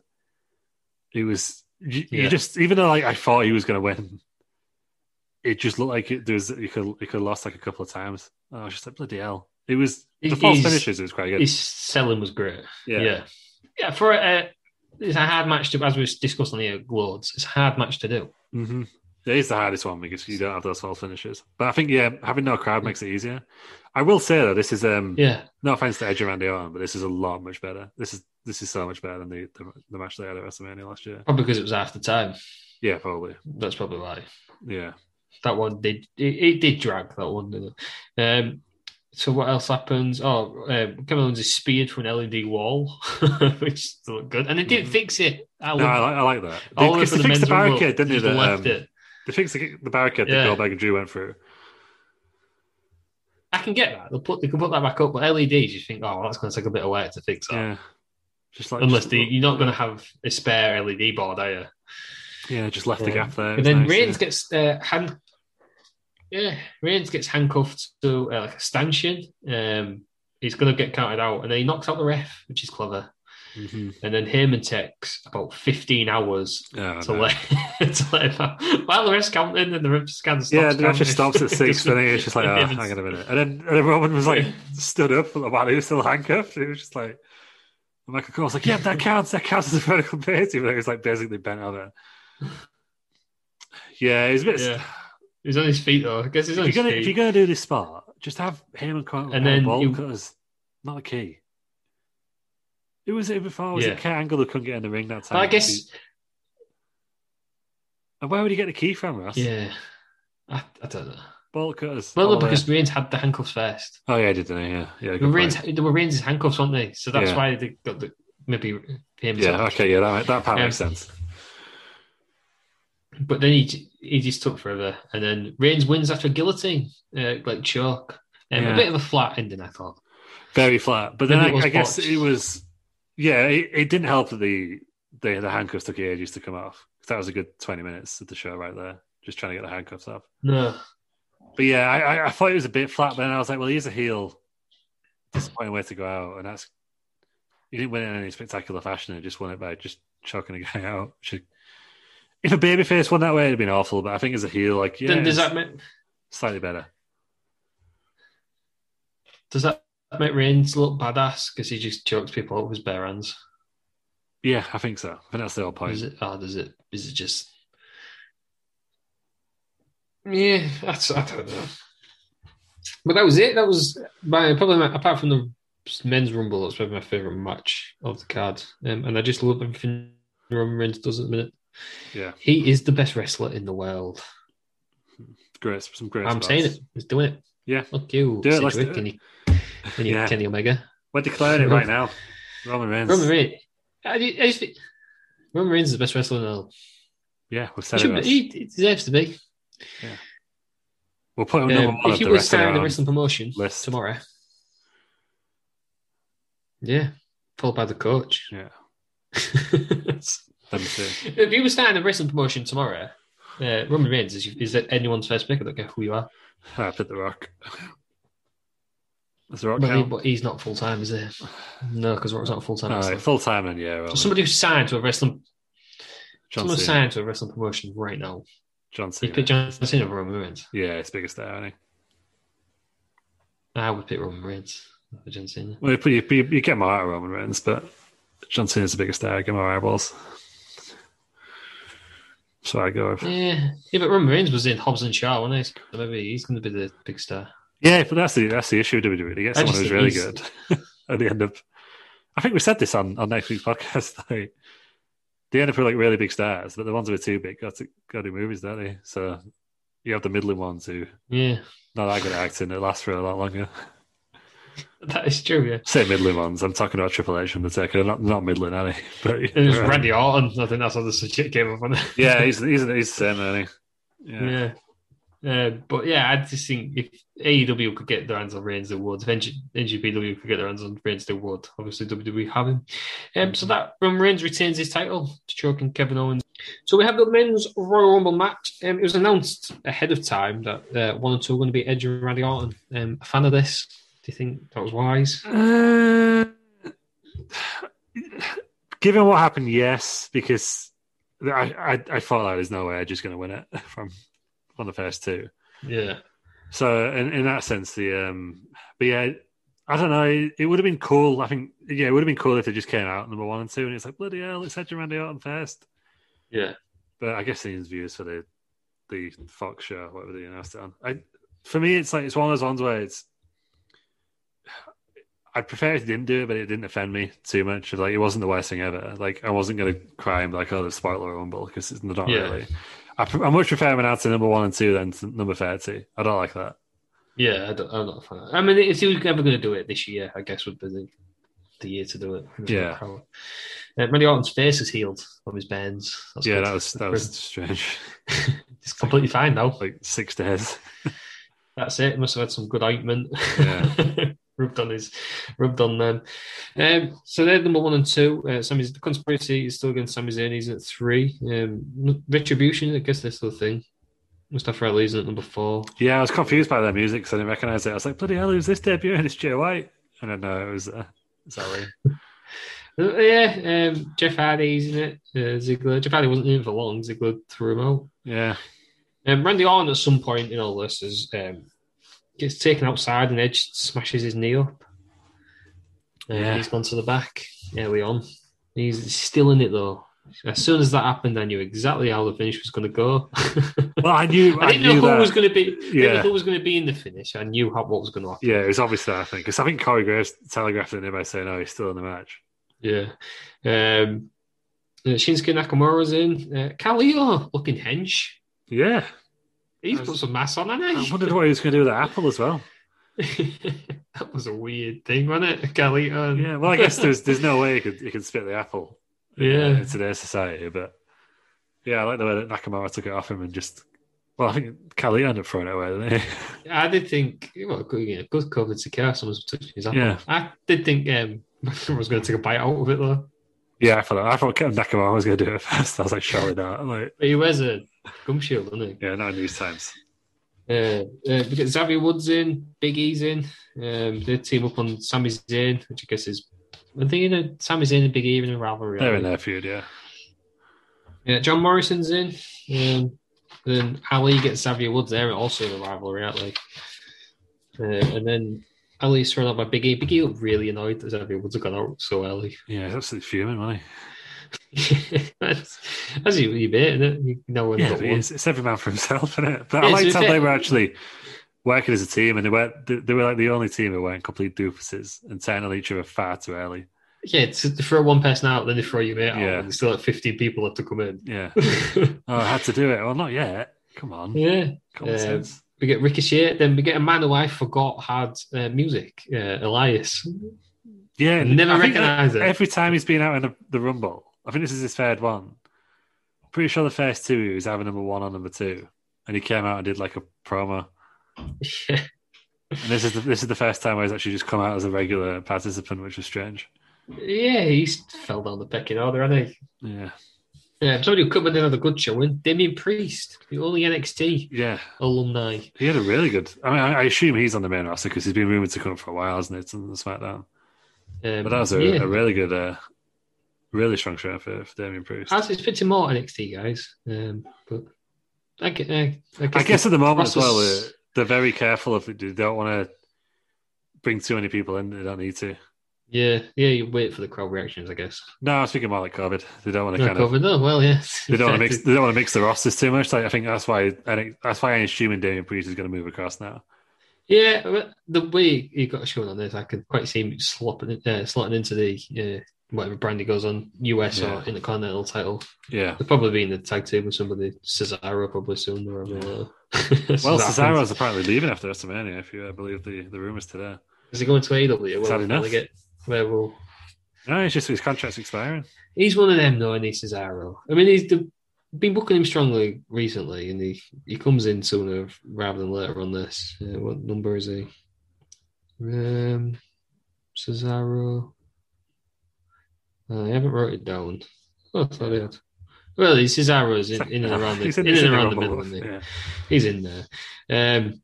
It was you, Yeah. you just even though like I thought he was going to win, it just looked like it, there was you could you could have lost like a couple of times. And I was just like bloody hell. It was the It false is- finishes. It was quite good. His selling was great. Yeah. Yeah. for a. It's a hard match to, as we discussed on the uh, Lords, it's a hard match to do. hmm It is the hardest one because you don't have those false finishes. But I think yeah, having no crowd makes it easier. I will say though, this is um Yeah. no offense to Edge and Randy Orton, but this is a lot much better. This is this is so much better than the the, the match they had at WrestleMania last year. Probably because it was after time. Yeah, probably. That's probably why. Yeah. that one did it, it did drag that one didn't it? um so what else happens oh um, Kevin Owens is speared from an LED wall which looked good and they didn't Mhm. fix it I No, I love like, I like that. all of They, it for they fixed the men's rumble, barricade, didn't they? just That, left um, it. they fixed the, the barricade Yeah. that Goldberg and Drew went through. I can get that they'll put they can put that back up but LEDs you think oh that's going to take a bit of work to fix that Yeah. Just like unless just- they, e- you're not going to have a spare LED board are you Yeah, just left the Yeah. gap there. It and was then nice, Reigns yeah. gets uh, hand yeah Reigns gets handcuffed to uh, like a stanchion um he's going to get counted out and then he knocks out the ref which is clever Mhm. And then Heyman takes about 15 hours Oh, to, no. let, to let him out. While the rest counting and the ref scan stops. Yeah, the match just counting. stops at six, and it's just like, oh, Heyman's- hang on a minute. And then, and then Roman was like, Yeah. stood up, but the man who was still handcuffed. It was just like, and Michael Cole's like, yeah, that counts. That counts as a vertical base, even though he was like basically bent over. Yeah, it's a bit. Yeah. He's on his feet, though. I guess he's on If his you're, gonna, if feet. you're gonna do this spot, just have Heyman come And and then then ball you- because not the key. Who was it before? Was Yeah. it Kurt Angle who couldn't get in the ring that time? I guess, And where would he get the key from, Russ? yeah. I, I don't know. Ball cutters. Well, all no, the way. because Reigns had the handcuffs first. oh yeah, I did, didn't he? Yeah, yeah. They good were Reigns, point. they were Reigns' handcuffs, weren't they? So that's Yeah. why they got the maybe Heyman's Yeah. Okay. Yeah. That, that part Um, makes sense. But then he j- he just took forever, and then Reigns wins after a guillotine, uh, like choke, um, Yeah. a bit of a flat ending, I thought. Very flat. But then maybe it I, was I guess botched. it was. Yeah, it, it didn't help that the, the the handcuffs took ages to come off. That was a good twenty minutes of the show right there, just trying to get the handcuffs off. No, But yeah, I, I- I thought it was a bit flat, but then I was like, well, he's a heel. Disappointing way to go out, and that's he didn't win it in any spectacular fashion. He just won it by just choking a guy out. Which- If a babyface won that way, it'd been awful. But I think as a heel, like yeah, then does it's that make slightly better. does that make Reigns look badass because he just chokes people up with his bare hands? Yeah, I think so. I think that's the whole point. Is it? Oh, does it? Is it just? Yeah, that's I don't know. But that was it. That was my probably my, apart from the men's rumble. That's probably my favorite match of the card, um, and I just love everything Roman Reigns does at the minute. Yeah, He is the best wrestler in the world. great, some great. I'm spots. saying it. He's doing it. Yeah. Fuck you, Do it, let's Cedric, do and, you, and you, Yeah. Kenny Omega. We're declaring it right now. Roman Reigns. Roman Reigns. I, ju- I just think Roman Reigns is the best wrestler in the world. Yeah, we've He, said it. should be, Russ. he, he deserves to be. We'll put him number Um, one if of you the would rest of start our the own. wrestling promotion list. tomorrow, yeah, followed by the coach. Yeah, if let me see. you were starting the wrestling promotion tomorrow, Uh, Roman Reigns is, is that anyone's first pick? I don't care who you are. Ah, I picked The Rock. Does The Rock But, he- count? but he's not full time, is he? No, because Rock's not full time. All right, full time and yeah. Well, somebody who's signed to a wrestling, John someone Cena. who's signed to a wrestling promotion right now. John You Cena. pick John Cena over Roman Reigns. Yeah, it's biggest star, isn't he? I would pick Roman Reigns over John Cena. Well, you, you, you get more out of Roman Reigns, but John Cena's the biggest star. I get more eyeballs. So I go with. Yeah, yeah, but Roman Reigns was in Hobbs and Shaw, wasn't he? So maybe he's going to be the big star. Yeah, but that's the that's the issue with WWE. They get I someone just who's think really he's- good at the end up. I think we said this on, on next week's podcast. Like, they end up with like really big stars, but the ones who are too big got to go do movies, don't they? So you have the middling ones who Yeah, not that good at acting that last for a lot longer. that is true. Yeah, Say middling ones. I'm talking about Triple H and the Taker. Not not middling, are they? But and it was Randy Orton. I think that's how the subject came up on it. yeah, he's he's he's the same, isn't he? Yeah. Yeah. Uh, but yeah, I just think if AEW could get their hands on Reigns, they would. If NG- NGPW could get their hands on Reigns, they would. Obviously, WWE have him. Um, so that Roman Reigns retains his title, choking Kevin Owens. So we have the men's Royal Rumble match. Um, it was announced ahead of time that uh, one and two are going to be Edge and Randy Orton. Um, a fan of this? Do you think that was wise? Uh, given what happened, yes, because I I, I thought like, there's no way Edge is going to win it from on the first two. Yeah. So in, in that sense, the um, but yeah, I don't know. It would have been cool. I think yeah, it would have been cool if they just came out number one and two, and it's like bloody hell, it's Edge and Randy Orton first. Yeah. But I guess the interviews for the the Fox show, whatever they announced it on. I, for me, it's like it's one of those ones where it's. I'd prefer if they didn't do it, but it didn't offend me too much. Like it wasn't the worst thing ever. Like I wasn't going to cry and be like, "Oh, the spoiler rumble," because it's not Yeah. really. I, pre- I much prefer announcing number one and two than to number thirty. I don't like that. Yeah, I don't, I'm not a fan. I mean, if he was ever going to do it this year, I guess would be the, the year to do it. Yeah. Uh, Randy Orton's face is healed from his burns. That's yeah, good. that was that was strange. It's completely fine now. like six days. That's it. Must have had some good ointment. Yeah. rubbed on his, rubbed on them. Um, so they're number one and two. Uh, Sammy's the conspiracy is still against Sami Zayn. He's at three. Um, retribution. I guess that's the thing. Mustafa Ali's at number four. Yeah, I was confused by their music because I didn't recognize it. I was like, "Bloody hell, who's this debuting? It's Jay White." And then no, it was uh, sorry. Uh, Yeah, um, Jeff Hardy's in it. Uh, Ziggler. Jeff Hardy wasn't in it for long. Ziggler threw him out. Yeah, Um, Randy Orton at some point in all this is um, gets taken outside and Edge smashes his knee up. And Yeah. he's gone to the back early on. He's still in it though. As soon as that happened, I knew exactly how the finish was going to go. Well, I knew. I didn't know knew who that. was going to be. I didn't know Yeah. who was going to be in the finish. I knew how, what was going to happen. Yeah, it was obvious that I think because I think Corey Graves telegraphed it by saying, "Oh, he's still in the match." Yeah. Um, uh, Shinsuke Nakamura's in. Uh, Kaleo looking hench. Yeah, He's I was- put some mass on, hasn't I he? wondered what he was going to do with the apple as well. that was a weird thing, wasn't it? um, Kaleo. and- Yeah, well, I guess there's there's no way he could he could spit the apple. in, uh, Yeah. in today's society, but yeah, I like the way that Nakamura took it off him and just. Well, I think Kelly ended up throwing it away, didn't he? I did think, well, good, you know, good cover to care. Someone's touching his apple. Yeah. I did think um, I was going to take a bite out of it though. yeah, I thought I thought Nakamura was going to do it first. I was like, surely not. I'm like, But he wears a gum shield, doesn't he? yeah, not in these times. Uh, uh, we get Xavier Woods in, Big E's in. Um, they team up on Sami Zayn, which I guess is. I think you know, Sami Zayn and Big E are in a rivalry. They're aren't in they? their feud, yeah. Yeah, John Morrison's in. Um, then Ali gets Xavier Woods there, also in a rivalry, aren't they? Uh, and then Ali's thrown out by Big E. Big E looked really annoyed that Xavier Woods had gone out so early. Yeah, it's absolutely fuming, wasn't that's, that's you, you bit, isn't it? You know he? when Yeah, got but one. it's, it's every man for himself, isn't it? But Yeah, I so liked if how it- they were actually working as a team, and they were they, they were like the only team who weren't complete doofuses and turning on each other far too early. Yeah, it's, they throw one person out, then they throw you mate out, Yeah. and still like 15 people have to come in. Yeah, oh, I had to do it. Well, not yet. Come on, yeah. common Um, sense. We get Ricochet, then we get a man who I forgot had uh, music, uh, Elias. Yeah, never I think recognised it. Every time he's been out in the, the rumble, I think this is his third one. Pretty sure the first two he was having number one on number two, and he came out and did like a promo. Yeah. And this is the, this is the first time where he's actually just come out as a regular participant, which was strange. yeah, he's fell down the pecking order, hasn't he? Yeah. Yeah, somebody who covered another good show in Damien Priest, the only NXT Yeah, alumni. he had a really good. I mean, I, I assume he's on the main roster because he's been rumored to come up for a while, hasn't it? Something like that. Um, But that was a, yeah. a really good, uh, really strong show for, for Damien Priest. I was expecting more NXT guys, um, but I, gue- I, I guess, I guess at the moment as well, uh, process- they're very careful if they do- they don't want to bring too many people in. They don't need to. yeah, yeah, you wait for the crowd reactions, I guess. No, I'm speaking more like COVID. They don't want to No kind cover, of. no, well, yeah. They don't want to mix. They don't want to mix the rosters too much. Like I think that's why. I think that's why I'm assuming Damien Priest is going to move across now. Yeah, but the way he got shown on this, I could quite see him slopping, it- uh, slotting into the uh, whatever brand he goes on, US Yeah. or Intercontinental title. Yeah. They'll probably be in the tag team with somebody, Cesaro probably soon. Or Yeah. whatever. Well, Cesaro's apparently leaving after WrestleMania, if you uh, believe the, the rumors today. Is he going to AEW? Sad Well, enough. they get where will No, it's just his contract's expiring. He's one of them, though, and he's Cesaro. I mean, he's the, been booking him strongly recently, and he, he comes in sooner rather than later on this. Uh, what number is he? Um, Cesaro. Uh, I haven't wrote it down. Oh, I thought I had. Well, he's Cesaro's in, in and around the, He's in he's and around the Rumble. middle. Isn't he? Yeah. He's in there. Um,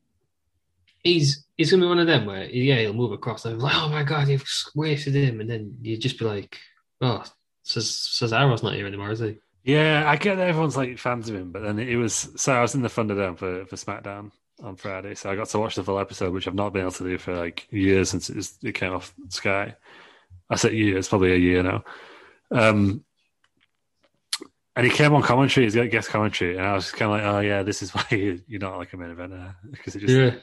he's he's gonna be one of them where yeah he'll move across and be like oh my god you've wasted him and then you just be like oh Ces- Cesaro's not here anymore is he? Yeah, I get that everyone's like fans of him, but then it was so I was in the Thunderdome for, for SmackDown on Friday, so I got to watch the full episode, which I've not been able to do for like years since it, was- it came off Sky. I said years, probably a year now. Um, and he came on commentary, he's got guest commentary, and I was kind of like, oh yeah, this is why you, you're not like a main eventer because it just yeah,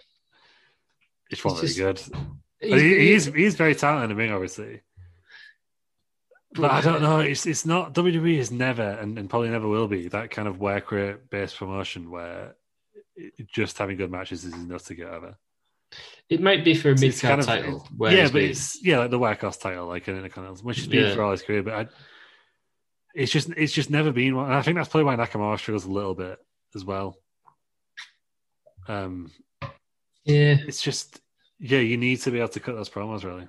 it's not It's very good. he's, But he, he is he is very talented. I mean, obviously. But I don't know. It's it's not WWE is never and, and probably never will be that kind of work rate based promotion where it, just having good matches is enough to get over. It might be for a mid It's card kind of- title. it- where yeah, he's but been. it's yeah like the workhorse title, like in Intercontinental, which has been Yeah. for all his career. But I, it's just it's just never been one. And I think that's probably why Nakamura struggles a little bit as well. Um, yeah. it's just yeah, you need to be able to cut those promos really.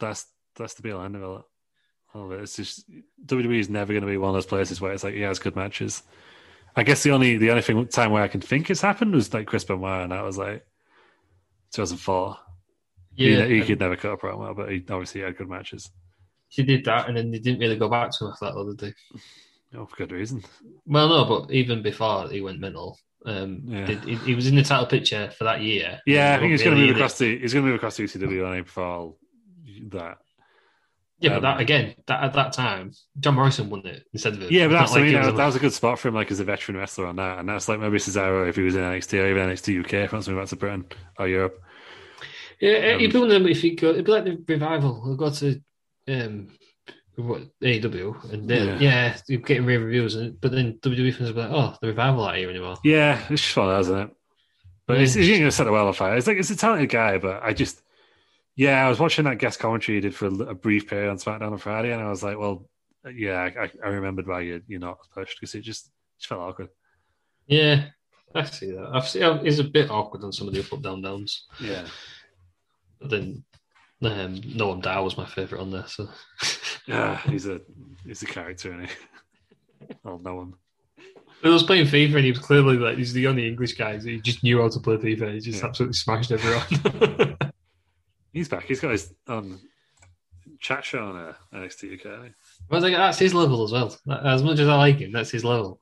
That's that's the be all end of it. All of it. It's just WWE is never going to be one of those places where it's like yeah, it's good matches. I guess the only the only thing time where I can think it's happened was like Chris Benoit, and that was like 2004. Yeah, he, he could never cut a promo, but he obviously had good matches. he did that, and then they didn't really go back to him after that, though, did they? Oh, for good reason. Well, no, but even before he went mental, um, Yeah. did- he, he was in the title picture for that year. Yeah, I think he's going to Really move in it. across to he's going to E move across to ECW on April. That Yeah, but Um, that again, that at that time, John Morrison won it instead of him. Yeah, but Not that's, I mean, he was that, a- that was a good spot for him, like as a veteran wrestler on that. And that's like maybe Cesaro if he was in NXT or even NXT UK if he wants to move back to Britain or Europe. yeah, um, it'd be one of them if you go, it'd be like the revival. We'll go to um, what AEW and then, Yeah. yeah, you're getting rave reviews, and, but then WWE fans will be like, oh, the revival aren't here anymore. Yeah, it's just one, of those, isn't it? But it's, Mm. it's going to set the world on fire. It's like it's a talented guy, but I just, yeah, I was watching that guest commentary he did for a, a brief period on SmackDown on Friday, and I was like, well, yeah, I, I remembered why you, you're not pushed because it just, just felt awkward. Yeah, I see that. I've seen it's a bit awkward on some of the up, up, down, downs. Yeah. But then, um, Noam Dow was my favorite on there, so Yeah, Ah, he's a he's a character, isn't he? I'll know him. But I was playing FIFA and he was clearly like he's the only English guy. He just knew how to play FIFA. He just Yeah. absolutely smashed everyone. He's back. He's got his um, chat show on uh, NXT UK. hasn't he? Well, like, that's his level as well. That- As much as I like him, that's his level.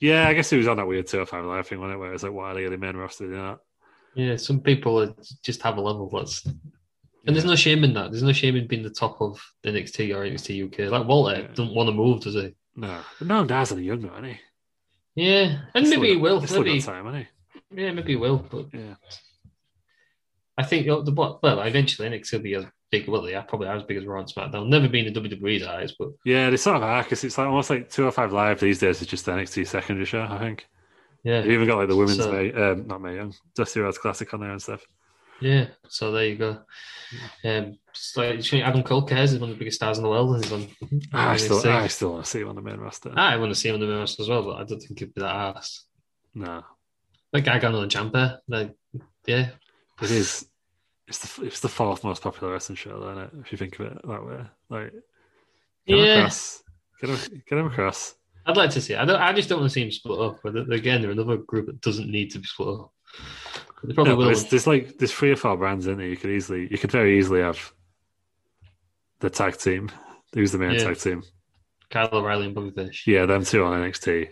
Yeah, I guess he was on that weird 205 Live thing, wasn't it? Where it's like, why are they getting main roster doing that? Yeah, some people are, just have a level that's. And there's no shame in that. There's no shame in being the top of NXT or NXT UK. Like Walter Yeah. doesn't want to move, does he? No. But no, Daz on a young man, isn't he? Yeah, and Still maybe he got- will. he's Still Maybe, got time, hasn't yeah, maybe he will. But he? Yeah. I think you know, the what? Well, eventually NXT will be as big. Well, they are probably as big as Raw and SmackDown. Never been in WWE's eyes, but Yeah, they sort of are because it's like almost like 205 Live these days is just the NXT secondary show, I think. yeah, They've even got like the women's, So- May, um, not May Young, Dusty Rhodes Classic on there and stuff. yeah. So there you go. Um, it's like you know, Adam Cole cares. He's one of the biggest stars in the world, and he's on. Ah, I still, NXT. I still want to see him on the main roster. I want to see him on the main roster as well, but I don't think he'd be that arsed. No. Like Gargano and Champa, like yeah, It is. It's the, it's the fourth most popular wrestling show, isn't it? If you think of it that way. Like, get him yeah. across. Get him, get him across. I'd like to see. It. I don't. I just don't want to see them split up. But again, they're another group that doesn't need to be split up. They probably No, but will. there's, there's like there's three or four brands in there. You could easily, you could very easily have the tag team. Who's the main Yeah. tag team? Kyle O'Reilly and Bobby Fish. Yeah, them two on NXT.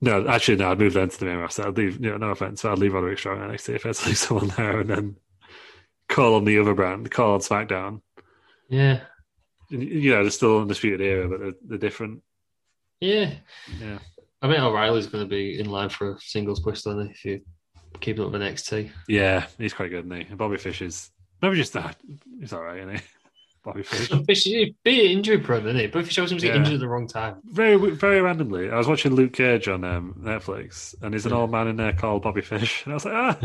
No, actually, no. I'd move them to the main roster. I'd leave. You know, no offense, but I'd leave Roderick Strong on NXT if I had to leave someone there, and then call on the other brand, call on SmackDown. Yeah. You know, they're still undisputed era, but they're, they're different. Yeah. Yeah. I mean, O'Reilly's going to be in line for a singles push, then if you keep him up with NXT. Yeah, he's quite good, isn't he? And Bobby Fish is maybe just that. He's all right, isn't he? Bobby Fish. Fish he'd be injury prone, isn't he? But if he shows him to get Yeah. injured at the wrong time, very very randomly, I was watching Luke Cage on um, Netflix, and there's an Yeah. old man in there called Bobby Fish, and I was like, ah,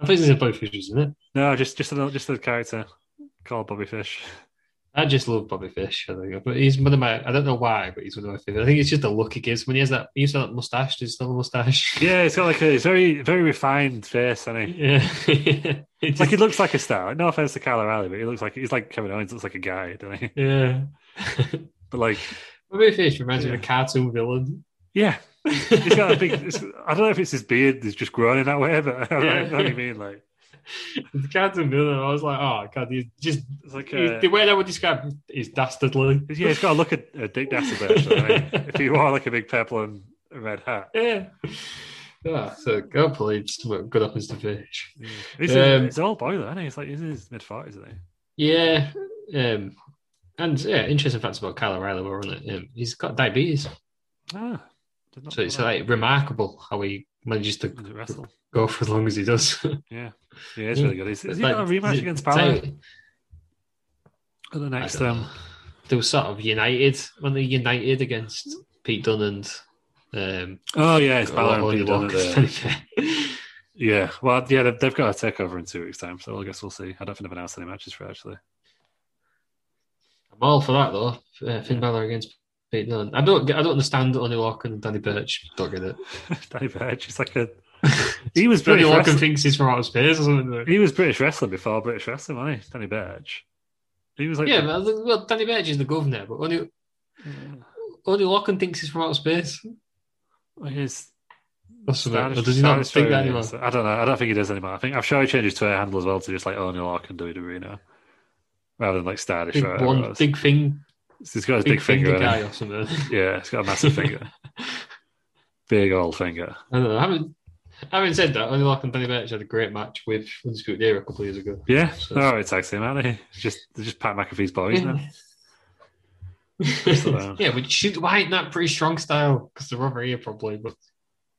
I think he's in both issues, isn't it? no, just just a just a character called Bobby Fish. I just love Bobby Fish. I think, but he's one of my. I don't know why, but he's one of my favorite. I think it's just the look he gives when he has that. He used to have that mustache. He's still a mustache. Yeah, he's got like a he's very very refined face, and he Yeah. It's like he like looks like a star. No offense to Kyle O'Reilly, but he looks like he's like Kevin Owens, looks like a guy, doesn't he? yeah. But like, Bobby Fish reminds me of Yeah. a cartoon villain. yeah, he's got a big. It's, I don't know if it's his beard that's just growing in that way, but I Yeah. don't know what you mean. Like, the cartoon villain. I was like, oh god, he's just it's like he's, a, the way that would describe him is dastardly. yeah, he's got to look at a Dick Dastardly. actually, right? if he wore like a big purple and a red hat. yeah. Ah, so hopefully, it's what good happens to Fish. Yeah. He's, Um, he's all boiler, isn't he? He's like he's in his mid forties, isn't he? Yeah. Um, and yeah, interesting facts about Kyle O'Reilly were on it. Um, he's got diabetes, Ah, did not so know it's that. like remarkable how he manages to He's a wrestle. go for as long as he does. Yeah, yeah, it's Yeah. really good. He's, has he Like, got a rematch is it- against Balor at Say- the next? I don't Um, know. They were sort of united when they united against Pete Dunne and um, oh yeah, it's Balor and Ollie Pete Dunne at Walker. the- Yeah, well, yeah, they've, they've got a takeover in two weeks' time, so I guess we'll see. I don't think they've announced any matches for it, actually. I'm all for that though. Uh, Finn Balor against Pete Dunne. I don't. get- I don't understand Ollie Walker and Danny Birch. Don't get it. Danny Burch, he's like a he was Danny British. Walker wrestling- thinks he's from outer space or something. He was British wrestling before British wrestling, wasn't he? Danny Burch. He was like Yeah, but I think- well, Danny Birch is the governor, but only only Lachlan thinks he's from outer space. Well, he's That's Star- about it. Or does he not Star think that Destroyer, anymore? yes. I don't know. I don't think he does anymore. I think I'm sure he changed his Twitter handle as well to just like oh, Only Lark and WWE now, rather than like Star Big, Destroyer. blonde- or whatever it big thing, was. he's got his big, big, finger. finger guy hasn't or something. he? Yeah, he's got a massive finger, big old finger. I don't know. Having, having said that, Only Lachlan and Danny Birch had a great match with Undisputed Era a couple of years ago. Yeah, So- they're all right, tag team, aren't they? Just they're just Pat McAfee's boys. isn't it? yeah, but shoot, why isn't that pretty strong style? Because they're over here probably. But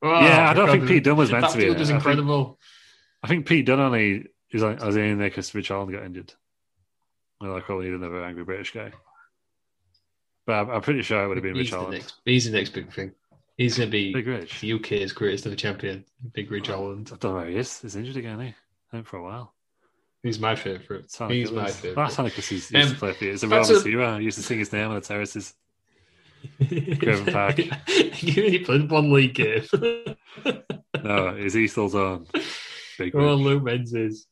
Oh, yeah, I don't God, think Pete Dunne was meant That to be. in feud was it. I think- incredible. I think Pete Dunne only is like, was in there because Rich Holland got injured. And I probably need another angry British guy. But I'm, I'm pretty sure it would have been he's, Rich the Holland. next, he's the next big thing. He's going to be Big Rich. the UK's greatest ever champion, Big Ridge Holland. I don't know where he is. He's injured again, eh? Home for a while. He's my favourite. Sonic He's my Youth. favourite. Well, Sonic because he's he used Um, to play for you. It's a that's Roman a- hero. He used to sing his name on the terraces. Graham Park. he played one league game. No, it's Eastall's own. Big Go on, Rich. Luke Menzies.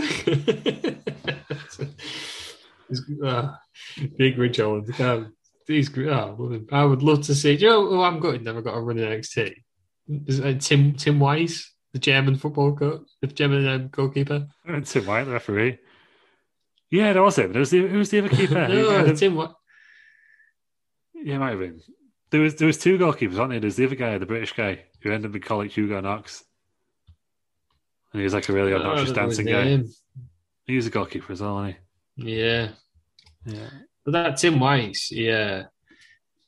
He's- ah, big Rich Owens. God, he's great. Oh, I love him. I would love to see. Do you know who I'm good? Never got a run in NXT. Is it Tim Tim Weiss, the German football coach, the German um, goalkeeper? And Tim White, the referee. Yeah, that was him. There was the, who was the other keeper? Who no, had a- Tim. Wi- yeah, it might have been. There was there was two goalkeepers, wasn't there? There's the other guy, the British guy, who ended up being called like Hugo Knox. And he was like a really Oh, I don't obnoxious know his dancing guy. name. He was a goalkeeper as well, wasn't Yeah. he? Yeah. But that Tim Weiss, yeah,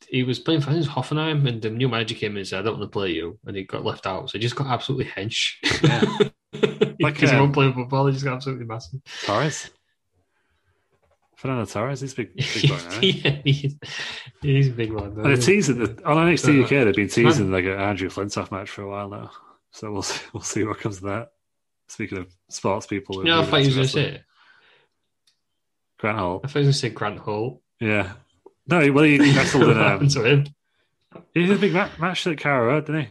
he was playing for I think it was Hoffenheim, and the new manager came in and said, "I don't want to play you," and he got left out, so he just got absolutely hench. Yeah. Like, because he um, won't play football, he just got absolutely massive. Torres. Fernando Torres, he's a big, big boy, now. yeah, he's, he's a big one. And they're teasing the, on Uh, NXT UK. They've been teasing Man. like an Andrew Flintoff match for a while now, so we'll see, we'll see what comes of that. Speaking of sports people, You know, I thought he was going to say. it. Grant Hall. I thought he was going to say Grant Hall. Yeah, no, he- well, he wrestled in. What Um, happened to him? he had a big ma- match at Cara Road, didn't he?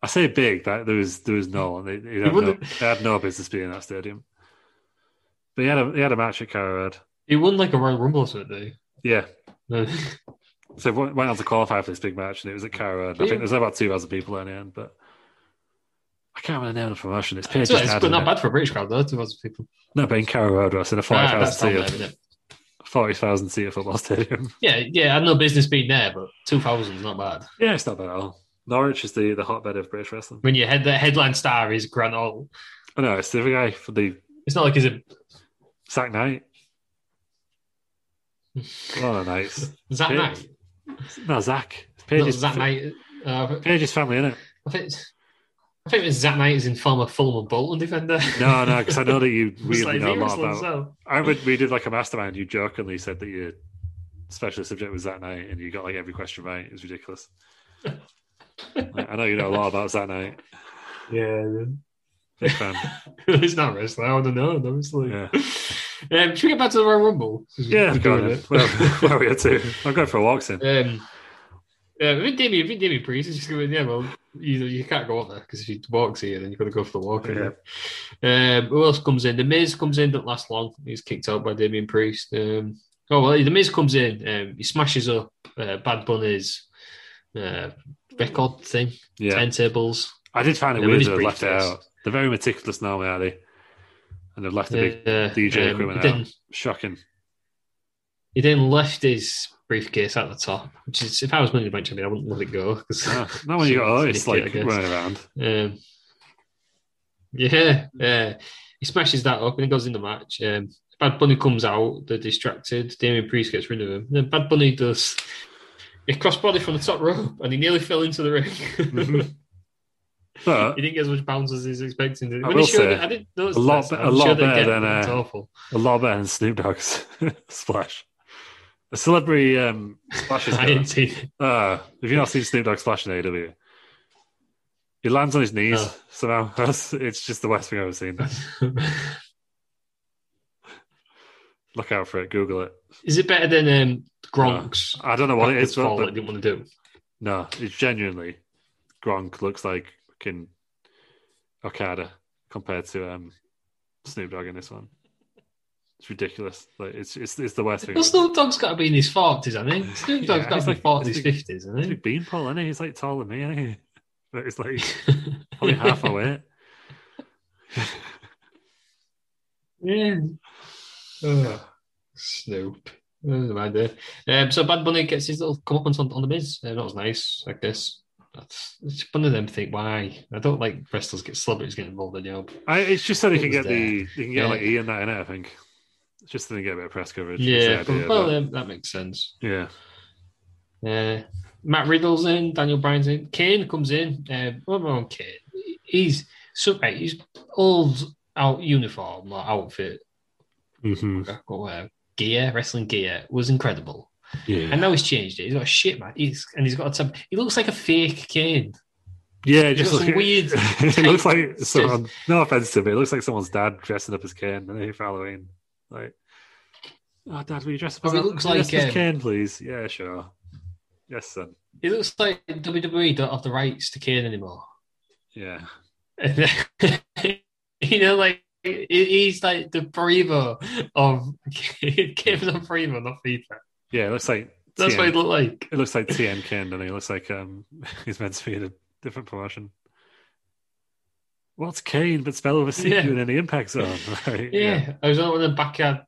I say big, but there was there was no one. They, they had, no, wouldn't- they had no business being in that stadium. But he had a he had a match at Cara Road. He won like a Royal Rumble or something. didn't Yeah, So we went on to qualify for this big match, and it was at Cairo. And I think there's about two thousand people in the end, but I can't remember the name of the promotion. It's Page. So it's but not bad for a British crowd, though, to lots of people. No, but in Cairo Road, I was in Ah, a forty that's thousand not bad, seat, isn't it? forty thousand seat football stadium. Yeah, yeah, I had no business being there, but 2000 is not bad. yeah, it's not bad at all. Norwich is the, the hotbed of British wrestling. When your head, the headline star is Grant Hall, Oh no, it's the other guy for the it's not like he's a Sack Knight. A lot of nights. Zach Page- Knight. No, Zach. Not Page's, Zach Knight. Uh, Page's family, innit? I think. I think Zach Knight is in former Fulham and Bolton defender. No, no, because I know that you It's really like know a he lot wrestled about. himself. I would, we did like a mastermind. You jokingly said that your specialist subject was that night, and you got like every question right. It was ridiculous. Like, I know you know a lot about that night. Yeah. Big fan. it's not wrestling. I don't know. Obviously. Yeah. Um, should we get back to the Royal Rumble? Yeah, We're go on. doing then. it. Where, where are we at to? I'm going for a walk soon. Um, yeah, I think Damien, I think Damien Priest is just going, yeah, well, you, you can't go up there because if you walk here, then you've got to go for the walk. Yeah. Um, who else comes in? The Miz comes in, doesn't last long. He's kicked out by Damien Priest. Um, oh, well, The Miz comes in, um, he smashes up uh, Bad Bunny's uh, record thing, Yeah, turntables. I did find it Yeah, weird with that his they left it briefcase. out. They're very meticulous now, are they? And they've left the big Uh, DJ um, equipment he then- out. Shocking. He then left his briefcase at the top, which is, if I was Money in the Bank champion, I wouldn't let it go. 'cause- No, ah, not when you got It's artists like ridiculous. running around. Um, yeah, uh, he smashes that up and he goes in the match. Um, Bad Bunny comes out, they're distracted. Damien Priest gets rid of him. Then Bad Bunny does a crossbody from the top rope and he nearly fell into the ring. Mhm. he But didn't get as much bounce as he was expecting. I When will he showed say, it, I didn't notice a lot that, so be- a I'm lot sure they better get than, it, but it's uh, awful. a lot better than Snoop Dogg's splash. A celebrity um, splash is I better. didn't see it. Uh, have you not seen Snoop Dogg splash in AEW? He lands on his knees No. somehow. That's- it's just the worst thing I've ever seen. Look out for it. Google it. Is it better than um, Gronk's? I don't know what Uh, it is, fall but, that I but didn't want to do. no, it's genuinely Gronk looks like fucking Okada compared to um, Snoop Dogg in this one. It's ridiculous. Like it's it's, it's the worst thing. Well, I've ever Snoop Dogg's got to be in his forties, hasn't he? Snoop Dogg's Yeah, got he's to be like- forties, he's like- fifties, isn't He's a he? big beanpole, isn't he? He's like taller than me, isn't he? But it's like probably half my weight. yeah. Ugh, Snoop. Doesn't matter. Um, so Bad Bunny gets his little comeuppance on, on the Miz. Uh, that was nice, I guess. That's, it's one of them think why I don't like wrestlers get celebrities getting involved in you know. I, it's just so they It can was get the they can get Yeah. like E and that in it. I think it's just so they can get a bit of press coverage. Yeah, It's the idea, well but- um, that makes sense. yeah. Uh, Matt Riddle's in, Daniel Bryan's in, Kane comes in. Uh, what about Kane? He's so right, he's old out uniform or outfit Mhm. or uh, gear, wrestling gear was incredible. yeah, And now he's changed it. He's got a shit man. He's and he's got a tab- he looks like a fake Kane. yeah. It just got looks some weird it looks like tights. someone. No offense to me, it looks like someone's dad dressing up as Ken for Halloween. Like, oh, Dad, will you dress up? Oh, as it looks dress up like, as um, Ken, please. Yeah, sure. Yes, son. It looks like WWE don't have the rights to Kane anymore. Yeah. And then- you know, like he- he's like the Prevo of Kevin on Prevo, not FIFA. Yeah, it looks like That's TM. what he looked like. It looks like TM Ken, doesn't he? It looks like um, he's meant to be in a different promotion. What's Kane but spell over C Yeah. in any impact zone? Right? Yeah, I was on one of the backyard.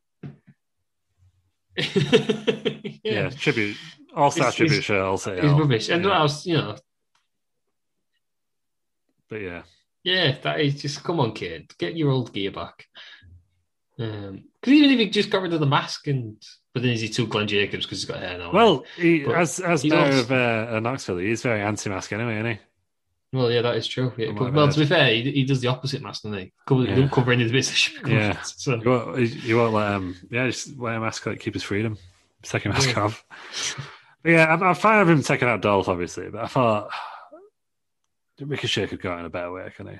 yeah. Yeah, Tribute. All star It's- tribute it's- show, I'll say. It's all. rubbish. And Yeah. I was, you know, But yeah. Yeah, that is just come on, kid, get your old gear back. Um, because even if he just got rid of the mask, and but then is he too Glenn Jacobs because he's got hair now? Well, he, But as as he mayor also- of uh, uh, Knoxville, he's very anti mask anyway, isn't he? well, yeah, that is true. Yeah, From but, what well, I've to be fair, he, he does the opposite mask, doesn't he? Cover, Oh Yeah. He don't cover any of the bits that should be covered. Yeah. So You won't, you- you won't let him. Yeah, just wear a mask, like keep his freedom. Just Take a mask Yeah. off. But yeah, I'm, I'm fine with him taking out Dolph, obviously, but I thought Ricochet could go in a better way, couldn't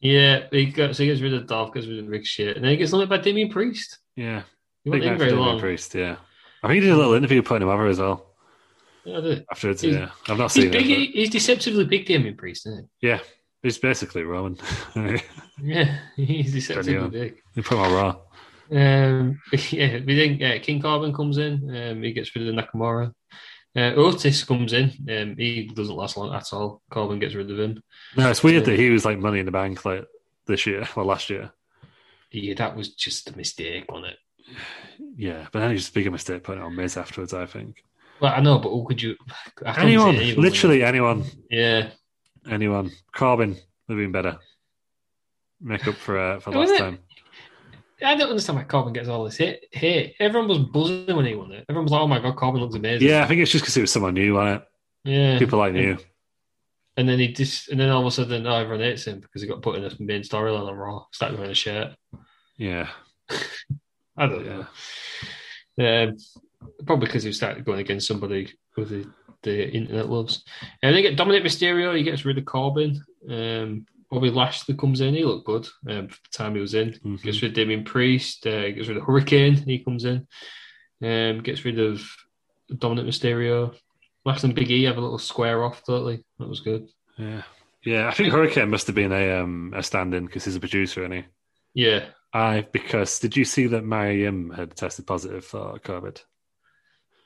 he? yeah, he gets, he gets rid of Dolph, gets rid of Rick shit, and then he gets something by Damien Priest. Yeah, He big wasn't night in for very Damien long. Priest. Yeah, I think he did a little interview putting him over as well Yeah, I did. afterwards. He's- yeah, I've not He's seen big. it. he- He's deceptively big, Damien Priest, isn't but- yeah, he's basically Roman. they he? Yeah, he's Don't deceptively know. big. put him on Raw. Um, yeah, we think yeah, King Corbin comes in. Um, he gets rid of Nakamura. Uh, Otis comes in. Um, he doesn't last long at all. Corbin gets rid of him. No, it's weird that he was like Money in the Bank like this year or last year. Yeah, that was just a mistake, wasn't it? Yeah, but then it's a bigger mistake putting it on Miz afterwards. I think Well, I know, but who could you? I can't anyone, say anyone. literally anyone, Yeah. anyone. Corbin would have been better. Make up for uh, for Wasn't last it- time. I don't understand why Corbin gets all this hate. Hey, everyone was buzzing when he won it. Everyone was like, "Oh my god, Corbin looks amazing." Yeah, I think it's just because it was someone new on it. yeah. People I knew. And then he just, and then all of a sudden, oh, everyone hates him because he got put in a main storyline on Raw. Started wearing a shirt. Yeah, I don't know. Um, probably because he started going against somebody who the, the internet loves. And they get Dominic Mysterio. He gets rid of Corbin. Um, Bobby Lashley comes in. He looked good um, for the time he was in. Mhm. Gets rid of Damien Priest. Uh, gets rid of Hurricane. He comes in. Um, gets rid of Dominic Mysterio. Lashley and Big E have a little square off, don't they? That was good. Mm-hmm. yeah, yeah. I think Hurricane must have been a um a stand-in because he's a producer, and he. Yeah. I because did you see that Mary Yim had tested positive for COVID?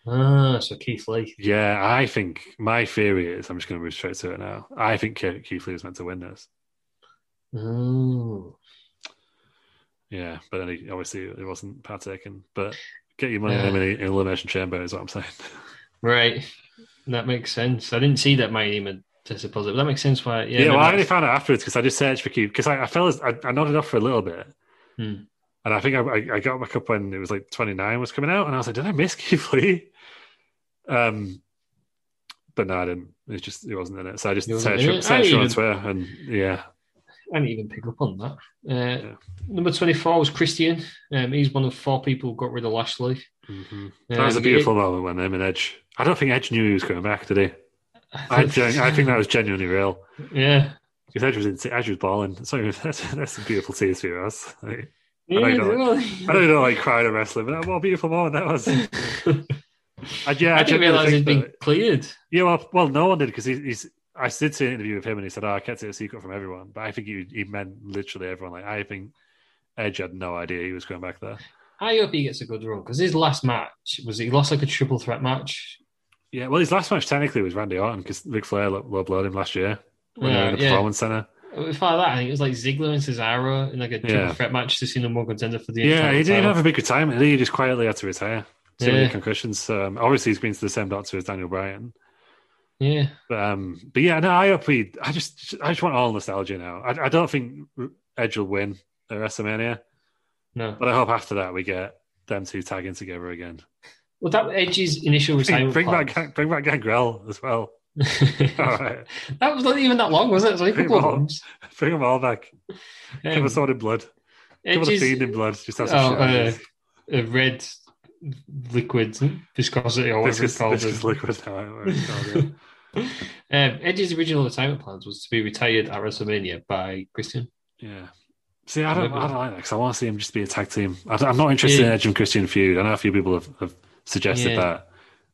Ah, so Keith Lee. Yeah, I think my theory is I'm just going to move straight to it now. I think Ke- Keith Lee was meant to win this. Oh. Yeah, but then he, obviously it wasn't partaken. But get your money Yeah. on him in the elimination chamber is what I'm saying. Right. That makes sense. I didn't see that my name had tested positive. That makes sense why. Yeah. Yeah, well, I only maybe found out afterwards because I just searched for Keith because I, I fell as- I, I nodded off for a little bit, Hmm. and I think I, I, I got back up when it was like 29 was coming out, and I was like, did I miss Keith Lee? Um, but no, I didn't. It just it wasn't in it, so I just It wasn't searched, in for- it? I searched for on even- Twitter, and yeah, that's- I didn't even pick up on that. Uh, Yeah. Number 24 was Christian. Um, he's one of four people who got rid of Lashley. Mhm. Um, that was a it- beautiful moment when him and Edge. I don't think Edge knew he was coming back, did he? I, gen- I think that was genuinely real. Yeah. Because Edge was in, Edge was balling. Sorry, that's, that's a beautiful tears for us. Like, Yeah, I don't really. I don't know, like crying at wrestling, but that, what a beautiful moment that was. I, yeah, I didn't genuinely realise he'd think been that- cleared. Yeah, well, well, no one did because he, he's. I did see an interview with him, and he said, "Oh, I kept it a secret from everyone." But I think he, he meant literally everyone. Like, I think Edge had no idea he was going back there. I hope he gets a good run because his last match was he lost like a triple threat match. Yeah, well, his last match technically was Randy Orton because Ric Flair low low blowed him last year when they were in the yeah. Performance Center. Before that, I think it was like Ziggler and Cesaro in like a triple Yeah. threat match to see number one contender for the Yeah, he Intercontinental didn't title. have a big retirement. He just quietly had to retire. Too Yeah. many concussions. Um, obviously, he's been to the same doctor as Daniel Bryan. Yeah. But, um, but yeah, no, I hope we. I just, I just want all nostalgia now. I, I don't think Edge will win at WrestleMania, No. but I hope after that we get them two tagging together again. Well, that Edge's initial Bring, retirement. bring plan. back, Gang- bring back Gangrel as well. All right, That was not even that long, was it? It was like a Pretty couple of long. months. bring them all back. Give Um, us all in blood. Give us a Edge's- fiend in blood. Just have Oh, some uh, shit. a red liquid viscosity or whatever This is, it's called. this is liquid now. I don't know what it's called, yeah. um, Edge's original retirement plans was to be retired at WrestleMania by Christian. Yeah. See, I don't, Maybe. I don't like that because I want to see him just be a tag team. I, am not interested in Yeah. Edge and Christian feud. I know a few people have, have suggested Yeah. that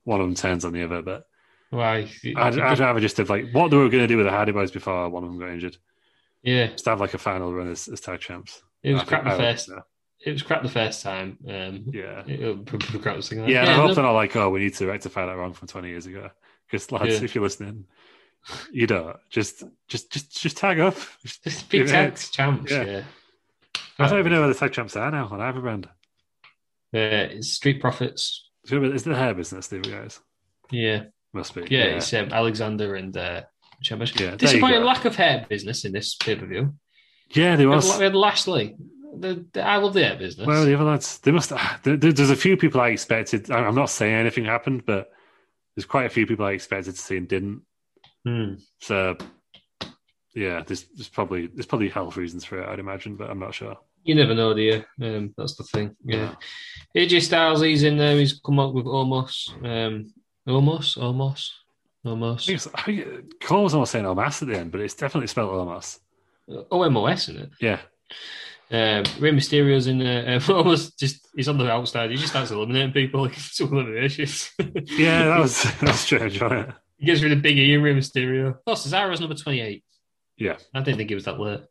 one of them turns on the other, but Why? I'd, I'd rather just have like what they were going to do with the Hardy Boys before one of them got injured. yeah, Just have like a final run as, as tag champs. it was I think crap the I would- first. It was crap the first time. Um, Yeah. It'll probably be crap the second. Yeah, time. and I hope no- they're not like, oh, we need to rectify that wrong from 20 years ago. Because lads, Yeah. if you're listening, you don't just just just just tag up. Just big Yeah. tags, champs. Yeah. yeah. I don't even know where the tag champs are now on either brand. Uh, it's Street Profits. It's gonna be- It's the hair business, the other guys Yeah. must be. Yeah, it's um, Alexander and uh, Chambers. Yeah, there you Disappointing go. lack of hair business in this pay per view. yeah, there We was. had- we had Lashley. The, the, I love the hair business. Well, the other lads, they must. ah, There, there- there's a few people I expected. I- I'm not saying anything happened, but there's quite a few people I expected to see and didn't. Hmm. So, yeah, there's, there's probably there's probably health reasons for it, I'd imagine, but I'm not sure. You never know, do you? Um, that's the thing. Yeah. AJ Styles, he's in there. He's come up with Omos. Um, Omos? Omos? I Omos? think it's, I think Cole was almost saying Omas at the end, but it's definitely spelled Omas. OMOS, isn't it? Yeah, Um, Rey Mysterio's in there. Um, Omos just, he's on the outside. He just starts eliminating people. It's all eliminations. yeah, that was that was strange, wasn't it? He gets rid of Big E and Rey Mysterio. Oh, Cesaro's number 28. Yeah. I didn't think it was that late.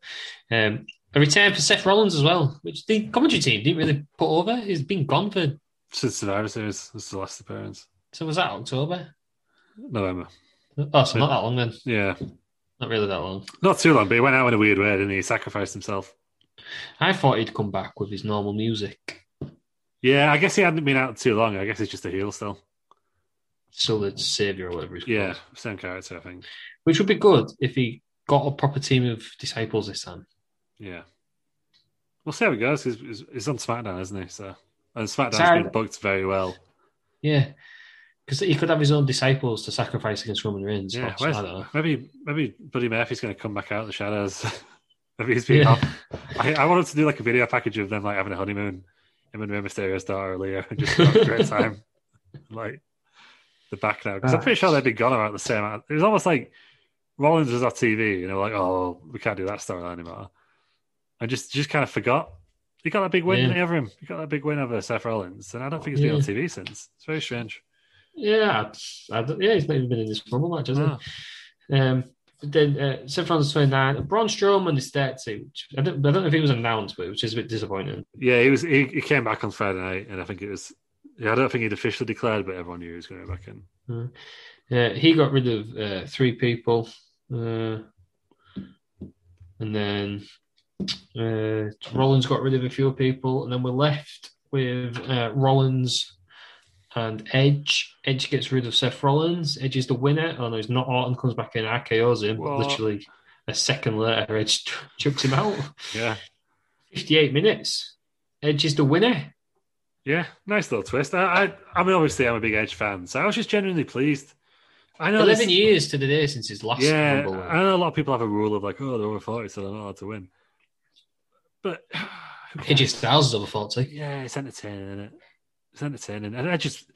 Um, A return for Seth Rollins as well, which the commentary team didn't really put over. He's been gone for. Since Survivor Series was the last appearance. So was that October? November. Oh, so not that long then. Yeah. Not really that long. Not too long, but he went out in a weird way, didn't he? He sacrificed himself. I thought he'd come back with his normal music. Yeah, I guess he hadn't been out too long. I guess he's just a heel still. Still the savior or whatever he's called. Yeah, same character, I think. Which would be good if he got a proper team of disciples this time. Yeah. We'll see how it goes. He's, he's, he's on SmackDown, isn't he? So, and SmackDown's Sorry. been booked very well. Yeah. Because he could have his own disciples to sacrifice against Roman Reigns. Yeah, Perhaps, I don't know. where's, maybe maybe Buddy Murphy's going to come back out of the shadows. maybe he's been. Yeah. off. I, I wanted to do like a video package of them like having a honeymoon, him and Rey Mysterio's daughter Leo, and just have a great time. Like the back now, because I'm pretty sure they'd be gone about the same. amount- It was almost like Rollins was on TV, you know, like oh we can't do that storyline anymore. I just just kind of forgot. He got that big win Yeah. over him. He got that big win over Seth Rollins, and I don't think he's been on Yeah. TV since. It's very strange. Yeah, I don't- yeah, he's not even been in this Rumble match, has No. he? Um, but then uh, Seth Rollins is 29, Braun Strowman is 30. Which I, don't, I don't know if he was announced, but which is a bit disappointing. Yeah, he was. He, he came back on Friday night, and I think it was. Yeah, I don't think he'd officially declared, but everyone knew he was going back in. Uh, he got rid of uh, three people. Uh, and then uh, Rollins got rid of a few people. And then we're left with uh, Rollins and Edge. Edge gets rid of Seth Rollins. Edge is the winner. Oh, no, he's not. Orton comes back in, RKO's him. but What? Literally a second later, Edge ch- chucks him out. Yeah, 58 minutes. Edge is the winner. yeah, nice little twist. I, I, I mean, obviously, I'm a big Edge fan, so I was just genuinely pleased. I know, 11 this- years to the day since his last yeah, Rumble win. I know a lot of people have a rule of like, oh, they're over forty, so they're not allowed to win. But who cares? Edge is thousands over 40. yeah, it's entertaining, isn't it? It's entertaining, and I just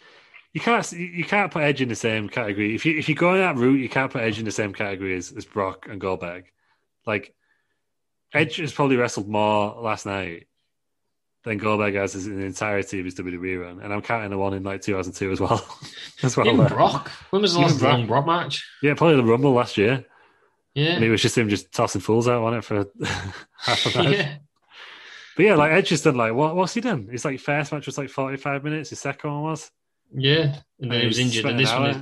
you can't you can't put Edge in the same category. If you if you go on that route, you can't put Edge in the same category as, as Brock and Goldberg. Like Edge has probably wrestled more last night than Goldberg has in the entirety of his WWE run, and I'm counting the one in like 2002 as well. as well. Even Brock. When was the Even last Brock. long Brock match? Yeah, probably the Rumble last year, and Yeah. it was just him just tossing fools out on it for half a match. yeah. But yeah, like Edge has done like what? What's he done? His like first match was like 45 minutes. His second one was. Yeah. And then he was He's injured. spent And this an one, hour.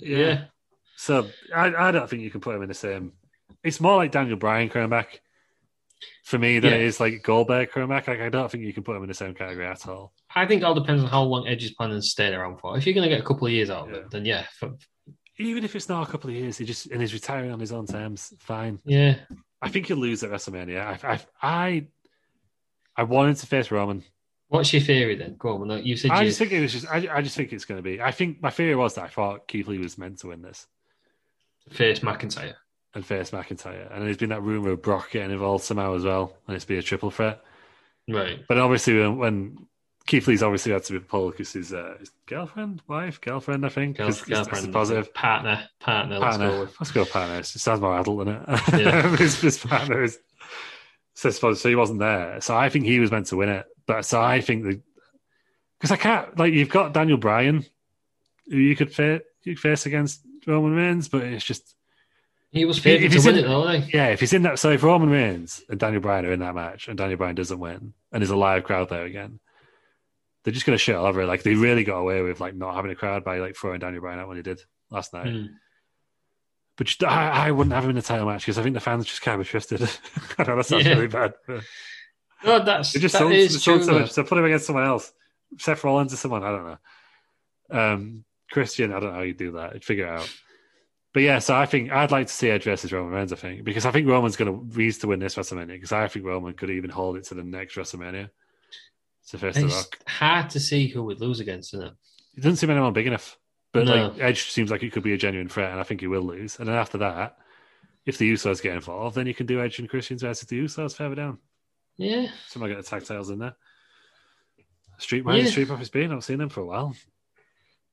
is- yeah. yeah. So I, I don't think you can put him in the same. It's more like Daniel Bryan coming back for me than it Yeah. is like Goldberg coming back. Like I don't think you can put him in the same category at all. I think it all depends on how long Edge is planning to stay around for. If you're going to get a couple of years out of Yeah. it, then yeah. f- Even if it's not a couple of years, he just and he's retiring on his own terms. Fine. yeah. I think he'll lose at WrestleMania. I I I, I wanted to face Roman. What's your theory then? Go on. well, no, You said I you, just think it was just. I, I just think it's going to be. I think my theory was that I thought Keith Lee was meant to win this. first McIntyre. and face McIntyre. And there's been that rumor of Brock getting involved somehow as well, and it's be a triple threat. Right. But obviously, when, when Keith Lee's obviously had to be pulled because his, uh, his girlfriend, wife, girlfriend, I think, Girl, 'cause it's tested girlfriend, positive. Partner. Partner. Let's go Partner, with. let's go, partner. It sounds more adult than it. Yeah. his, his partner is says positive, so he wasn't there. So I think he was meant to win it. But so I think the because I can't like you've got Daniel Bryan, who you could face you could face against Roman Reigns, but it's just He was If favoured to he's win in- it, though, wasn't he? yeah, if he's in that, so if Roman Reigns and Daniel Bryan are in that match and Daniel Bryan doesn't win and there's a live crowd there again, they're just going to shit all over it. Like they really got away with like not having a crowd by like throwing Daniel Bryan out when he did last night. Hmm. But just, I, I wouldn't have him in the title match because I think the fans just can't be trusted. I know that sounds Yeah. really bad. but No, that's, They just that sold, is true. they sold so though. much. So put him against someone else, Seth Rollins or someone. I don't know. Um, Christian, I don't know how you do that. I'd figure it out. But yeah, so I think I'd like to see Edge versus Roman Reigns. I think because I think Roman's going to needs to win this WrestleMania because I think Roman could even hold it to the next WrestleMania. So first the It's Rock. hard to see who would lose against, isn't it? It doesn't seem anyone big enough. But No. like Edge seems like it could be a genuine threat, and I think he will lose. And then after that, if the Usos get involved, then you can do Edge and Christian's versus the Usos further down. Yeah. Somehow get the tag titles in there. Street Minds, Yeah. Street Profits Bean, I've seen them for a while.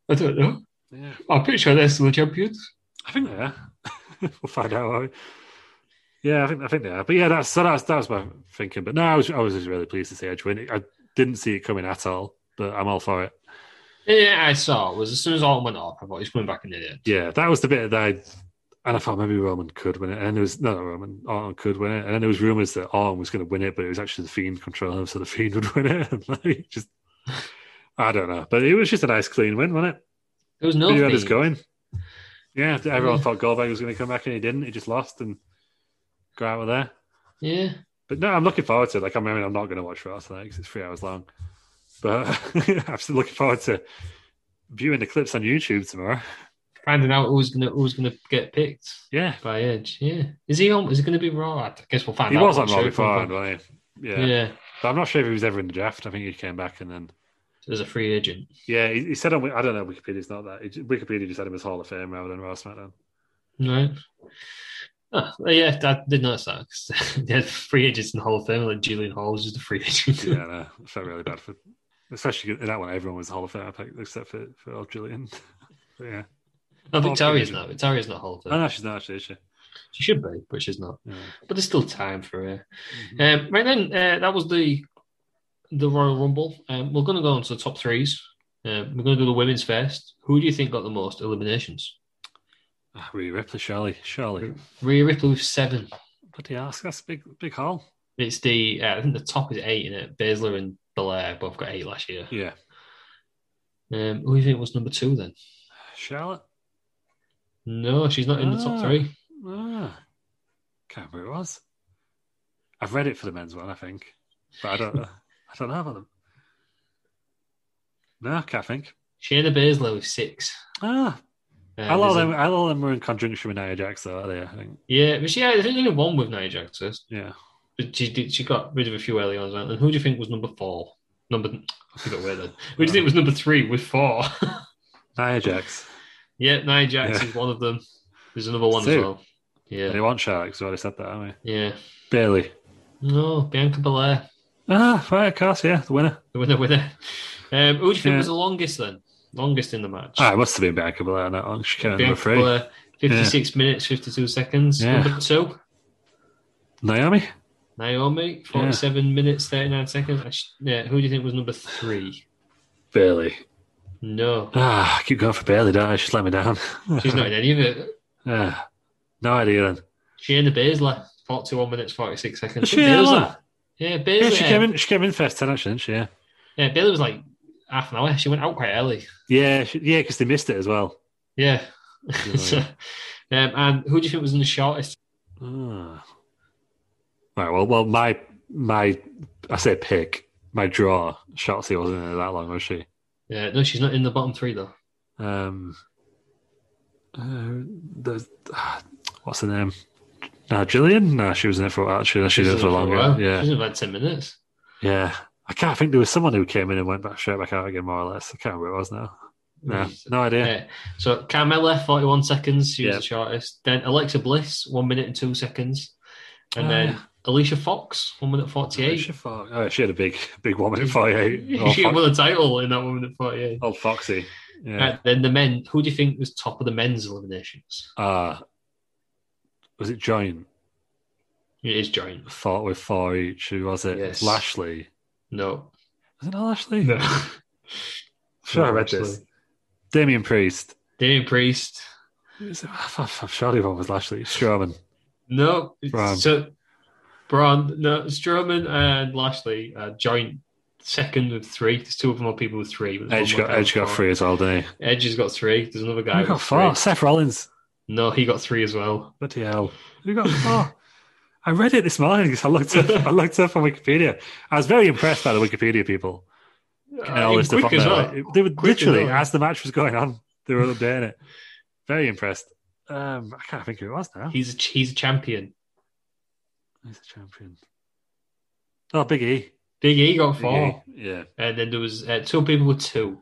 I don't know. Yeah. I'm pretty sure they're still the champions. I think they are. we'll find out. won't we? Yeah, I think I think they are. But yeah, that's so that's that was my thinking. But no, I was I was just really pleased to see Edge win. I didn't see it coming at all, but I'm all for it. Yeah, I saw. It was as soon as Orton went off, I thought he's coming back in the day. Yeah, that was the bit that I And I thought maybe Roman could win it. And there was no, not Roman, Orton could win it. And then there was rumors that Orton was going to win it, but it was actually the Fiend controlling him, so the Fiend would win it. And like, just, I don't know. But it was just a nice clean win, wasn't it? There was no. Who had us Fiend. going? Yeah, everyone Yeah. thought Goldberg was going to come back, and he didn't. He just lost and got out of there. Yeah. But no, I'm looking forward to it. Like, I mean, I'm not going to watch Raw tonight because it's three hours long. But I'm still looking forward to viewing the clips on YouTube tomorrow. Finding out who's gonna who's gonna get picked Yeah, by Edge. Yeah. Is he on? Is it gonna be Raw? I guess we'll find he out. was on I'm Raw sure before, we'll- wasn't he? Yeah. Yeah. but I'm not sure if he was ever in the draft. I think he came back and then As a free agent. yeah, he, he said on I don't know Wikipedia's not that. He, Wikipedia just had him as Hall of Fame rather than Raw SmackDown. No. Oh, well, yeah, I did notice that because they had free agents in the Hall of Fame. Like Julian Hall was just a free agent. Yeah, no, I felt really bad for, especially in that one. Everyone was Hall of Fame I think, except for for old Julian. But yeah, No, Victoria's Hall of not. Fame. Victoria's not Hall of Fame. oh, no, she's not actually. Is she? She should be, but she's not. Yeah. But there's still time for her. Um, right then, uh, that was the the Royal Rumble. Um, we're going to go on to the top threes. Uh, we're going to do the women's first. Who do you think got the most eliminations? Ah, Rhea Ripley, surely, surely. Rhea Ripley with seven. Bloody ask. That's a big, big haul. It's the uh, I think the top is eight in it. Baszler and Belair both got eight last year. Yeah, Um, who do you think was number two then? Charlotte. No, she's not in the top Ah. three. Ah, can't remember who it was. I've read it for the men's one, I think, but I don't, know. I don't know about them. No, can't think. Shayna Baszler with six. Ah, Uh, a lot of there's them. a- A lot of them were in conjunction with Nia Jax, though, are they? I think. Yeah, but she had, I think only one with Nia Jax. yes. Yeah. But she did, she got rid of a few early on. And who do you think was number four? Number I forgot where then. Who do you think was number three with four? Nia Jax. yeah, Nia Jax Yeah. is one of them. There's another one Two. as well. They Yeah, want Charlotte, so I already said that, haven't we? yeah. Bailey. No, Bianca Belair, Ah, right, of course, yeah, the winner. the winner, winner. Um, who do you think Yeah. was the longest then? Longest in the match? Ah, it must have been Bianca Belair on that one. She came in number Bianca three. Belair, 56 minutes, 52 seconds. Yeah. Number two. Naomi. Naomi, 47 minutes, 39 seconds. I sh- Yeah, who do you think was number three? Bailey. No, Ah, I keep going for Bailey, don't I? She's let me down. she's not in any of it. Ah, no idea then. Shayna Baszler, 41 minutes, 46 seconds. Is she But there, Baszler- lad? Yeah, Yeah, Baszler. she came in. She came in first ten, actually, didn't she? Yeah, Yeah, Baszler was like half an hour. She went out quite early. yeah, she, yeah, because they missed it as well. Yeah. Yeah. um, and who do you think was in the shortest? Ah. Right. Well, well, my my, I say pick my draw. Shotzi wasn't in it that long, was she? Yeah, Uh, no, she's not in the bottom three, though. Um, uh, there's- ah, what's her name? Nah, Jillian. Nah, she was in it for a while. She, she was in it for in it longer. while. Yeah, She's in about 10 minutes. yeah. I can't think. There was someone who came in and went back straight back out again, more or less. I can't remember who it was now. No, no idea. Yeah. So Carmella, 41 seconds. She was Yeah. the shortest. Then Alexa Bliss, 1 minute and 2 seconds. And Oh, then yeah. Alicia Fox, 1 minute 48. Alicia Oh, Fox. Oh, she had a big, big woman in 48. Old, she Fox, won the title in that 1 minute 48. old Foxy. Oh, Yeah. Right, then the men, who do you think was top of the men's eliminations? Uh, was it Giant? It is Giant. Thought with four each. Who was it? Yes. Lashley. No. Was it not Lashley? No. Sure, I No, read this. Lashley. Damien Priest. Damien Priest. Who was it? I'm sure the other one was Lashley. Strowman. No. Braun. So Braun, no, Strowman and Lashley are joint second with three. There's two of them are people with three. But there's Edge one more got guy Edge with got four. three as well, didn't he? Edge has got three. There's another guy. Who got with four? three. Seth Rollins. No, he got three as well. Bloody hell. Who got four? I read it this morning because I looked up, I looked up on Wikipedia. I was very impressed by the Wikipedia people. and all Uh, this stuff quick on as there. well. Like, they were Quick as literally well. as the match was going on, they were updating it. Very impressed. Um, I can't think who it was now. He's a, he's a champion. He's a champion. Oh, Big E. Big E got Big four, E. Yeah, and then there was uh, two people with two.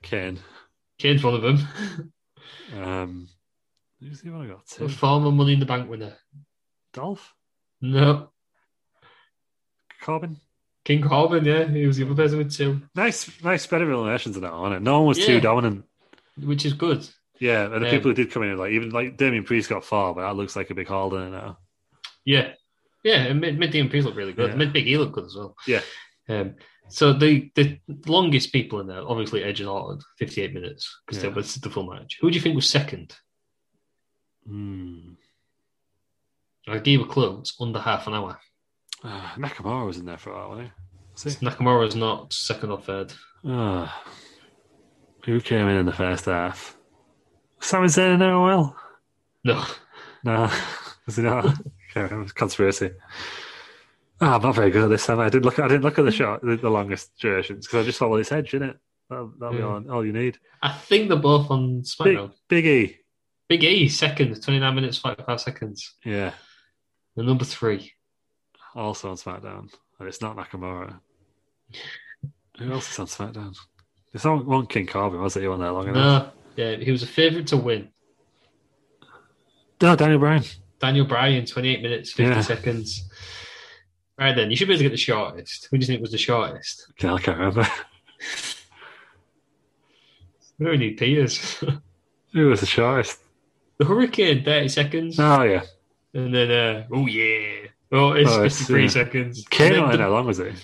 Kane. Kane's one of them. Um, who's the one I got? A Two. former Money in the Bank winner. Dolph No, Corbin. King Corbin. Yeah, he was the other person with two, Nice, nice spread of relations in that one. wasn't it? No one was Yeah. too dominant. which is good. Yeah, and the Um, people who did come in, like even like Damien Priest got four, but that looks like a big haul, doesn't it? Now. Yeah, yeah. And mid mid DMPs look really good. Yeah. Mid Big E look good as well. Yeah. Um, so the the longest people in there, obviously Edge and Orton, fifty eight minutes because Yeah. they was the full match. Who do you think was second? Hmm. I gave a clue. It's under half an hour. Ah, Nakamura was in there for a while, wasn't he? See? Nakamura's not second or third. Ah. who came in in the first half? Sami Zayn and OL? No. No. Was it not? Okay, it was conspiracy. Ah, I'm not very good at this, am I? I did look. I didn't look at the short, the, the longest durations, because I just saw all its edge in it. That'll, that'll be Yeah. all, all you need. I think they're both on Big, SmackDown. Big E. Big, E, second, 29 minutes, 45 seconds. Yeah, The number three. also on SmackDown, and it's not Nakamura. Who else is on SmackDown? It's not one King Corbin, was it? He won there long enough. No. Yeah, he was a favourite to win. No, Daniel Bryan. Daniel Bryan, 28 minutes, 50 Yeah. seconds. Right then, you should be able to get the shortest. Who do you think was the shortest? Okay, I can't remember. We don't need Peters. Who was the shortest? the Hurricane, 30 seconds. Oh yeah, And then, uh, oh yeah. Oh, it's Oh, it's, 53 yeah. seconds. Kane. And went in then How long was it? the-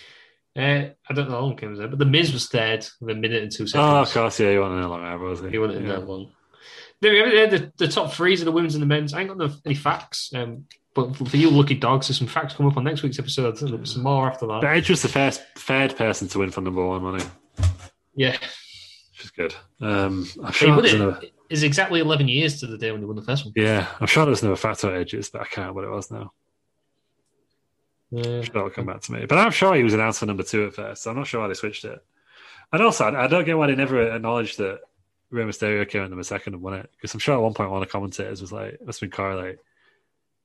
uh, I don't know how long Kane was there, but The Miz was third with a minute and two seconds. Oh, of course, yeah, he won in a long hour, wasn't he? He wasn't in yeah. that long. There we have it there, the, the top threes are the women's and the men's. I ain't got no, any facts, um, but for you lucky dogs, there's some facts come up on next week's episode. and There'll be some more after that. But Edge was the first third person to win for number one money, Yeah, which is good. Um, I'm Hey, sure but there's it- another, it's exactly 11 years to the day when he won the first one. yeah, I'm sure there's another fact on Edges, but I can't remember what it was now. Yeah. I'm sure it'll come back to me. But I'm sure he was announced for number two at first. So I'm not sure why they switched it. And also, I I don't get why they never acknowledged that Rey Mysterio came in number second and won it. Because I'm sure at one point one of the commentators was like, "That's been correlate.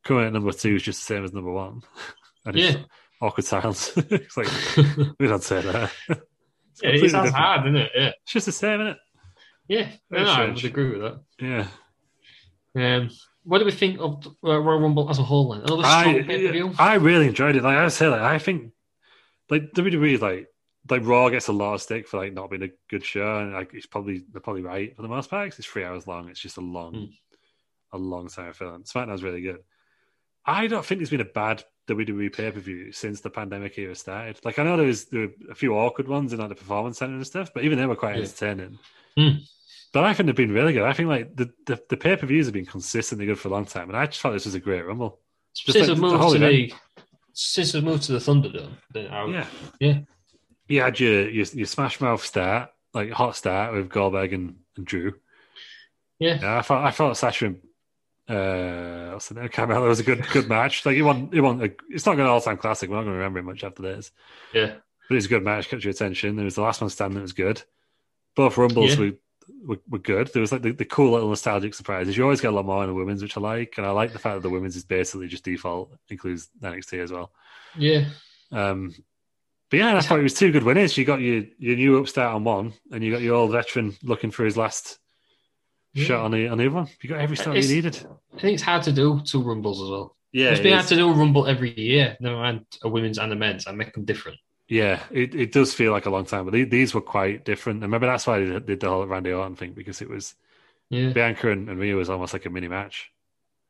Coming in at number two is just the same as number one." and it's Yeah. awkward silence. it's like yeah, we don't say that. It's completely it sounds different. hard, isn't it? Yeah, It's just the same, isn't it? yeah. No, Very no, I strange. would agree with that. Yeah. Um, what do we think of uh, Royal Rumble as a whole? Then another strong pay per I, view. I really enjoyed it. Like I say, like I think like WWE like like Raw gets a lot of stick for like not being a good show, and like it's probably they're probably right for the most part. 'cause it's three hours long. It's just a long, Mm. a long time film. SmackDown's really good. I don't think there's been a bad WWE pay per view since the pandemic era started. Like I know there was there were a few awkward ones in like the performance center and stuff, but even they were quite Yeah. entertaining. Mm. But I think they've been really good. I think like the, the, the pay per views have been consistently good for a long time, and I just thought this was a great rumble. Since like we've the moved whole to event. the since we've moved to the Thunderdome, then I, Yeah. Yeah. Um, You had your, your your smash mouth start, like hot start with Goldberg and, and Drew. yeah, Yeah, I thought I thought Sasha and uh what's the name? Carmella was a good good match. Like it won it won a, it's not an all time classic, we're not gonna remember it much after this. yeah. But it's a good match, kept your attention. There was the last one standing that was good. Both rumbles Yeah. were, were were good. There was like the, the cool little nostalgic surprises. You always get a lot more in the women's, which I like, and I like the fact that the women's is basically just default, includes NXT as well. yeah. Um, but yeah, that's why it was two good winners. You got your, your new upstart on one, and you got your old veteran looking for his last Yeah. shot on the, on the other one. You got every start It's- you needed. I think it's hard to do two rumbles as well. Yeah, it's been hard to do a rumble every year, never mind a women's and a men's. I make them different. yeah, it, it does feel like a long time, but the- these were quite different. And maybe that's why they did the whole Randy Orton thing because it was Yeah, Bianca and, and Rhea was almost like a mini match.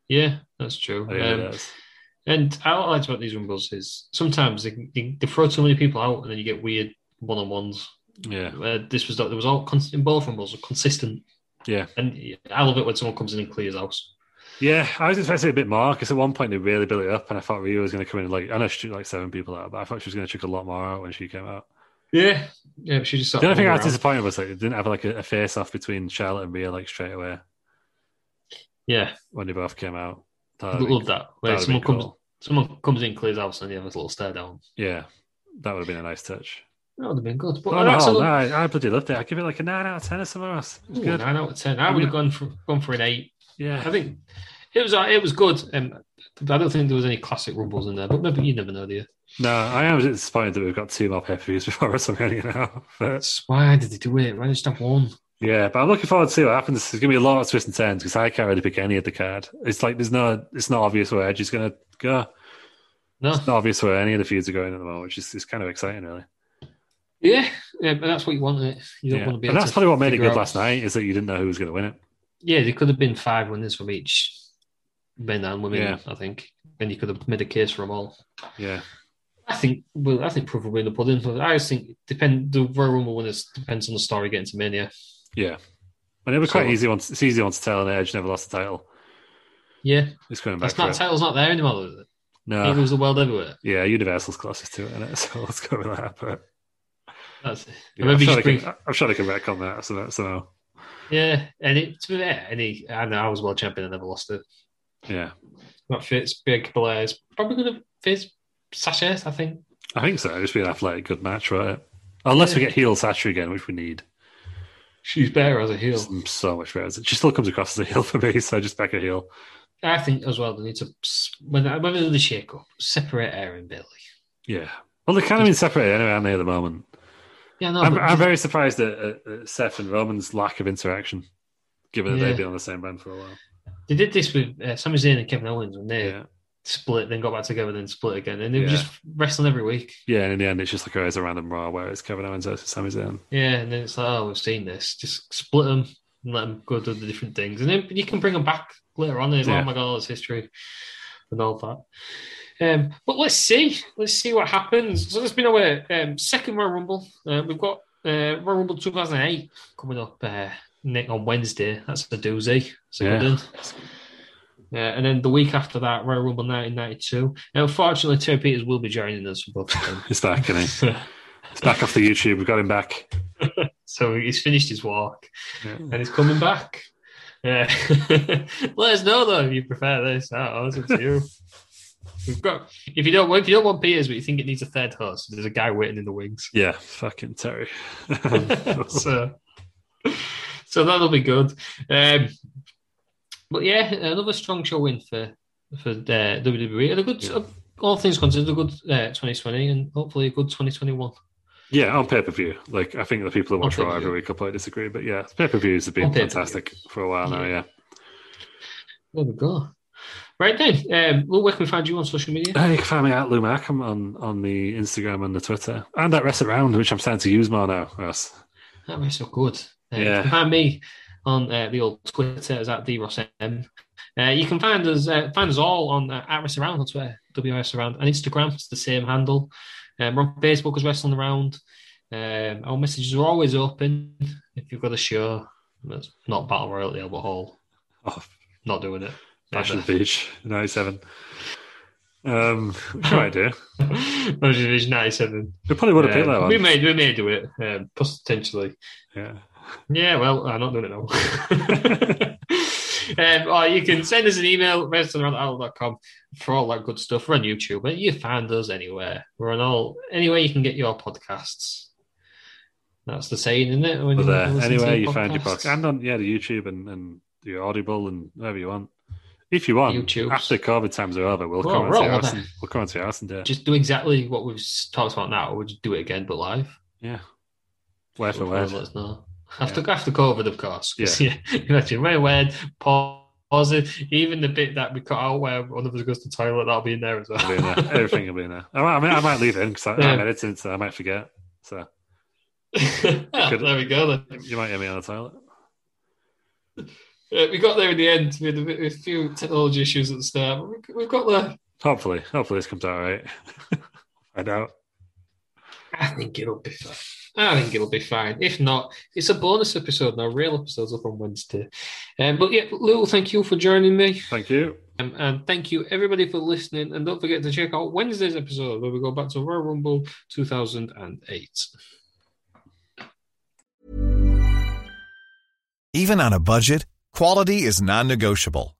yeah, that's true. At the end of Um, this. and I what I liked about these rumbles is sometimes they, they, they throw so many people out, and then you get weird one on ones. yeah, Uh, this was there was all cons- in both rumbles were consistent, yeah, and I love it when someone comes in and clears house. yeah. I was expecting a bit more because at one point they really built it up, and I thought Rhea was going to come in and, like I know she took like seven people out, but I thought she was going to chuck a lot more out when she came out. Yeah, yeah. She just sort The of only thing I hung was around. disappointed was like they didn't have like a, a face off between Charlotte and Rhea like straight away yeah, when they both came out. That love that. Where would someone have been comes, Oh, cool. someone comes in, clears house, and you have this little stare down. Yeah, that would have been a nice touch. That would have been good. But But on the that's a whole, look- Oh, no, I, I bloody loved it. I give it like a nine out of ten or somewhere else. It was Ooh, good. Nine out of ten. I would have gone for gone for an eight. Yeah, I think it was uh, it was good. Um, I don't think there was any classic rumbles in there, but maybe you never know, do you? no, I am disappointed that we've got two more pay per views before WrestleMania now. But That's why did they do it? Why did they just have one? yeah, but I'm looking forward to see what happens. There's gonna be a lot of twists and turns because I can't really pick any of the card. It's like there's no, it's not obvious where Edge is gonna go. No. It's not obvious where any of the feuds are going at the moment, which is, is kind of exciting, really. Yeah, yeah, but that's what you want. It. You don't Yeah. want to be. and able that's to probably what made it figure good out- last night is that you didn't know who was going to win it. Yeah, there could have been five winners from each men and women. Yeah. I think, and you could have made a case for them all. Yeah, I think. Well, I think proof will be in the pudding. But I just think depend the Royal Rumble winners depends on the story getting to Mania. yeah. And it was quite So- easy. One, it's easy one to tell. And Edge never lost the title. Yeah, It's going back that's to not it. title's not there anymore. Is it? no, Neither was the world everywhere. yeah, Universal's closest to it, isn't it? So let's go with that. But That's it. yeah, I'm, Maybe sure just they can, bring- I'm sure they can wreck on that. So that's so Yeah, and it, to be fair, any I know I was world champion and never lost it. yeah, Not Fitz, big Blair's probably going to Fitz Sashes, I think. I think so. It'd just be an athletic good match, right? Unless we Yeah. get heel Sasha again, which we need. She's better as a heel. She's so much better. She still comes across as a heel for me, so just back a heel. I think as well they need to when whether they do the shake up, separate Air and Bailey. Yeah. Well, they're kind of in separate anyway, aren't they, at the moment? Yeah, no, I'm, Oh, but I'm very surprised at, at, at Seth and Roman's lack of interaction, given that Yeah. they've been on the same brand for a while. they did this with uh, Sami Zayn and Kevin Owens when they Yeah. split, then got back together, then split again, and they were Yeah. just wrestling every week. Yeah, and in the end, it's just like always a random Raw where it's Kevin Owens versus Sami Zayn. Yeah, and then it's like, oh, we've seen this. Just split them and let them go do the different things. And then you can bring them back later on. There's, Yeah. oh my God, all this history and all that. Um, but let's see. Let's see what happens. So there's been a um, second Royal Rumble. Uh, we've got uh, Royal Rumble 2008 coming up uh, ne- on Wednesday. That's the doozy. That's a Yeah. good one. Uh, and then the week after that, Royal Rumble 1992. Now, unfortunately, Terry Peters will be joining us for both of It's back, isn't he? them. It's back off the YouTube. We've got him back. so he's finished his walk. Yeah. and he's coming back. Yeah. Let us know though if you prefer this. I don't know, it's up to you. We've got if you don't if you don't want Peters but you think it needs a third host, there's a guy waiting in the wings. Yeah, fucking Terry. so, so that'll be good. Um, but yeah, another strong show win for for uh, WWE and a good. uh, Yeah. all things considered, a good uh, 2020 and hopefully a good 2021. yeah, on pay per view. Like, I think the people who On watch Raw pay-per-view. every week will probably disagree, but yeah, pay per views have On been pay-per-view. fantastic for a while now. Yeah. There we go. Right then, um, Lou, where can we find you on social media? Uh, you can find me at Lou Markham on, on the Instagram and the Twitter, and at Wrestle Round, which I'm starting to use more now. Ross. That was so good. Uh, You Yeah. can find me on uh, the old Twitter as at drossm. Uh, you can find us uh, find us all on uh, at Wrestling Around on Twitter, WRS Around, and Instagram. It's the same handle. Um, we're on Facebook as Wrestling Around. Um, our messages are always open if you've got a show. That's not Battle Royale at the Albert Hall. Oh, Not doing it. Passion Never. Beach, 97. Um, good idea. Passion Beach 97. We probably would have picked that Um, one. we, may, we may do it, um, potentially. yeah. Yeah, well, I'm not doing it now. um, or you can send us an email, redstoneroundoutlook.com, for all that good stuff. We're on YouTube, but you find us anywhere. We're on all anywhere you can get your podcasts. That's the saying, isn't it? When But you there, listen to anywhere you podcasts. find your book, and on yeah, the YouTube and, and your Audible and wherever you want. If you want, YouTubes. after COVID times are over, we'll Well, come and we're see all us. there. and- We'll come and see us and do it. Just do exactly what we've s- talked about now. We'll just do it again, but live. yeah, where for So where? Let us know. After, after COVID, of course. 'Cause, Yeah. yeah. Imagine where weird, pause it. Even the bit that we cut out where one of us goes to the toilet, that'll be in there as well. It'll be in there. Everything will be in there. I might, I might, I might leave it in because Yeah. I'm editing, so I might forget. So Ah, there we go. Then. you might hear me on the toilet. Uh, we got there in the end. We had a, bit, a few technology issues at the start, but we, we've got there. Hopefully, hopefully this comes out all right. I doubt. I think it'll be fine. I think it'll be fine. If not, it's a bonus episode now. Real episodes up on Wednesday. Um, but yeah, Lou, thank you for joining me. Thank you. Um, and thank you, everybody, for listening. And don't forget to check out Wednesday's episode where we go back to Royal Rumble 2008. Even on a budget, quality is non-negotiable.